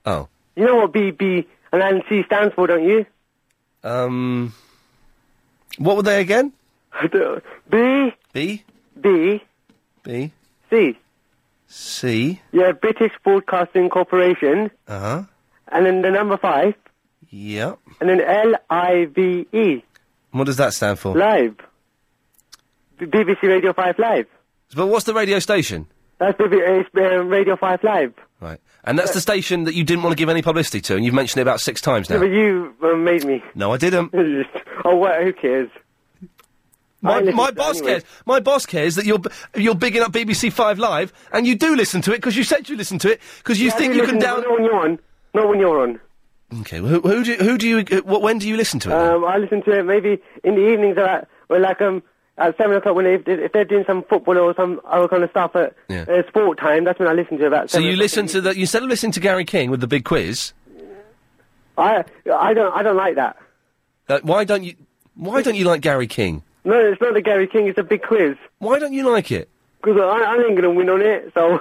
Oh.
You know what B, B, and then C stands for, don't you?
Um. What were they again?
B.
B.
B.
B.
C.
C.
Yeah, British Broadcasting Corporation,
Uh huh.
and then the number five,
Yep.
and then L I V E.
What does that stand for?
Live. B- BBC Radio 5 Live.
But what's the radio station?
That's BBC, it's, uh, Radio 5 Live.
Right. And that's the station that you didn't want to give any publicity to, and you've mentioned it about six times
Yeah,
now.
but you uh, made me.
No, I didn't.
oh, well, who cares? I
My,
listen
my
to it
boss
anyway.
cares. My boss cares that you're b- you're bigging up BBC Five Live, and you do listen to it because you said you listen to it because you
Yeah, I
think
do
you can
listen,
down.
but Not when you're on. Not when you're on.
Okay. Well, who, who do you- who do you uh, wh- when do you listen to it?
Um, I listen to it maybe in the evenings or at, or like um, at 7 o'clock when they, if they're doing some football or some other kind of stuff at
Yeah.
uh, sport time. That's when I listen to it about
so
7
you
o'clock.
listen to the instead of listening to Gary King with the big quiz.
I, I, don't, I don't like that.
Uh, why don't you Why don't you like Gary King?
No, it's not the Gary King, it's a big quiz.
Why don't you like it?
Because I, I ain't going to win on it, so.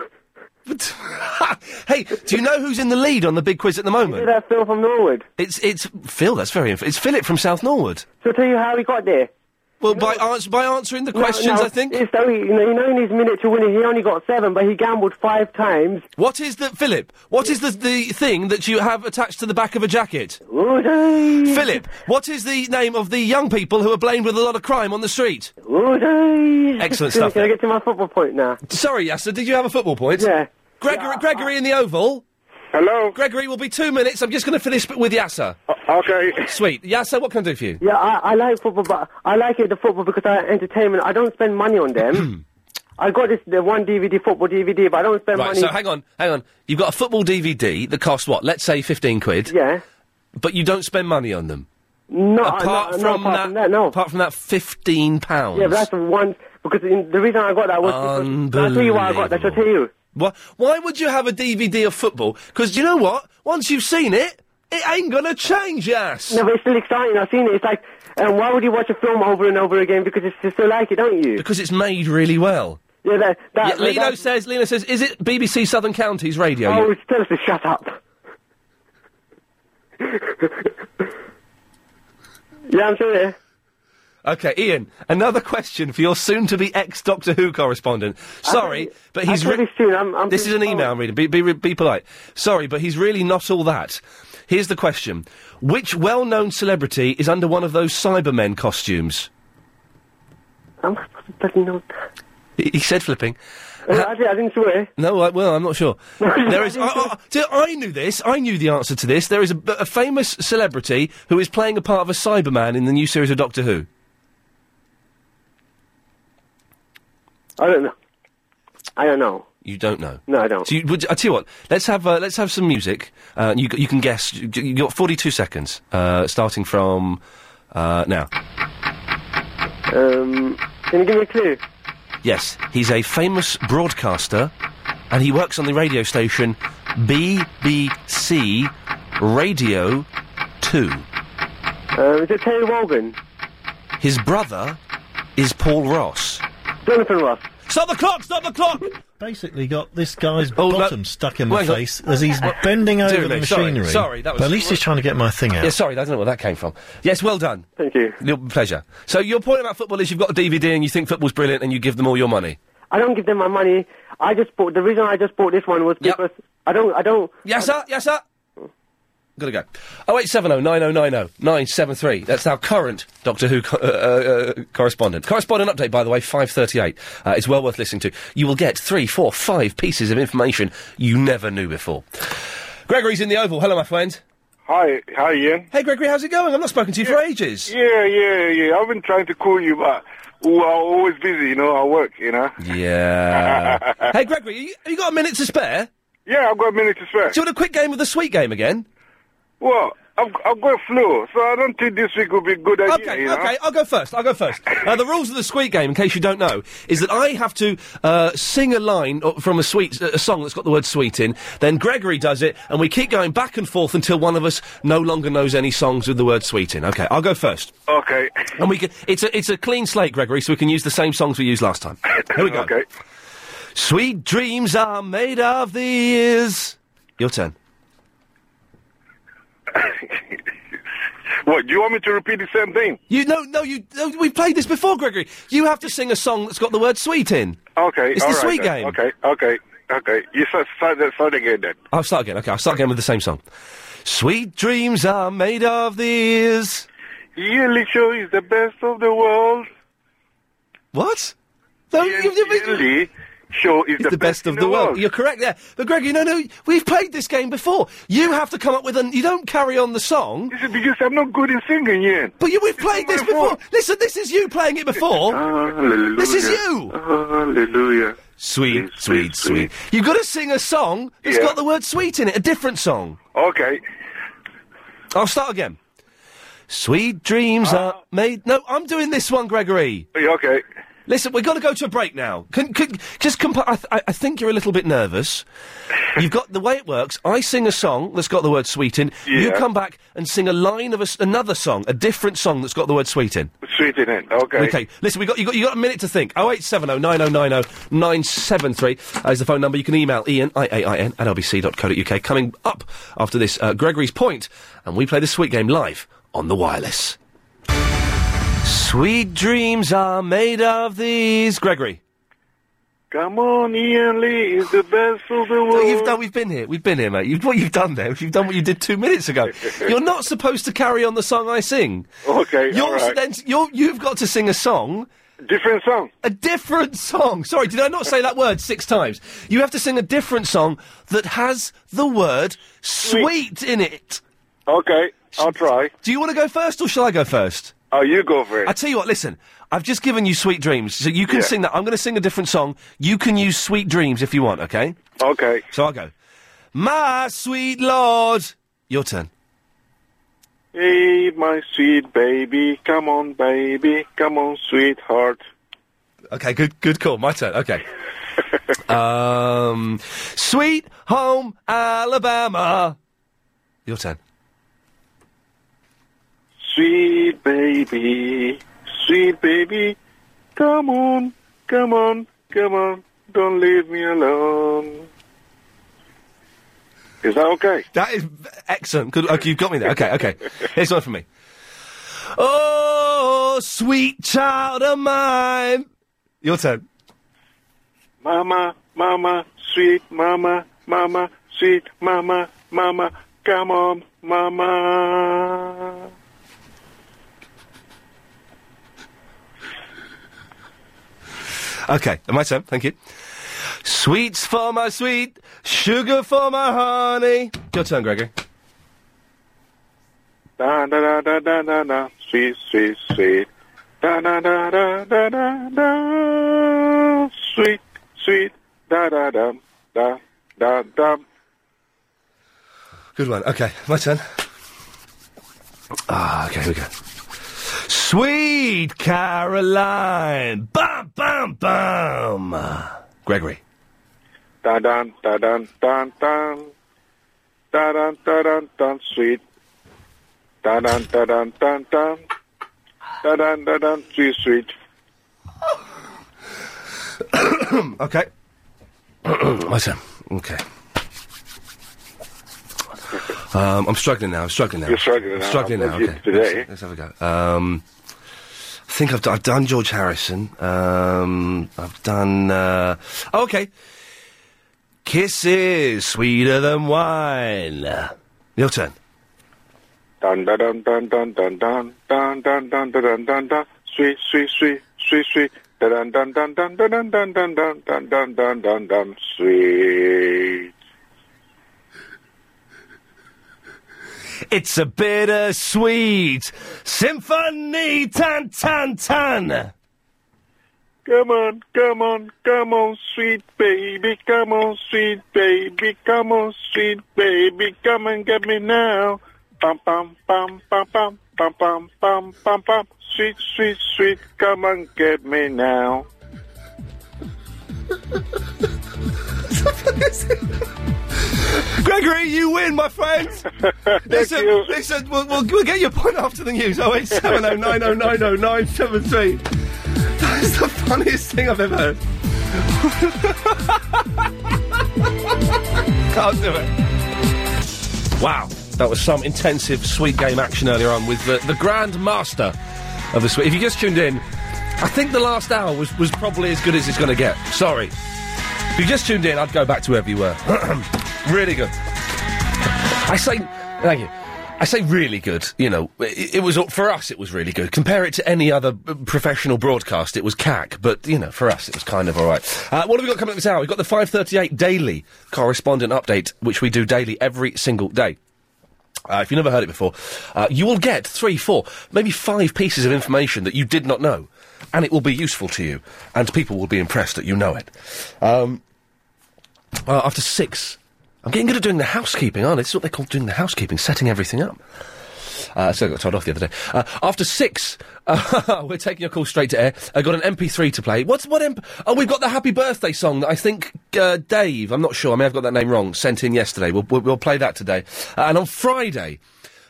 hey, do you know who's in the lead on the big quiz at the moment?
that Phil from Norwood?
It's it's Phil. That's very inf- it's Philip from South Norwood.
So I'll tell you how he got there.
Well, by, ans- by answering the questions, I think.
It's though he, you know, you know, in his miniature winner, he only got seven, but he gambled five times.
What is the Philip? What is the the thing that you have attached to the back of a jacket? Philip, what is the name of the young people who are blamed with a lot of crime on the street? Excellent stuff.
Can I get to my football point now?
Sorry, Yasser, did you have a football point?
Yeah.
Gregory, Gregory in the Oval.
Hello.
Gregory will be two minutes. I'm just going to finish b- with Yasser.
okay.
Sweet. Yasser, what can I do for you?
Yeah, I, I like football, but I like it the football because I entertainment. I don't spend money on them. I got this the one DVD football DVD, but I don't spend
Right,
money.
so hang on, hang on. You've got a football DVD that costs what? Let's say 15 quid.
Yeah.
But you don't spend money on them.
No, I-
apart
no, no,
from
apart
that,
from that, no.
Apart from that, 15 pounds.
Yeah, but that's the one because in, the reason I got that was because I tell you why I got that. I'll tell you.
Why, why would you have a DVD of football? Because you know what? Once you've seen it, it ain't gonna change, ass.
No, but it's still exciting. I've seen it. It's like, um, why would you watch a film over and over again? Because it's just so like it, don't you?
Because it's made really well.
Yeah, that. that
Yeah, Lino
that-
says, Lino says, is it BBC Southern Counties Radio?
Oh,
You-
it's tell us to shut up. yeah, I'm still there.
Okay, Ian, another question for your soon-to-be ex-Doctor Who correspondent. Sorry, but he's...
pretty soon. I'm, I'm
this is an email I'm reading. Be, be, re- be polite. Sorry, but he's really not all that. Here's the question. Which well-known celebrity is under one of those Cybermen costumes?
I'm fucking not.
He, he said flipping.
Uh, I, did, I didn't swear.
No, I, well, I'm not sure. there is. I, I, do- I knew this. I knew the answer to this. There is a, b- a famous celebrity who is playing a part of a Cyberman in the new series of Doctor Who.
I don't know. I don't know.
You don't know.
No, I don't.
So you, would, I tell you what. Let's have uh, let's have some music. Uh, you g- you can guess. You, you got 42 seconds, uh, starting from uh, now.
Um, can you give me a clue?
Yes, he's a famous broadcaster, and he works on the radio station BBC Radio Two.
Um, is it Terry Wogan?
His brother is Paul Ross.
Jonathan Ross.
Stop the clock! Stop the clock!
Basically, got this guy's
Oh,
bottom
that-
stuck in my
hang on.
face as he's bending over the
Dearly, sorry,
machinery.
sorry, that was-
but at least he's trying to get my thing out.
Yeah, sorry, I don't know where that came from. Yes, well done.
Thank you.
Your pleasure. So your point about football is you've got a DVD and you think football's brilliant and you give them all your money.
I don't give them my money. I just bought. The reason I just bought this one was because I don't. I don't.
Yes, sir. Yes, sir. Gotta go. Oh eight seven oh nine oh nine oh nine seven three. That's our current Doctor Who co- uh, uh, uh, correspondent. Correspondent update, by the way, five thirty eight. Uh, it's well worth listening to. You will get three, four, five pieces of information you never knew before. Gregory's in the Oval. Hello, my friend.
Hi, hi, Ian.
Hey, Gregory, how's it going? I've not spoken to you for ages.
Yeah, yeah, yeah. I've been trying to call you, but Well,
always busy, you know. I work, you know.
Yeah. hey, Gregory, you, you got a minute to spare?
Yeah, I've got a minute to spare.
Do you want a quick game of the sweet game again?
Well, I've, I've got flu, so I don't think this week will be good idea.
Okay,
you know?
okay, I'll go first. I'll go first. Uh, the rules of the squeak game, in case you don't know, is that I have to uh, sing a line o- from a sweet uh, a song that's got the word sweet in. Then Gregory does it, and we keep going back and forth until one of us no longer knows any songs with the word sweet in. Okay, I'll go first.
Okay.
And we can, it's a it's a clean slate, Gregory, so we can use the same songs we used last time. Here we go. Okay. Sweet dreams are made of these. Your turn.
What? Do you want me to repeat the same thing?
You no no you no, we've played this before, Gregory. You have to sing a song that's got the word sweet in.
Okay.
It's the
all right
sweet
then.
game.
Okay. Okay. Okay. You start, start that start again then.
Oh, I'll start again. Okay, I'll start again with the same song. Sweet dreams are made of these.
Yearly show is the best of the world.
What? No,
yearly show is
the, best, of the, world. You're correct there. But Gregory, no, no, we've played this game before. You have to come up with an. You don't carry on the song.
This is because I'm not good in singing yet.
But you, we've played this before. Listen, this is you playing it before.
Ah, Hallelujah.
This is you.
Hallelujah.
Sweet, sweet, sweet. You've got to sing a song that's
Yeah.
got the word sweet in it, a different song.
Okay.
I'll start again. Sweet dreams are made. No, I'm doing this one, Gregory.
Uh. Okay.
Listen, we've got to go to a break now. Can, can, just compa- I, th- I- I think you're a little bit nervous. You've got the way it works. I sing a song that's got the word sweet in. You
Yeah.
come back and sing a line of a s another song, a different song that's got the word sweet in.
Sweet in it. Okay.
Okay, listen, we got you got you got a minute to think. 0870 9090 973 is the phone number. You can email Ian I A I N at lbc.co.uk. Coming up after this, uh, Gregory's point, and we play this sweet game live on the wireless. Sweet dreams are made of these, Gregory.
Come on, Ian Lee is the best of the
No,
world.
you've done. We've been here. We've been here, mate. You've, what you've done there? is You've done what you did two minutes ago. You're not supposed to carry on the song I sing.
Okay,
You're
all right.
then you're, you've got to sing a song.
Different song.
A different song. Sorry, did I not say that word six times? You have to sing a different song that has the word sweet, in it.
Okay, I'll try.
Do you want to go first or shall I go first?
Oh, you go for it.
I tell you what, listen, I've just given you Sweet Dreams, so you can
Yeah.
sing that. I'm going to sing a different song. You can use Sweet Dreams if you want, okay?
Okay.
So I'll go. My sweet lord. Your turn.
Hey, my sweet baby, come on, baby, come on, sweetheart.
Okay, good good call. My turn. Okay. um, sweet home Alabama. Your turn.
Sweet baby, sweet baby, come on, come on, come on, don't leave me alone. Is that okay?
That is excellent. Good. Okay, you've got me there. Okay, okay. Here's one for me. Oh, sweet child of mine. Your turn.
Mama, mama, sweet mama, mama, sweet mama, mama, come on, mama.
Okay, my turn. Thank you. Sweets for my sweet, sugar for my honey. Your turn, Gregory.
Da da da da da da da, sweet, sweet, sweet. Da da da da da da da, sweet, sweet. Da da da da da da.
Good one. Okay, my turn. Ah, okay, here we go. Sweet Caroline. Bum, bum, bum. Gregory.
Da dun da dun dun dun. Da dun da dun dun sweet. Da dun da dun dun dun. Da dun da dun sweet sweet.
okay. my turn. Okay. Um, I'm struggling now. I'm struggling now.
You're struggling
I'm
now.
Struggling
I
now.
bet you
Okay.
today.
Let's, let's have a go. Um, I think I've, d- I've done George Harrison. Um, I've done. Uh, oh, okay. Kisses sweeter than wine. Your turn.
Dun da dun dun dun dun dun dun dun dun dun dun dun dun. Sweet sweet sweet sweet sweet. Da dun dun dun dun dun dun dun dun dun dun dun dun dun dun sweet.
It's a bittersweet symphony. Tan tan tan.
Come on, come on, come on, sweet baby, come on, sweet baby, come on, sweet baby, come and get me now. Pam pam pam pam pam pam pam pam pam pam. Sweet, sweet, sweet, come and get me now.
Gregory, you win, my friends. listen,
you.
listen, we'll, we'll, we'll get your point after the news. Oh, 08709090973. That is the funniest thing I've ever heard. Can't do it. Wow, that was some intensive sweet game action earlier on with the, the Grand Master of the Sweet. If you just tuned in, I think the last hour was, was probably as good as it's going to get. Sorry. If you just tuned in, I'd go back to wherever you were. really good. I say, thank you. I say really good. You know, it, it was for us. It was really good. Compare it to any other uh, professional broadcast. It was cack, but you know, for us, it was kind of all right. Uh, what have we got coming up this hour? We've got the five thirty-eight daily correspondent update, which we do daily every single day. Uh, if you've never heard it before, uh, you will get three, four, maybe five pieces of information that you did not know, and it will be useful to you, and people will be impressed that you know it. Um, uh, after six, I'm getting good at doing the housekeeping, aren't I? This is what they call doing the housekeeping, setting everything up. Uh, so I got told off the other day. Uh, after six, uh, we're taking your call straight to air. I got an MP3 to play. What's what? MP- oh, we've got the Happy Birthday song that I think uh, Dave. I'm not sure. I may have got that name wrong. Sent in yesterday. We'll we'll, we'll play that today. Uh, and on Friday,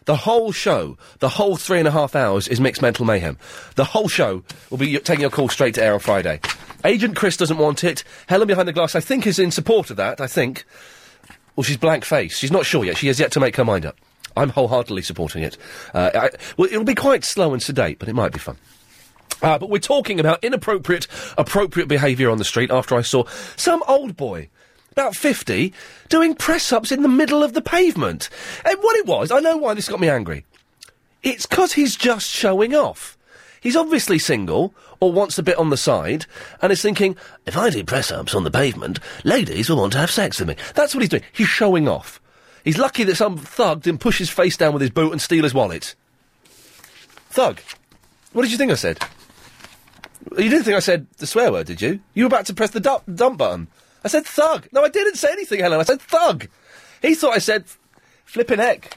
the whole show, the whole three and a half hours is mixed mental mayhem. The whole show will be y- taking your call straight to air on Friday. Agent Chris doesn't want it. Helen behind the glass, I think, is in support of that. I think. Well, she's blank face. She's not sure yet. She has yet to make her mind up. I'm wholeheartedly supporting it. Uh, I, well, it'll be quite slow and sedate, but it might be fun. Uh, but we're talking about inappropriate, appropriate behaviour on the street after I saw some old boy, about 50, doing press ups in the middle of the pavement. And what it was, I know why this got me angry. It's because he's just showing off. He's obviously single or wants a bit on the side and is thinking, if I do press ups on the pavement, ladies will want to have sex with me. That's what he's doing. He's showing off. He's lucky that some thug didn't push his face down with his boot and steal his wallet. Thug, what did you think I said? You didn't think I said the swear word, did you? You were about to press the dump, dump button. I said thug. No, I didn't say anything, Helen. I said thug. He thought I said flipping heck.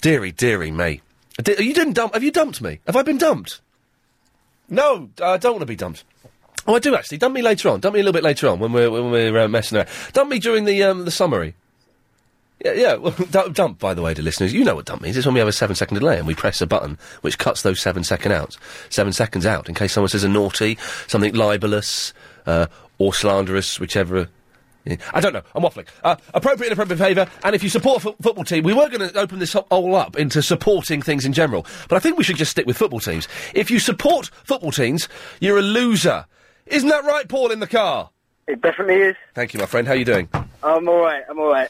Deary, deary me. Di- you didn't dump. Have you dumped me? Have I been dumped? No, I don't want to be dumped. Oh, I do actually. Dump me later on. Dump me a little bit later on when we're when we're uh, messing around. Dump me during the um, the summary. Yeah, yeah. Well, dump, dump, by the way, to listeners, you know what dump means. It's when we have a seven second delay and we press a button which cuts those seven second out, seven seconds out, in case someone says a naughty, something libelous, uh, or slanderous, whichever. yeah. I don't know. I'm waffling. Uh, appropriate and appropriate behaviour. And if you support a fo- football team, we were going to open this all up into supporting things in general. But I think we should just stick with football teams. If you support football teams, you're a loser. Isn't that right, Paul? In the car.
It definitely is.
Thank you, my friend. How are you doing?
I'm all right. I'm all right.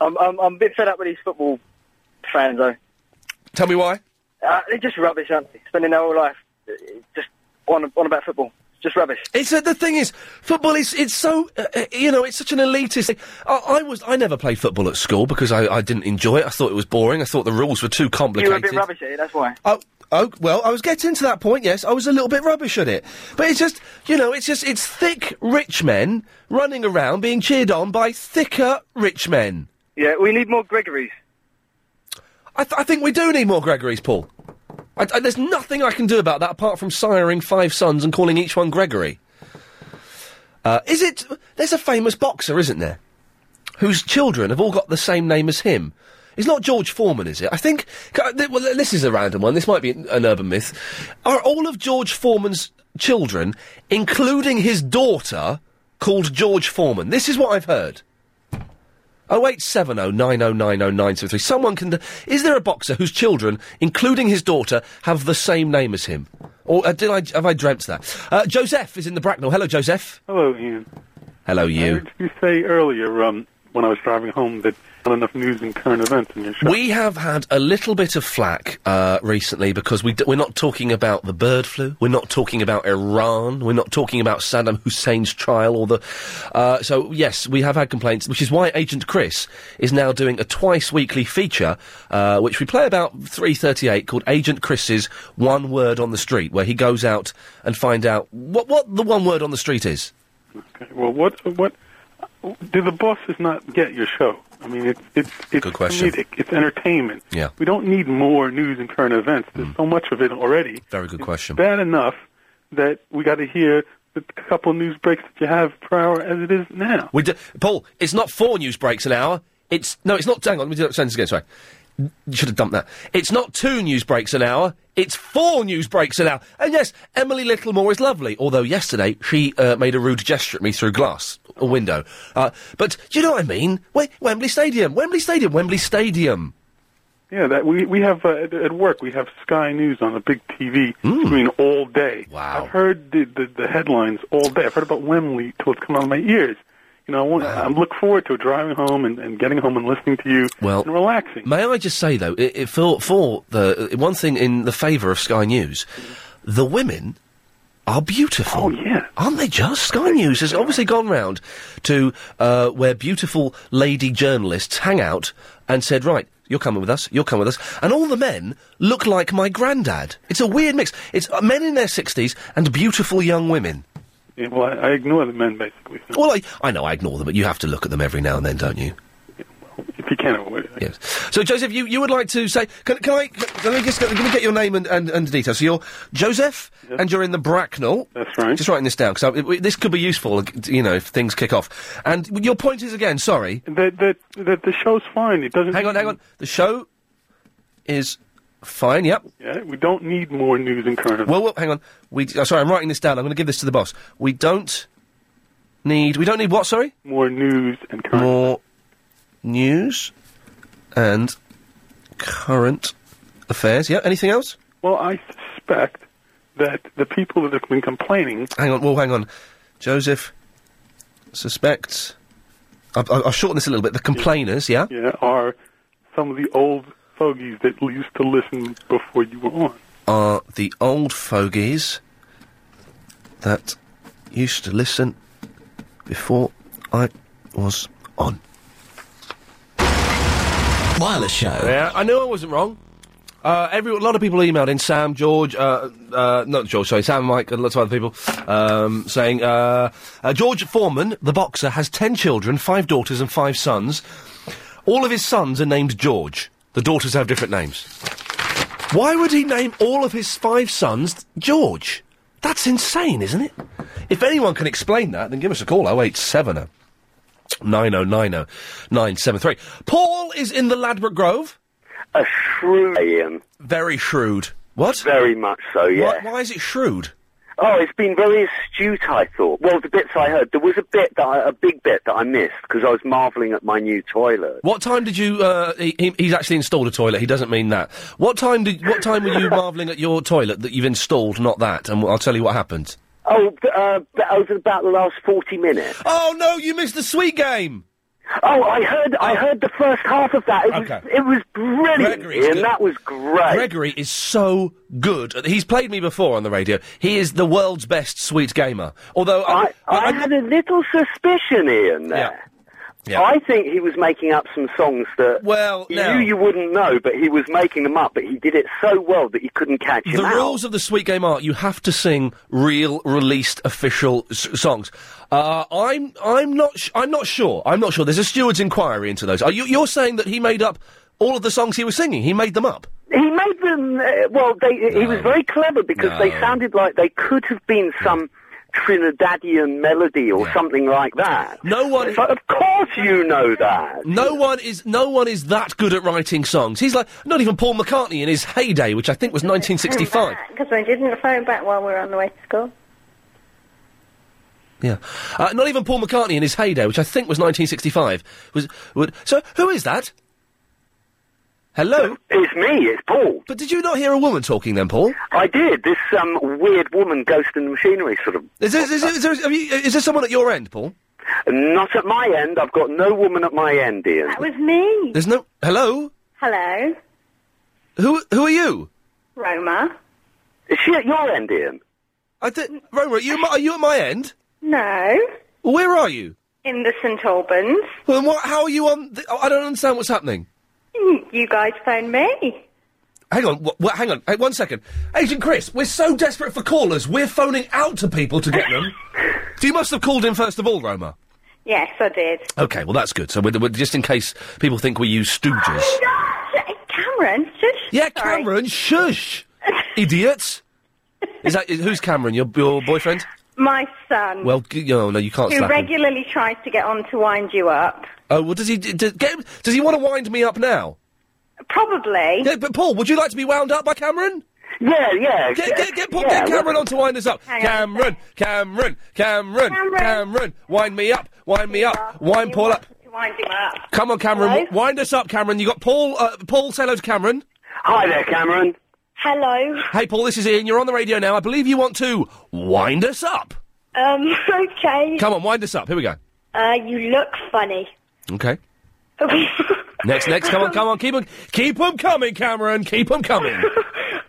I'm I'm, I'm a bit fed up with these football fans though.
Tell me why.
Uh, they're just rubbish, aren't they? Spending their whole life uh, just on on about football. It's Just rubbish.
It's uh, the thing is, football is it's so uh, uh, you know it's such an elitist thing. I, I was I never played football at school because I, I didn't enjoy it. I thought it was boring. I thought the rules were too
You were a
complicated.
bit rubbish at it. That's why.
Oh, oh, well, I was getting to that point, yes. I was a little bit rubbish at it. But it's just, you know, it's just, it's thick rich men running around being cheered on by thicker rich men.
Yeah, we need more Gregory's.
I, th- I think we do need more Gregory's, Paul. I, I- there's nothing I can do about that apart from siring five sons and calling each one Gregory. Uh, is it. There's a famous boxer, isn't there? Whose children have all got the same name as him. It's not George Foreman, is it? I think. ca- th- Well, this is a random one. This might be an an urban myth. Are all of George Foreman's children, including his daughter, called George Foreman? This is what I've heard. 08709090973. Someone can. Is there a boxer whose children, including his daughter, have the same name as him? Or uh, did I have I dreamt that? Uh, Joseph is in the Bracknell. Hello, Joseph.
Hello, Ian.
Hello, you.
You say earlier um, when I was driving home that not enough news and current events in your show.
We have had a little bit of flack uh, recently because we d- we're not talking about the bird flu, we're not talking about Iran, we're not talking about Saddam Hussein's trial or the. Uh, so yes, we have had complaints, which is why Agent Chris is now doing a twice weekly feature, uh, which we play about three thirty eight, called Agent Chris's One Word on the Street, where he goes out and find out what what the one word on the street is.
Okay, well, what what do the bosses not get your show? I mean, it's it's it's
Good question.
comedic, it's entertainment.
Yeah.
We don't need more news and current events. There's so much of it already.
Mm. Very good question.
Bad enough that we got to hear the couple news breaks that you have per hour as it is now.
We do, Paul, it's not four news breaks an hour. It's no, it's not. Hang on, let me do that sentence again. Sorry, N- you should have dumped that. It's not two news breaks an hour. It's four news breaks an hour. And yes, Emily Littlemore is lovely. Although yesterday she uh, made a rude gesture at me through glass a window. Uh, but do you know what I mean? Wait, Wembley Stadium, Wembley Stadium, Wembley Stadium.
Yeah, that we we have uh, at, at work we have Sky News on a big TV screen all day. Wow! I've heard the, the the headlines all day. I've heard about Wembley till it's come out of my ears. You know, I, want, I look forward to driving home and, and getting home and listening to you
Well,
and relaxing.
May I just say though, it, it, for for the uh, one thing in the favour of Sky News, the women are beautiful. Oh
yeah,
aren't they just? Sky News has obviously gone round to uh, where beautiful lady journalists hang out and said, right. You're coming with us. You're coming with us, and all the men look like my granddad. It's a weird mix. It's uh, men in their sixties and beautiful young women.
Yeah, well, I, I ignore the men basically.
Well, I, I know I ignore them, but you have to look at them every now and then, don't you?
If you can avoid it.
Yes. So, Joseph, you, you would like to say? Can, can I? Can, let me just let me get your name and, and, and details. So you're Joseph, and you're in the Bracknell.
That's right.
Just writing this down because this could be useful, you know, if things kick off. And your point is again, sorry.
That that that the show's fine. It doesn't.
Hang on, hang on. The show is fine. Yep.
Yeah, we don't need more news and current.
Well, well hang on. We oh, sorry, I'm writing this down. I'm going to give this to the boss. We don't need. We don't need what? Sorry.
More news and current.
More news and current affairs. Yeah. Anything else?
Well, I suspect that the people that have been complaining.
Hang on. Well, hang on. Joseph suspects. I'll, I'll I'll shorten this a little bit. The complainers. Yeah.
Yeah, are some of the old fogies that used to listen before you were on.
are the old fogies that used to listen before I was on. Wireless show. Yeah, I knew I wasn't wrong. Uh, every, a lot of people emailed in Sam, George, uh, uh, not George, sorry, Sam, Mike, and lots of other people um, saying uh, uh, George Foreman, the boxer, has ten children, five daughters and five sons. All of his sons are named George. The daughters have different names. Why would he name all of his five sons George? That's insane, isn't it? If anyone can explain that, then give us a call. 087 9090 973. Paul is in the Ladbroke Grove.
A shrewd Ian.
Very shrewd. What?
Very much so, yeah.
Why, why is it shrewd?
Oh, it's been very astute, I thought. Well, the bits I heard, there was a bit that I, a big bit that I missed because I was marvelling at my new toilet.
What time did you? Uh, he, he, he's actually installed a toilet. He doesn't mean that. What time did? What time were you marvelling at your toilet that you've installed? Not that. And I'll tell you what happened.
Oh, b- uh, b- over about the last 40 minutes.
Oh no, you missed the sweet game.
Oh, I heard, I heard the first half of that. It was,
Okay.
it was brilliant,
Gregory's
Ian.
good.
That was great.
Gregory is so good. at- He's played me before on the radio. He is the world's best sweet gamer. Although I,
I had a little suspicion, Ian, there.
Yeah.
I think he was making up some songs that
well,
he
now-
knew you wouldn't know, but he was making them up. But he did it so well that you couldn't catch him
the
out.
rules of the sweet game are you have to sing real released official s- songs. Uh, I'm I'm not sh- I'm not sure. I'm not sure. There's a steward's inquiry into those. Are you you're saying that he made up all of the songs he was singing? He made them up.
He made them. Uh, well, they, he was very clever because they sounded like they could have been
Hmm.
some Trinidadian melody or something like that.
No one.
It's like, of course, you know that.
No one is no one is that good at writing songs. He's like not even Paul McCartney in his heyday, which I think was 1965.
Because I didn't phone back while we were on the way to school.
Yeah, uh, not even Paul McCartney in his heyday, which I think was 1965. Was would, so? Who is that? Hello,
it's me. It's Paul.
But did you not hear a woman talking then, Paul?
I did this um, weird woman, ghost in the machinery, sort of.
Is there, is, there, is, there, have you, is there someone at your end, Paul?
Not at my end. I've got no woman at my end, Ian.
That was me.
There's no. Hello?
Hello,
Who who are you?
Roma.
Is she at your end, Ian?
I did. Roma, are you, at my- are you at my end?
No,
Where are you?
in the St Albans.
Well, then what, how are you on. The, I don't understand what's happening.
Mm, You guys phoned me.
Hang on, wh- wh- hang on, hey, one second. Agent Chris, we're so desperate for callers, we're phoning out to people to get them. so you must have called in first of all, Roma.
Yes, I did.
Okay, well, that's good. So, we're, we're, just in case people think we use stooges.
Cameron, shush.
Yeah, Cameron, shush! Idiots! Is that. Is, who's Cameron? Your, your boyfriend?
My son,
Well, g- oh, no, no, you can't
who
slap him.
regularly tries to get on to wind you up.
Oh, well, does he. d d- get, him- does he want to wind me up now?
Probably.
Yeah, but Paul, would you like to be wound up by Cameron?
Yeah, yeah.
Get,
yeah,
get, get, Paul,
yeah,
get Cameron
well-
on to wind us up.
Hang on.
Cameron, Cameron, Cameron, Cameron, wind me up, wind me up, wind Paul up.
To wind him up.
Come on, Cameron, w- wind us up, Cameron. You got Paul. Uh, Paul, say hello to Cameron.
Hi there, Cameron.
Hello.
Hey, Paul, this is Ian. You're on the radio now. I believe you want to wind us up.
Um. Okay.
Come on, wind us up. Here we go.
Uh, you look funny.
Okay. Next, next. Come on, come on. Keep 'em keep 'em coming, Cameron. Keep 'em coming.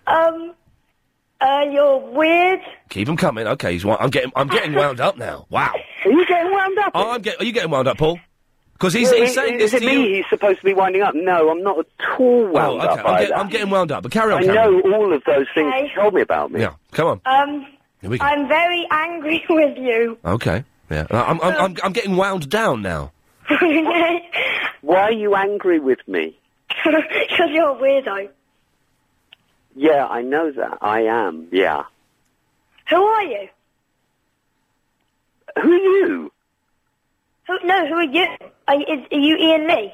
Um, uh, you're weird.
keep 'em coming. Okay, he's, wi- I'm getting, I'm getting wound up now. Wow.
Are you getting wound up?
I'm get, Are you getting wound up, Paul? Because he's,
Well,
he's
is-
saying
is
this
it
to
me
you.
he's supposed to be winding up? No, I'm not at all wound
oh, okay.
up
I'm,
by
get-
that.
I'm getting wound up, but carry on,
I
Cameron.
know all of those things you told me about me.
Yeah, come on.
Um,
Here we go.
I'm very angry with you.
Okay. Yeah. I- I'm, I'm, I'm, I'm getting wound down now.
Why are you angry with me?
Because you're a weirdo.
Yeah, I know that. I am, yeah.
Who are you?
Who are you?
Who, no, who are you? Are, you- is, are you Ian Lee?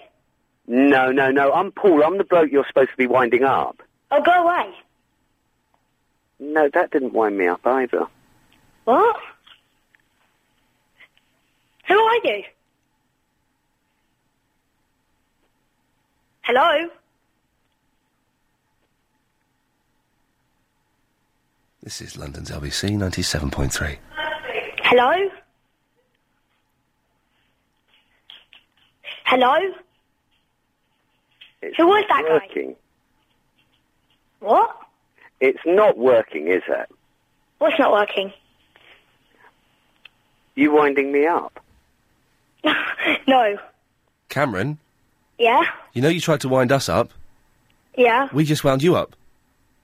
No, no, no. I'm Paul. I'm the bloke you're supposed to be winding up.
Oh, go away.
No, that didn't wind me up either.
What? Who are you? Hello?
This is London's LBC 97.3.
Hello? Hello?
It's
Who was
not
that guy?
working.
What?
It's not working, is it?
What's not working?
You winding me up?
No.
Cameron,
Yeah?
you know you tried to wind us up.
Yeah?
We just wound you up.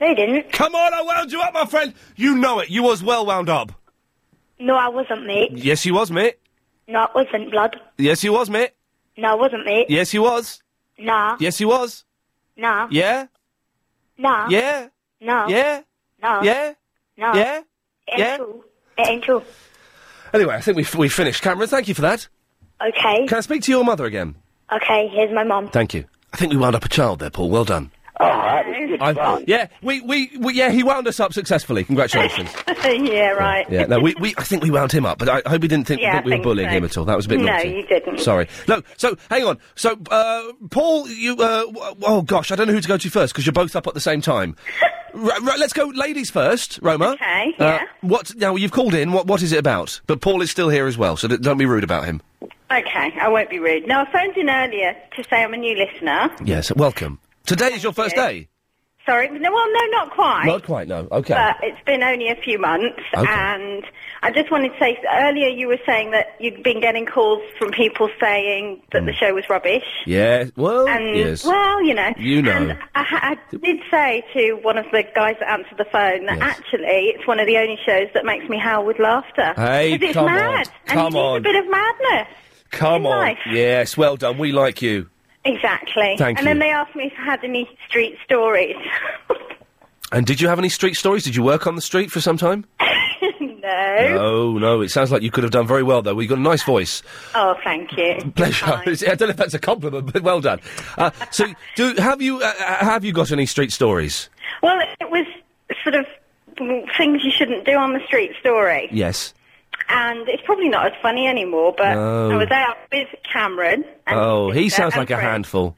No, you didn't.
Come on, I wound you up, my friend. You know it. You was well wound up.
No, I wasn't, mate.
Yes, you was, mate.
No, I wasn't, blood.
Yes, you was, mate.
No, I wasn't, mate.
Yes, you was.
Nah.
Yes, you was.
Nah.
Yeah.
Nah.
Yeah.
No.
Yeah.
No.
Yeah.
No.
Yeah.
It ain't
Yeah.
true. It ain't true.
Anyway, I think we we finished. Cameron, thank you for that.
Okay.
Can I speak to your mother again?
Okay, here's my mum.
Thank you. I think we wound up a child there, Paul. Well done.
Oh, that was good
I, yeah, we, we, we yeah he wound us up successfully. Congratulations.
yeah, right.
yeah, no, we, we I think we wound him up, but I hope he didn't think,
Yeah,
think
I
we were
think
bullying
so.
him at all. That was a bit
No,
naughty.
you didn't.
Sorry. No. So hang on. So uh, Paul, you uh, w- oh gosh, I don't know who to go to first because you're both up at the same time. right, right, let's go ladies first. Roma.
Okay,
Uh,
yeah.
What now? You've called in. What what is it about? But Paul is still here as well, so d- don't be rude about him.
Okay, I won't be rude. Now, I phoned in earlier to say I'm a new listener.
Yes. Welcome. Today is your first day.
Sorry, no, well, no, not quite.
Not quite. No. Okay.
But it's been only a few months,
Okay.
and I just wanted to say earlier you were saying that you'd been getting calls from people saying
Mm.
that the show was rubbish.
yeah. Well.
And
yes.
well, you know,
you know.
I, ha- I did say to one of the guys that answered the phone that actually it's one of the only shows that makes me howl with laughter.
Hey,
'Cause it's
come on,
mad, and
come
you need
on.
a bit of madness.
Come
in
on.
life.
Yes. Well done. We like you.
Exactly.
Thank
and then
you.
they asked me if I had any street stories.
And did you have any street stories? Did you work on the street for some time?
no.
No, no. It sounds like you could have done very well, though. You've got a nice voice.
Oh, thank you.
Pleasure. I don't know if that's a compliment, but well done. Uh, so, do have you uh, uh, have you got any street stories?
Well, it was sort of mm, things you shouldn't do on the street story.
Yes.
And it's probably not as funny anymore, but
No.
I was out with Cameron.
oh, he
sister
sounds
and
like a
friend.
handful.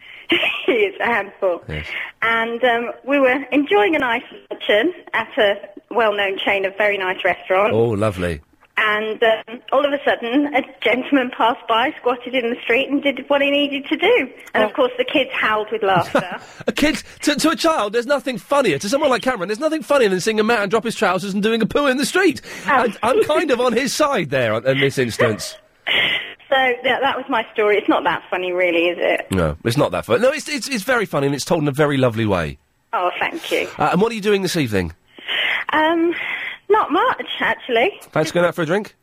he is a handful.
Yes.
And um, we were enjoying a nice luncheon at a well-known chain of very nice restaurants.
Oh, lovely.
And um, all of a sudden, a gentleman passed by, squatted in the street, and did what he needed to do. And
Oh.
of course, the kids howled with laughter.
A kid to, to a child, there's nothing funnier. To someone like Cameron, there's nothing funnier than seeing a man drop his trousers and doing a poo in the street. And I'm kind of on his side there on- in this instance.
so yeah, that was my story. It's not that funny, really, is it?
No, it's not that funny. No, it's, it's it's very funny and it's told in a very lovely way.
Oh, thank you.
Uh, and what are you doing this evening?
Um, not much actually.
Fancy going out for a drink?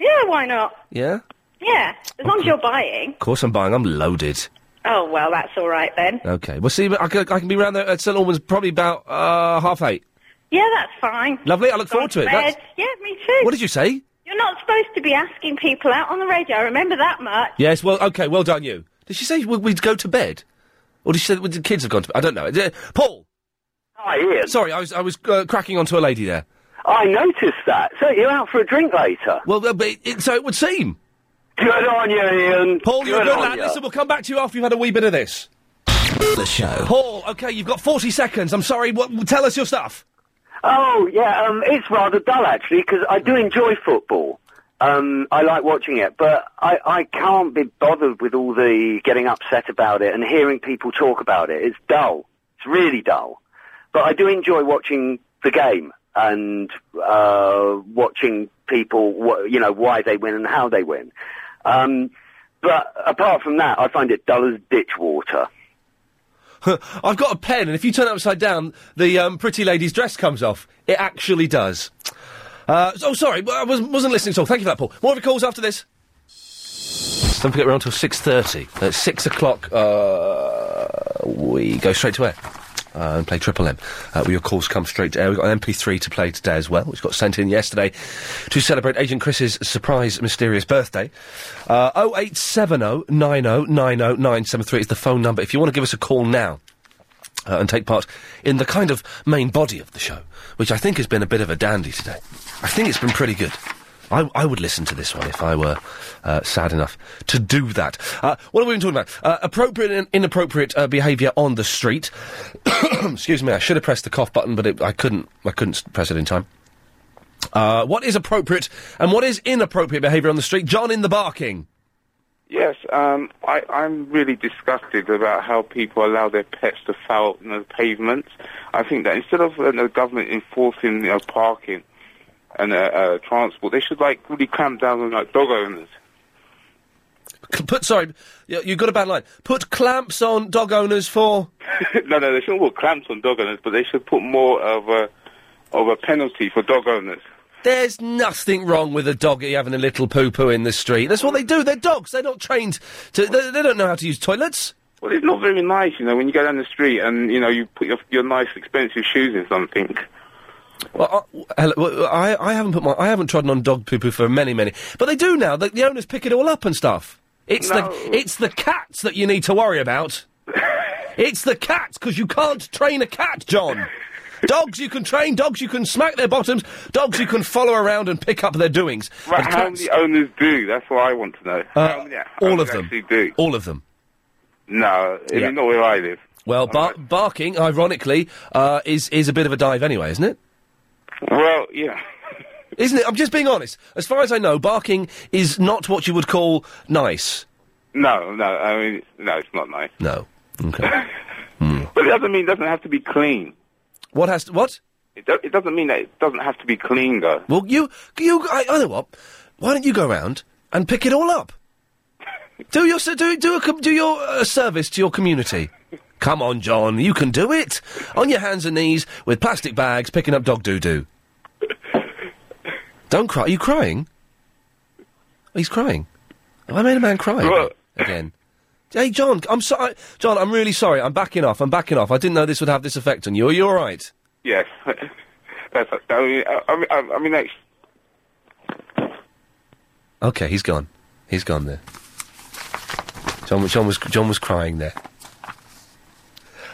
Yeah, why not?
Yeah.
Yeah, as long as you're buying.
Of course, I'm buying. I'm loaded.
Oh well, that's all right then.
Okay. Well, see, I can, I can be round there at St Albans probably about uh, half eight.
Yeah, that's fine.
Lovely. I look
Gone
forward to it.
bed.
That's-
Yeah, me too.
What did you say?
You're not supposed to be asking people out on the radio. I remember that much.
Yes. Well, okay. Well done, you. Did she say we- we'd go to bed, or did she say that the kids have gone to bed? I don't know. Uh, Paul.
Hi, Ian.
Sorry, I was I was uh, cracking onto a lady there.
I noticed that. So you're out for a drink later.
Well, uh, but it, it- so it would seem.
Good on you, Ian.
Paul, you're a
Good
good
on
lad.
you.
Listen, we'll come back to you after you've had a wee bit of this.
The show.
Paul, okay, you've got 40 seconds. I'm sorry. What, tell us your stuff.
Oh, yeah, um, it's rather dull, actually, because I do enjoy football. Um, I like watching it, but I, I can't be bothered with all the getting upset about it and hearing people talk about it. It's dull. It's really dull. But I do enjoy watching the game and uh, watching people, wh- you know, why they win and how they win. Um, but apart from that, I find it dull as ditch water.
I've got a pen, and if you turn it upside down, the um, pretty lady's dress comes off. It actually does. Uh, so- oh, sorry, I was, wasn't listening at all. Thank you for that, Paul. More of your calls after this. Don't forget we're on till 6.30. At 6 o'clock, uh, we go straight to air. Uh, and play Triple M. Uh, well, your calls come straight to air. We've got an MP3 to play today as well, which got sent in yesterday to celebrate Agent Chris's surprise mysterious birthday. Uh, 0870 90 90 973 is the phone number. If you want to give us a call now, uh, and take part in the kind of main body of the show, which I think has been a bit of a dandy today. I think it's been pretty good. I, I would listen to this one if I were uh, sad enough to do that. Uh, what have we been talking about? Uh, appropriate and inappropriate uh, behaviour on the street. Excuse me, I should have pressed the cough button, but it, I couldn't. I couldn't s- press it in time. Uh, what is appropriate and what is inappropriate behaviour on the street? John in the barking.
Yes, um, I, I'm really disgusted about how people allow their pets to foul you know, the pavements. I think that instead of uh, the government enforcing you know, parking and uh, uh, transport, they should like really clamp down on like dog owners.
C- put sorry, you, you got a bad line. Put clamps on dog owners for.
no, no, they shouldn't put clamps on dog owners, but they should put more of a of a penalty for dog owners.
There's nothing wrong with a doggy having a little poo poo in the street. That's what they do. They're dogs. They're not trained to. They, they don't know how to use toilets.
Well, it's not very nice, you know, when you go down the street and you know you put your your nice expensive shoes in something.
Well, I, hello, well, I, I haven't put my I haven't trodden on dog poo poo for many many, but they do now. The, the owners pick it all up and stuff. It's
No.
the it's the cats that you need to worry about. it's the cats because you can't train a cat, John. Dogs you can train. Dogs you can smack their bottoms. Dogs you can follow around and pick up their doings.
Right,
And
how
cats-
many owners do? That's what I want to know.
Uh,
how many
all
owners
of them.
actually do?
All of them.
No, it's
Yeah.
not where I live.
Well, bar- barking, ironically, uh, is is a bit of a dive anyway, isn't it?
Well, yeah.
Isn't it? I'm just being honest. As far as I know, barking is not what you would call nice.
No, no. I mean, no, it's not nice.
No.
But it doesn't mean it doesn't have to be clean.
Mm. What has to, what?
It, do- it doesn't mean that it doesn't have to be clean though.
Well, you you I, I know what. Why don't you go around and pick it all up? do your s- do do a, com- do your uh, service to your community. Come on, John, you can do it. On your hands and knees with plastic bags, picking up dog doo doo. Don't cry. Are you crying? Oh, He's crying. Have I made a man cry again? Hey, John, I'm sorry. John, I'm really sorry. I'm backing off. I'm backing off. I didn't know this would have this effect on you. Are you all right?
Yes. That's. I mean, I, I mean, I, I mean, that's
Okay, he's gone. He's gone there. John, was- John was John was crying there.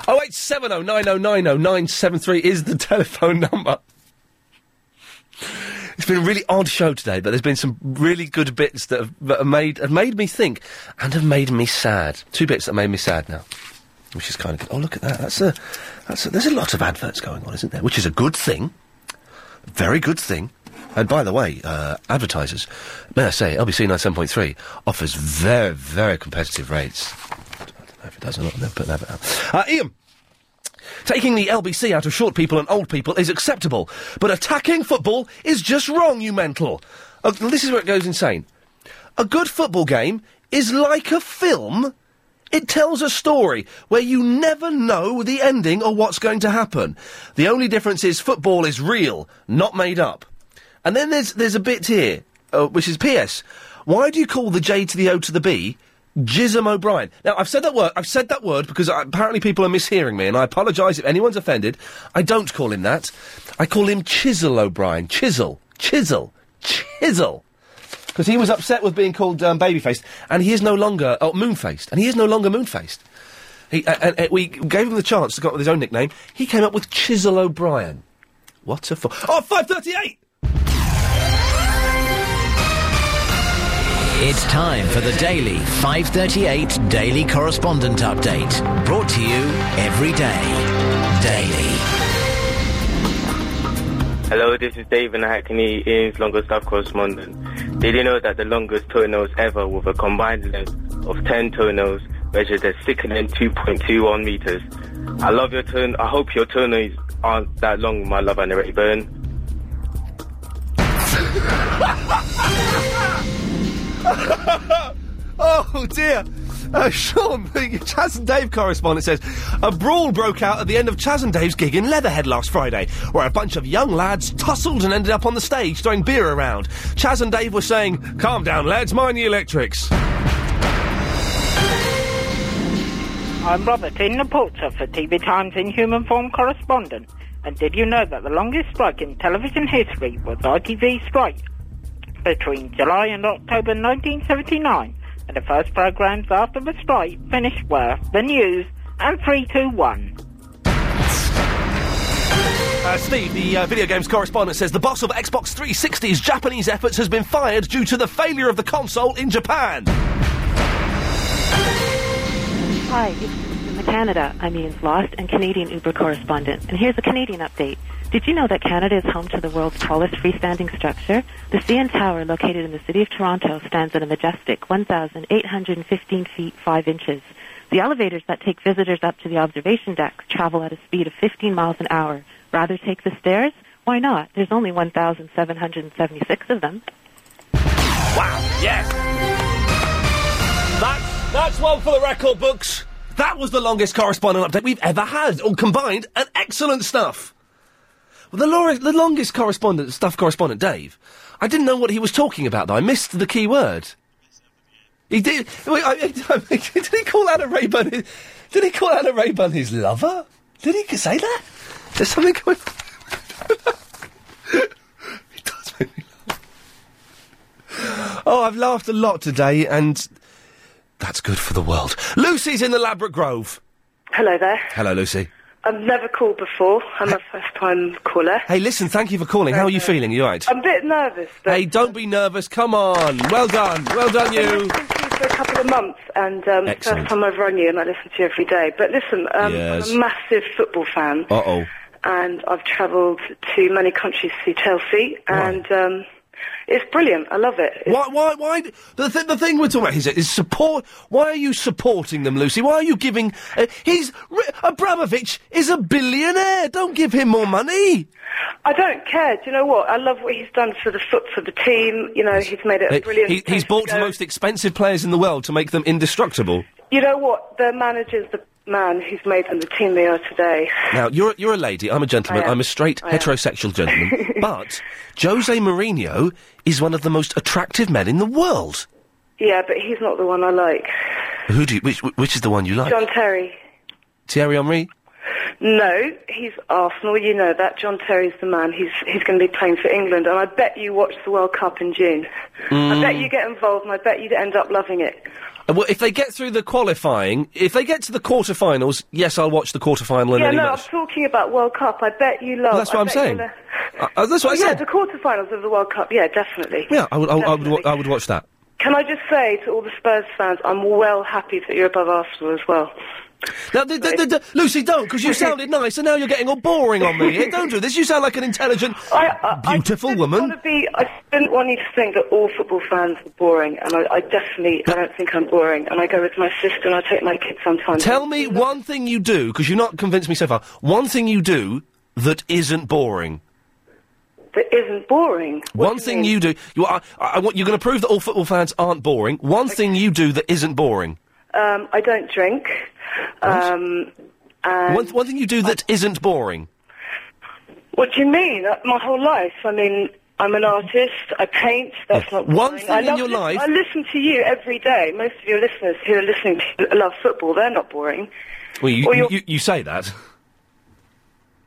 Oh eight seven oh nine oh nine oh nine seven three is the telephone number. It's been a really odd show today, but there's been some really good bits that have, that have made have made me think and have made me sad. Two bits that made me sad now, which is kind of good. Oh look at that! That's a that's a, there's a lot of adverts going on, isn't there? Which is a good thing, very good thing. And by the way, uh, advertisers, may I say, LBC 97.3 offers very, very competitive rates. I don't know if it does or not, I'll never put an advert out. Uh, Ian! Taking the LBC out of short people and old people is acceptable, but attacking football is just wrong, you mental! Uh, this is where it goes insane. A good football game is like a film. It tells a story where you never know the ending or what's going to happen. The only difference is football is real, not made up. And then there's there's a bit here, uh, which is P.S. Why do you call the J to the O to the B Jism O'Brien? Now I've said that word. I've said that word because uh, apparently people are mishearing me, and I apologise if anyone's offended. I don't call him that. I call him Chisel O'Brien. Chisel, chisel, chisel. Because he was upset with being called um, baby-faced, and he is no longer oh, moon-faced, and he is no longer moon-faced. He, a- and, and we gave him the chance to come up with his own nickname. He came up with Chisel O'Brien. What a fo- Oh, 538!
It's time for the daily 538 Daily Correspondent Update. Brought to you every day. Daily.
Hello, this is David Hackney, Ian's longest staff correspondent. Did you know that the longest toenails ever with a combined length of 10 toenails measured a sickening 2.21 meters? I love your turn. I hope your toenails aren't that long, my love and Rayburn.
oh dear. Uh, Sean, the Chaz and Dave correspondent says a brawl broke out at the end of Chaz and Dave's gig in Leatherhead last Friday, where a bunch of young lads tussled and ended up on the stage throwing beer around. Chaz and Dave were saying, "Calm down, lads, mind the electrics."
I'm Robert Ian Laporta for TV Times in human form correspondent. And did you know that the longest strike in television history was ITV strike between July and October 1979? And the first programmes after the strike finished were The News and 321.
Uh, Steve, the uh, video games correspondent, says the boss of Xbox 360's Japanese efforts has been fired due to the failure of the console in Japan.
Hi, it's from Canada. I'm Ian's Lost and Canadian Uber correspondent. And here's a Canadian update. Did you know that Canada is home to the world's tallest freestanding structure? The CN Tower, located in the city of Toronto, stands at a majestic 1,815 feet 5 inches. The elevators that take visitors up to the observation decks travel at a speed of 15 miles an hour. Rather take the stairs? Why not? There's only 1,776 of them.
Wow, yes. That's, that's one for the record books. That was the longest correspondent update we've ever had, Oh, all combined, and excellent stuff. Well, the, lor- the longest correspondent, stuff correspondent, Dave, I didn't know what he was talking about, though. I missed the key word. He did. Wait, I, I, did he call Anna Rayburn? His, did he call Anna Rayburn his lover? Did he say that? There's something going. Oh, I've laughed a lot today, and that's good for the world. Lucy's in the Labrador Grove.
Hello there.
Hello, Lucy.
I've never called before. I'm a first time caller.
Hey, listen, thank you for calling. How are you feeling? You all right?
I'm a bit nervous.
Hey, don't be nervous. Come on. Well done. Well done, you.
For a couple of months, and um,
Excellent.
first time I've run you, and I listen to you every day. But listen, um,
Yes.
I'm a massive football fan,
Uh oh.
and I've travelled to many countries to see Chelsea, and um, it's brilliant. I love it.
Why? Why? Why? d- The, th- the thing we're talking about is, is support. Why are you supporting them, Lucy? Why are you giving? Uh, he's Ri- uh, Abramovich is a billionaire. Don't give him more money.
I don't care. Do you know what? I love what he's done for the foot for the team. You know, he's made it a
Uh,
brilliant.
he- he's bought the most expensive players in the world to make them indestructible.
You know what? Their manager's the man who's made them the team they are today.
Now, you're, you're a lady, I'm a gentleman,
I am.
I'm a straight
I am.
heterosexual gentleman, but Jose Mourinho is one of the most attractive men in the world.
Yeah, but he's not the one I like.
Who do you, which, which is the one you like?
John Terry.
Thierry Henry?
No, he's Arsenal. You know that. John Terry's the man. He's he's going to be playing for England, and I bet you watch the World Cup in June.
Hmm.
I bet you get involved, and I bet you end up loving it.
Uh, Well, if they get through the qualifying, if they get to the quarterfinals, yes, I'll watch the quarterfinal and
yeah,
any
no,
match.
I'm talking about World Cup. I bet you love.
Well, that's
I
what I'm
bet you're
saying.
gonna-
Uh, uh, that's what I
yeah,
said.
the quarterfinals of the World Cup. Yeah, definitely.
Yeah, I would, I, would- I would, wa- I would watch that.
Can I just say to all the Spurs fans, I'm well happy that you're above Arsenal as well.
Now, th- th- th- th- Lucy, don't, because you sounded nice, and now you're getting all boring on me. here. Don't do this. You sound like an intelligent, beautiful woman.
to be, I didn't want you to think that all football fans are boring, and I, I definitely, I don't think I'm boring. And I go with my sister, and I take my kids sometimes.
Tell me one thing you do, because you've not convinced me so far. One thing you do that isn't boring.
that isn't boring.
one thing you do. You are, I, I want, you're going to prove that all football fans aren't boring. One thing you do that isn't boring.
Um, I don't drink. Um, and
One, th- one thing you do that not boring.
what do you mean? Uh, My whole life. I mean, I'm an artist. I paint. That's not
One
boring.
thing
I
in
love
your
lis-
life-
I listen to you every day. Most of your listeners who are listening to love football. They're not boring.
Well, you,
Or
you,
you're-
you, you say that.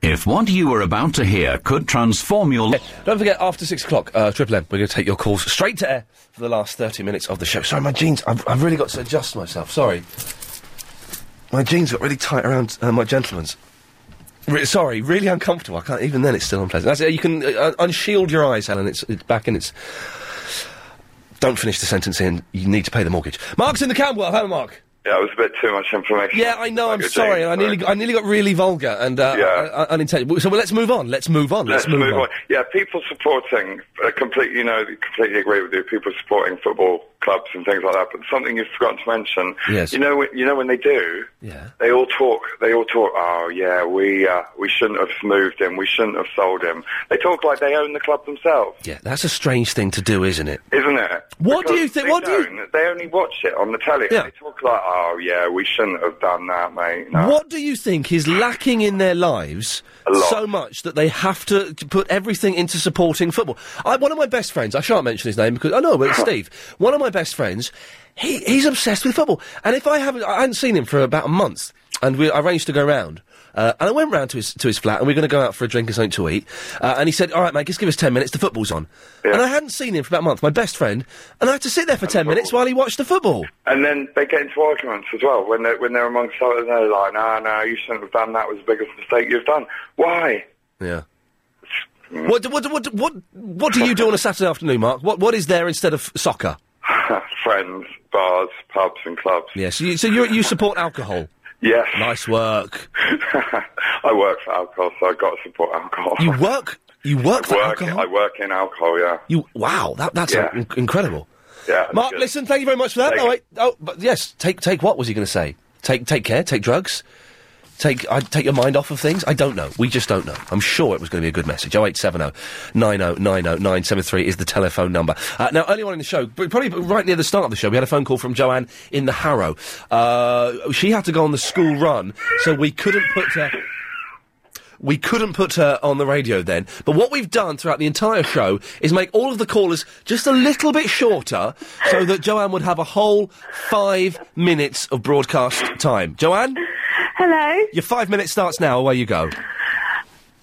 If what you were about to hear could transform your life.
Don't forget, after six o'clock, uh, Triple M, we're going to take your calls straight to air for the last 30 minutes of the show. Sorry, my jeans, I've, I've really got to adjust myself. Sorry. My jeans got really tight around uh, my gentleman's. Re- sorry, really uncomfortable. I can't, even then, it's still unpleasant. That's it, you can uh, uh, unshield your eyes, Helen. It's, it's back in its. Don't finish the sentence in. You need to pay the mortgage. Mark's in the Camwell. Hello, Mark.
Yeah, it was a bit too much information.
Yeah, I know. I'm
Like a
sorry,
James
and I nearly,
Bond.
got, I nearly got really vulgar and uh, uh, unintentional. So well, let's move on. Let's move on.
Let's move on. Yeah, people supporting, uh, completely, you know, completely agree with you. People supporting football clubs and things like that. But something you've forgotten to mention,
Yes.
you know, when- you know when they do,
yeah.
they all talk. They all talk. Oh yeah, we uh, we shouldn't have moved him. We shouldn't have sold him. They talk like they own the club themselves,
Yeah, that's a strange thing to do, isn't it?
isn't it?
What do you think? What do you?
They only watch it on the telly.
Yeah.
They talk like, oh yeah, we shouldn't have done that, mate. No.
What do you think is lacking in their lives so much that they have to, to put everything into supporting football? I, one of my best friends, I shan't mention his name because I know, but it's Steve. One of my best friends, he, he's obsessed with football. And if I haven't, I hadn't seen him for about a month, and we I arranged to go round. Uh, and I went round to his to his flat, and we were going to go out for a drink and something to eat. Uh, and he said, "All right, mate, just give us ten minutes. The football's on." And I hadn't seen him for about a month. My best friend, and I had to sit there for ten minutes while he watched the football.
And then they get into arguments as well when they're, when they're amongst others. They're like, no, no, you shouldn't have done that. It was the biggest mistake you've done. Why?
Yeah. What, do- what, do- what, do- what, what do you do on a Saturday afternoon, Mark? What, what is there instead of soccer?
Friends, bars, pubs, and clubs.
Yeah, so you, so you, you support alcohol.
Yes.
Nice work.
I work for alcohol, so I've got to support alcohol.
You work. You work for
I work,
alcohol.
I work in alcohol, yeah.
You wow, that, that's
Yeah.
uh, in- incredible.
Yeah.
Mark,
good.
listen, thank you very much for that.
Thank
No, wait, oh, but yes, take take what was he going to say? Take take care, take drugs, take I take your mind off of things. I don't know. We just don't know. I'm sure it was going to be a good message. Oh eight seven oh nine oh nine oh nine seven three is the telephone number. Uh, now earlier on in the show, but probably right near the start of the show, we had a phone call from Joanne in the Harrow. Uh, she had to go on the school run, so we couldn't put her. We couldn't put her on the radio then. But what we've done throughout the entire show is make all of the callers just a little bit shorter so that Joanne would have a whole five minutes of broadcast time. Joanne?
Hello.
Your five minutes starts now. Away you go.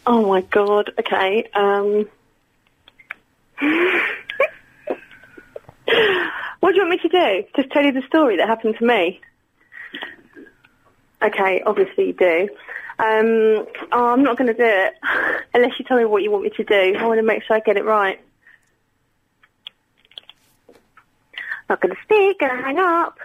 Oh my god. Okay. Um. what do you want me to do? Just tell you the story that happened to me. Okay. Obviously you do. Um. oh, I'm not going to do it unless you tell me what you want me to do. I want to make sure I get it right. Not going to speak. Going to hang up.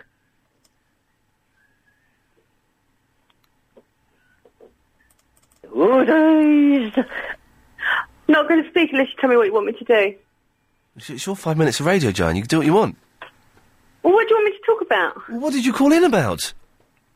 Not going to speak unless you tell me what you want me to do.
It's- It's your five minutes of radio, Joanne. You can do what you want.
Well, what do you want me to talk about?
What did you call in about?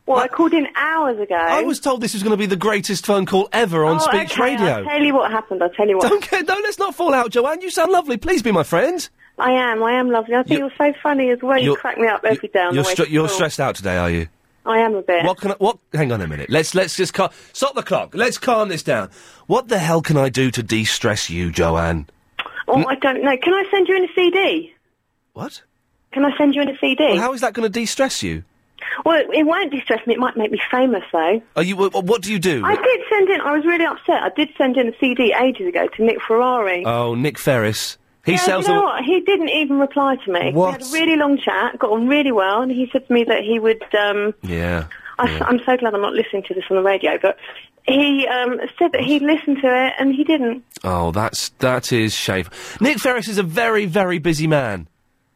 Well, I, called in hours ago.
I was told this was going to be the greatest phone call ever on
oh,
Speech
okay,
Radio.
I'll tell you what happened. I'll tell you what.
Don't get, no, let's not fall out, Joanne. You sound lovely. Please be my friend.
I am. I am lovely. I think you're, so funny as well. You
you're-
crack me up every day on
You're,
the way
stre-
to
you're
school.
stressed out today, are you?
I am a bit.
What can I, what? Hang on a minute. Let's let's just cal- stop the clock. Let's calm this down. What the hell can I do to de-stress you, Joanne?
Oh, I don't know. Can I send you in a CD?
What?
Can I send you in a CD?
Well, how is that going to de-stress you?
Well, it won't distress me. It might make me famous, though.
Are you? wh- What do you do?
I did send in. I was really upset. I did send in a CD ages ago to Nick Ferrari.
Oh, Nick Ferris. He
yeah,
sells
you know
the.
what? He didn't even reply to me.
What?
We had a really long chat, got on really well, and he said to me that he would. Um,
Yeah.
I, am so glad I'm not listening to this on the radio, but he um, said that he'd listened to it, and he didn't.
Oh, that's that is shameful. Nick Ferris is a very very busy man.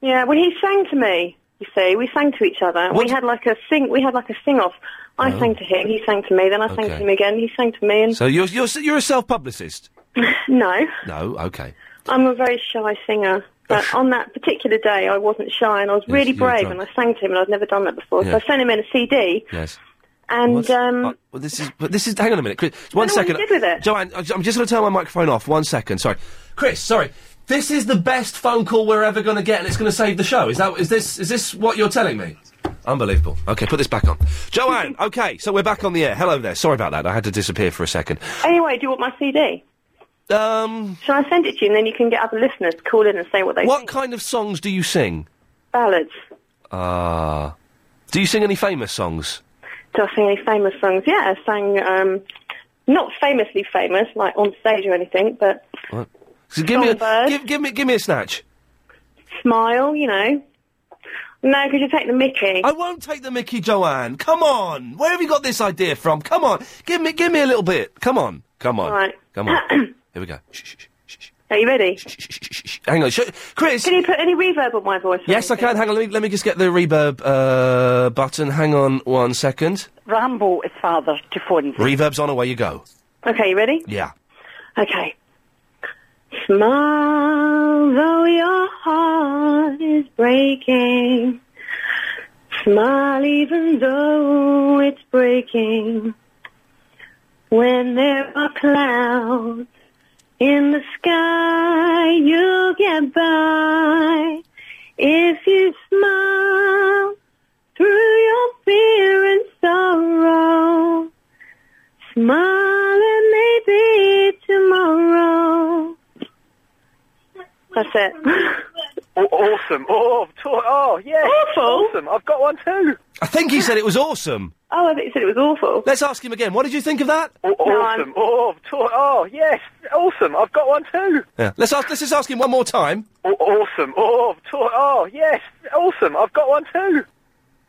Yeah, well, he sang to me. You see, we sang to each other. We had like a sing. We had like a sing off. I
Oh.
sang to him. He sang to me. Then I sang to
Okay.
him again. He sang to me. And
So you're you're you're a self publicist?
no,
No, okay.
I'm a very shy singer. But on that particular day, I wasn't shy, and I was
Yes,
really
you were
brave,
drunk.
and I sang to him, and I'd never done that before.
Yeah.
So I sent him in a CD,
Yes.
and um,
Well, this is but this is hang on a minute, Chris.
I
One
don't know what
second,
you did with it.
Joanne. I- I'm just going to turn my microphone off. One second, sorry, Chris. Sorry. This is the best phone call we're ever going to get, and it's going to save the show. Is that is this is this what you're telling me? Unbelievable. Okay, put this back on, Joanne. okay, so we're back on the air. Hello there. Sorry about that. I had to disappear for a second.
anyway, do you want my CD?
Um,
Shall I send it to you, and then you can get other listeners to call in and say what they
What
think?
kind of songs do you sing?
Ballads.
Ah, do you sing any famous songs?
Do I sing any famous songs? Yeah, I sang um, not famously famous, like on stage or anything, but
What? So give me a give, give me give me a snatch.
smile, you know. No, because you take the Mickey.
I won't take the Mickey, Joanne. Come on. Where have you got this idea from? Come on. Give me, give me a little bit. Come on. Come on.
Right.
Come on. Here we go. Shh, shh, shh.
Are you ready?
Hang on. Sh- Chris.
Can you put any reverb on my voice?
yes, I can. Hang on. Let me, let me just get the reverb uh, button. Hang on one second.
Rambo is father to Fonzie.
Reverb's on. Away you go.
Okay, you ready?
Yeah.
Okay. Smile, though oh, your heart is breaking. Smile, even though it's breaking. When there are clouds in the sky, you'll get by. If you smile through your fear and sorrow, Smile and maybe tomorrow. That's it.
Aw- awesome. Oh, to- oh, yeah. Awful. Awesome. I've got one too.
I think he said it was awesome.
Oh, I think he said it was awful.
Let's ask him again. What did you think of that?
awesome. oh, to- oh, yes. Awesome. I've got one too.
Yeah. Let's ask. Let's just ask him one more time.
Aw- awesome. Oh, to- oh, yes. Awesome. I've got one too.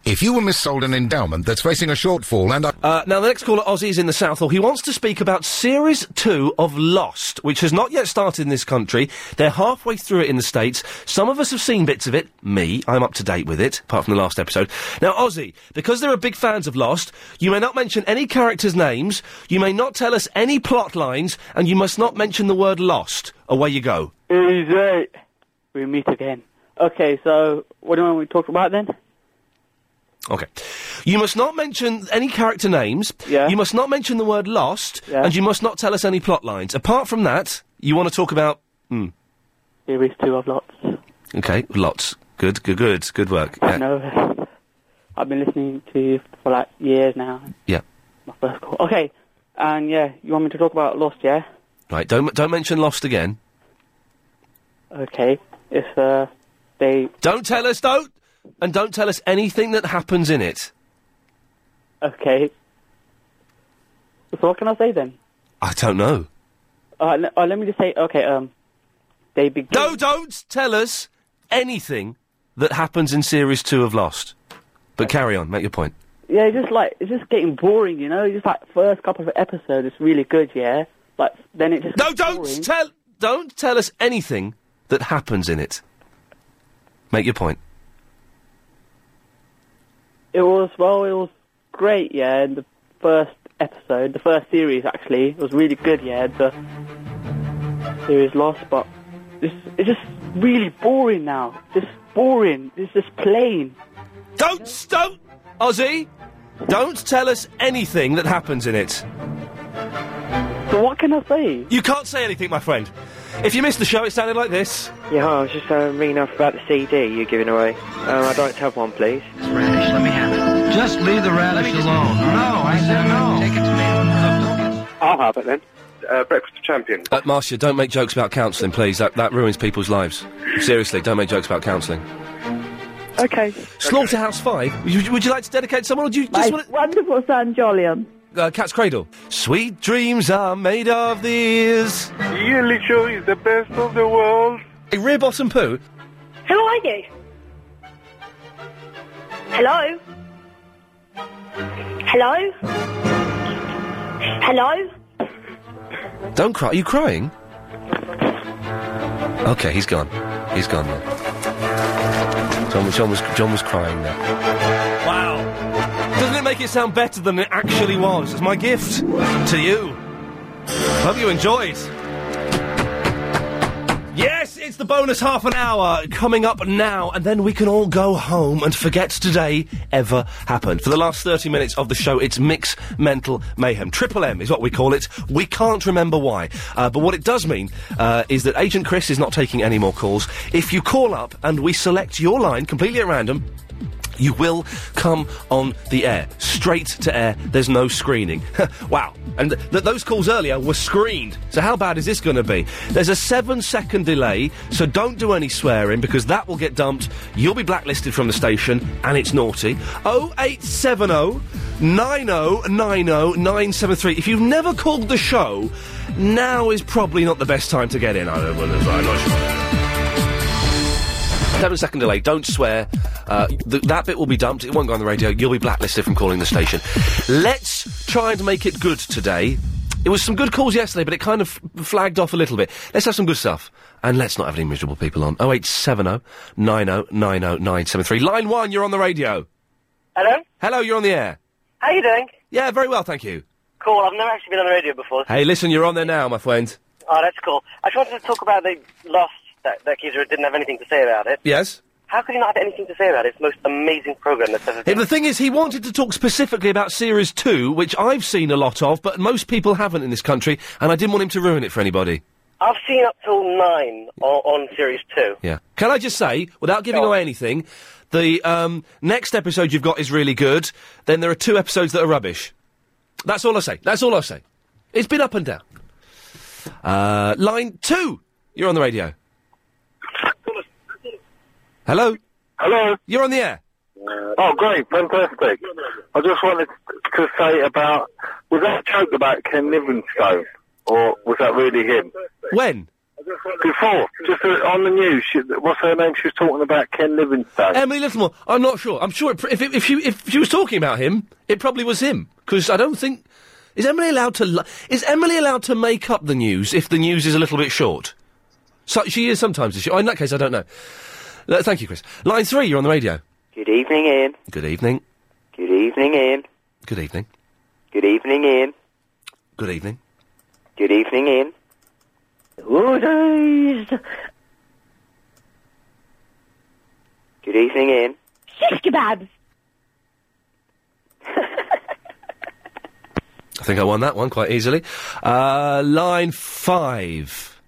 If you were missold an endowment that's facing a shortfall and I...
Uh, now, the next caller, Ozzy, is in the South Hall. He wants to speak about Series 2 of Lost, which has not yet started in this country. They're halfway through it in the States. Some of us have seen bits of it. Me, I'm up to date with it, apart from the last episode. Now, Ozzy, because there are big fans of Lost, you may not mention any characters' names, you may not tell us any plot lines, and you must not mention the word Lost. Away you go.
Is it? We meet again. Okay, so what do you want we talk about then?
Okay. You must not mention any character names. Yeah. You must not mention the word lost. And you must not tell us any plot lines. Apart from that, you want to talk about. Hmm.
Series two of lots.
Okay, lots. Good, good, good, good work. Yeah.
I know. I've been listening to you for like years now.
Yeah.
My first call. Okay, and yeah, you want me to talk about Lost, yeah?
Right. Don't don't mention lost again.
Okay, it's uh, they.
Don't tell us. Don't and don't tell us anything that happens in it.
Okay. So what can I say then?
I don't know.
Uh, le- uh, let me just say, okay, um, they begin.
No, don't tell us anything that happens in series two of Lost. But carry on. Make your point.
Yeah, it's just like it's just getting boring, you know. It's Just like first couple of episodes, it's really good, yeah. But then it just
no, don't tell don't tell us anything that happens in it. Make your point.
It was well, it was great, yeah. And the first episode, the first series actually, was really good, yeah. The series lost, but it's, it's just really boring now. Just boring. It's just plain.
Don't don't Ozzy. Don't tell us anything that happens in it.
So what can I say?
You can't say anything, my friend. If you missed the show, it sounded like this.
Yeah, hi, I was just uh, ringing up about the CD you're giving away. Um, I'd like to have one, please. Radish, let me have it.
Just leave the radish alone. No, I said no. Take it
I'll have it then.
Uh, Breakfast of Champions.
Uh, Marcia, don't make jokes about counselling, please. That, that ruins people's lives. Seriously, don't make jokes about counselling.
Okay.
Slaughterhouse Five. Would you, would you like to dedicate someone, or do you
My
just want
wonderful son Jolyon.
to, uh, Cat's Cradle? Sweet dreams are made of these.
Yearly show is the best of the world.
Hey, rear bottom poo.
Who are you?
Hello? Hello? Hello?
Don't cry. Are you crying? Okay, he's gone. He's gone now. John, was- John was John was crying there. Wow. Doesn't it make it sound better than it actually was? It's my gift to you. Hope you enjoyed. Yes, it's the bonus half an hour coming up now, and then we can all go home and forget today ever happened. For the last 30 minutes of the show, it's Mix Mental Mayhem. Triple M is what we call it. We can't remember why. Uh, but what it does mean uh, is that Agent Chris is not taking any more calls. If you call up and we select your line completely at random, you will come on the air, straight to air. There's no screening. wow. And th- th- those calls earlier were screened. So how bad is this going to be? There's a seven second delay, so don't do any swearing because that will get dumped. You'll be blacklisted from the station, and it's naughty. 0870 oh, 9090 973. If you've never called the show, now is probably not the best time to get in. I don't know. I'm not sure. Seven second delay. Don't swear. Uh, th- that bit will be dumped. It won't go on the radio. You'll be blacklisted from calling the station. Let's try and make it good today. It was some good calls yesterday, but it kind of f- flagged off a little bit. Let's have some good stuff. And let's not have any miserable people on. 0870 9090973. Line one, you're on the radio.
Hello?
Hello, you're on the air.
How you doing?
Yeah, very well, thank you.
Cool. I've never actually been on the radio before.
Hey, listen, you're on there now, my friend.
Oh, that's cool. I just wanted to talk about the loss that, that Keezer didn't have anything to say about it.
Yes?
How could he not have anything to say about it? It's the most amazing program that's ever been.
Yeah, the thing is, he wanted to talk specifically about Series 2, which I've seen a lot of, but most people haven't in this country, and I didn't want him to ruin it for anybody.
I've seen up till nine on, on series two.
Yeah. Can I just say, without giving away anything, the um, next episode you've got is really good, then there are two episodes that are rubbish. That's all I say. That's all I say. It's been up and down. Uh, line two, you're on the radio. Hello?
Hello?
You're on the air.
Oh, great, fantastic. I just wanted to say about, was that a joke about Ken Livingstone? Or was that really him?
When?
Before, just uh, on the news, she, what's her name? She was talking about Ken Livingstone.
Emily Littlemore. I'm not sure. I'm sure it, pr- if, if she if she was talking about him, it probably was him because I don't think is Emily allowed to li- is Emily allowed to make up the news if the news is a little bit short. So she is sometimes. Is she? Oh, in that case, I don't know. Uh, thank you, Chris. Line three, you're on the radio.
Good evening, Ian.
Good evening.
Good evening, Ian.
Good evening.
Good evening, Ian.
Good evening.
Good evening, Ian. Good days. Good evening, Ian.
Shish kebabs.
I think I won that one quite easily. Uh, line five.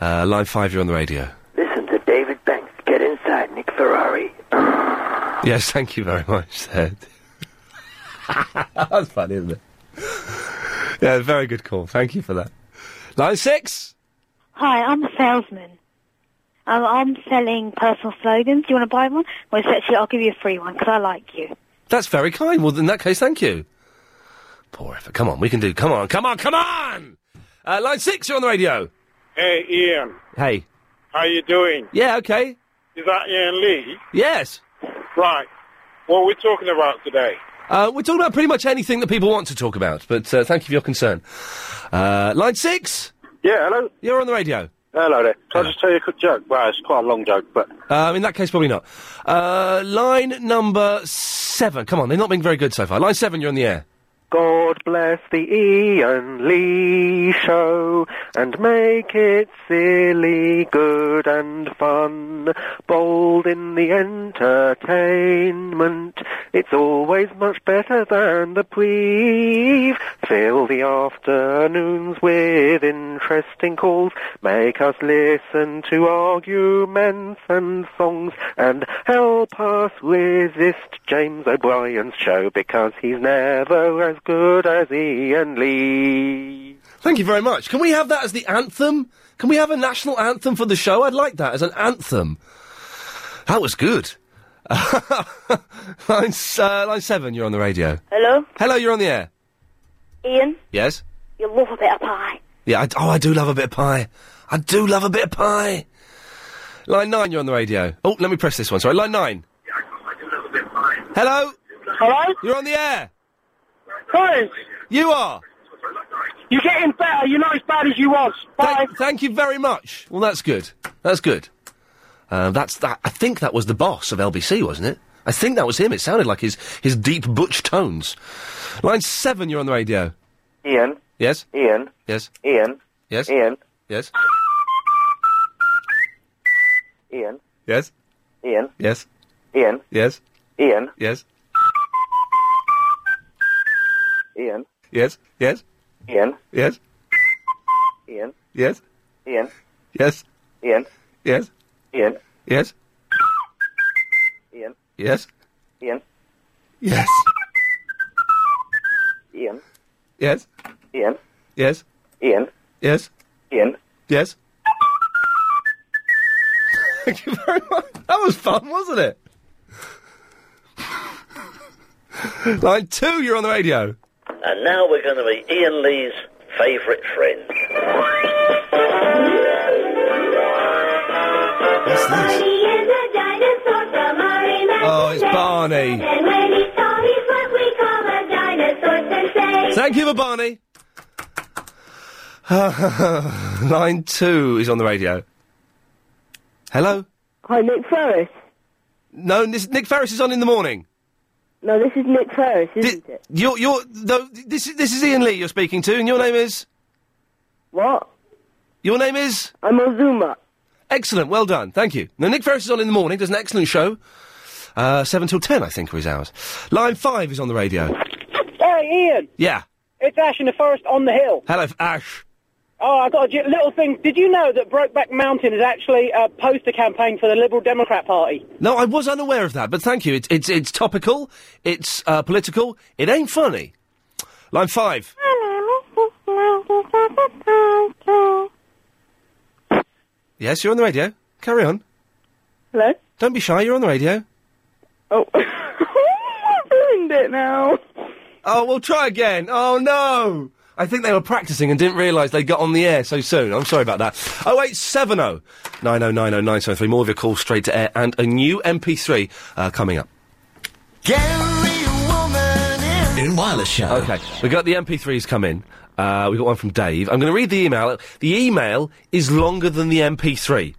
Uh, line five, you're on the radio.
Listen to David Banks. Get inside, Nick Ferrari.
Yes, thank you very much, Ted. That's funny, isn't it? yeah, very good call. Thank you for that. Line six.
Hi, I'm a salesman. Um, I'm selling personal slogans. Do you want to buy one? Well, it's actually, I'll give you a free one because I like you.
That's very kind. Well, in that case, thank you. Poor effort. Come on, we can do. Come on, come on, come on. Uh, line six, you're on the radio.
Hey, Ian,
Hey.
how you doing?
Yeah, okay.
Is that Ian Lee?
Yes.
Right. What are we talking about today?
Uh, we're talking about pretty much anything that people want to talk about, but uh, thank you for your concern. Uh, line six.
Yeah, hello.
You're on the radio.
Hello there. Can I just tell you a quick joke? Well, it's quite a long joke, but
Um, in that case, probably not. Uh, line number seven. Come on, they're not being very good so far. Line seven, you're on the air.
God bless the Ian Lee show and make it silly, good and fun. Bold in the entertainment, it's always much better than the preeve. Fill the afternoons with interesting calls, make us listen to arguments and songs, and help us resist James O'Brien's show because he's never as good as Ian Lee.
Thank you very much. Can we have that as the anthem? Can we have a national anthem for the show? I'd like that as an anthem. That was good. line, s- uh, line seven, you're on the radio.
Hello,
Hello, you're on the air.
Ian.
Yes?
You love a bit of pie.
Yeah, I, oh, I do love a bit of pie. I do love a bit of pie. Line nine, you're on the radio. Oh, let me press this one. Sorry, line nine. Hello?
Hello?
You're on the air.
Sorry.
You are.
You're getting better. You're not as bad as you was.
Bye. Thank, you very much. Well, that's good. That's good. Uh, that's that. I think that was the boss of LBC, wasn't it? I think that was him. It sounded like his his deep butch tones. Line seven, you're on the radio.
Ian,
Yes.
Ian,
Yes.
Ian,
Yes.
Ian,
Yes.
Ian,
Yes.
Ian,
Yes.
Ian,
Yes.
Ian,
Yes.
Ian,
Yes. Yes.
Ian,
Yes.
Ian,
Yes.
Ian, Ian,
Yes. Yes.
Ian, Ian, Ian, Ian, Ian,
Yes. Yes. Yes. Yes. Yes.
Ian,
Yes.
Ian.
Yes. Thank you very much. That was fun, wasn't it? Line two, you're on the radio.
And now we're going to be Ian Lee's favourite friend.
What's this? Oh, it's Barney. Thank you for Barney. Line two is on the radio. Hello?
Hi, Nick Ferris.
No, this, Nick Ferris is on in the morning.
No, this is Nick Ferris, isn't it?
You're, you're, no, this, is- this is Ian Lee you're speaking to, and your name is?
What?
Your name is?
I'm Ozuma.
Excellent, well done, thank you. Now, Nick Ferris is on in the morning, does an excellent show. Uh, 7 till 10, I think, are his hours. Line 5 is on the radio.
Hey, Ian.
Yeah.
It's Ash in the forest on the hill.
Hello, Ash.
Oh, I got a j- little thing. Did you know that Brokeback Mountain is actually a poster campaign for the Liberal Democrat Party?
No, I was unaware of that, but thank you. It's it's it's topical, it's uh, political, it ain't funny. Line five. Yes, you're on the radio. Carry on.
Hello?
Don't be shy, you're on the radio.
Oh. ruined it now.
Oh, we'll try again. Oh, no. I think they were practicing and didn't realise they got on the air so soon. I'm sorry about that. Oh, 0870 9090973. More of your calls straight to air and a new MP3 uh, coming up. In wireless show. Okay, we got the MP3s come in. Uh, we got one from Dave. I'm going to read the email. The email is longer than the MP3.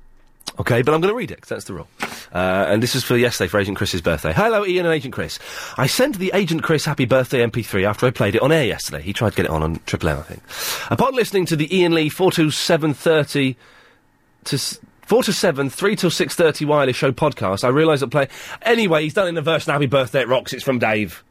Okay, but I'm going to read it 'cause that's the rule. Uh, and this is for yesterday for Agent Chris's birthday. Hello, Ian and Agent Chris. I sent the Agent Chris happy birthday MP3 after I played it on air yesterday. He tried to get it on on Triple M, I think. Upon listening to the Ian Lee 4 to 7.30 to... s- 4 to 7, 3 till 6.30 wireless show podcast, I realised that play... Anyway, he's done in a version Happy Birthday, it rocks, it's from Dave.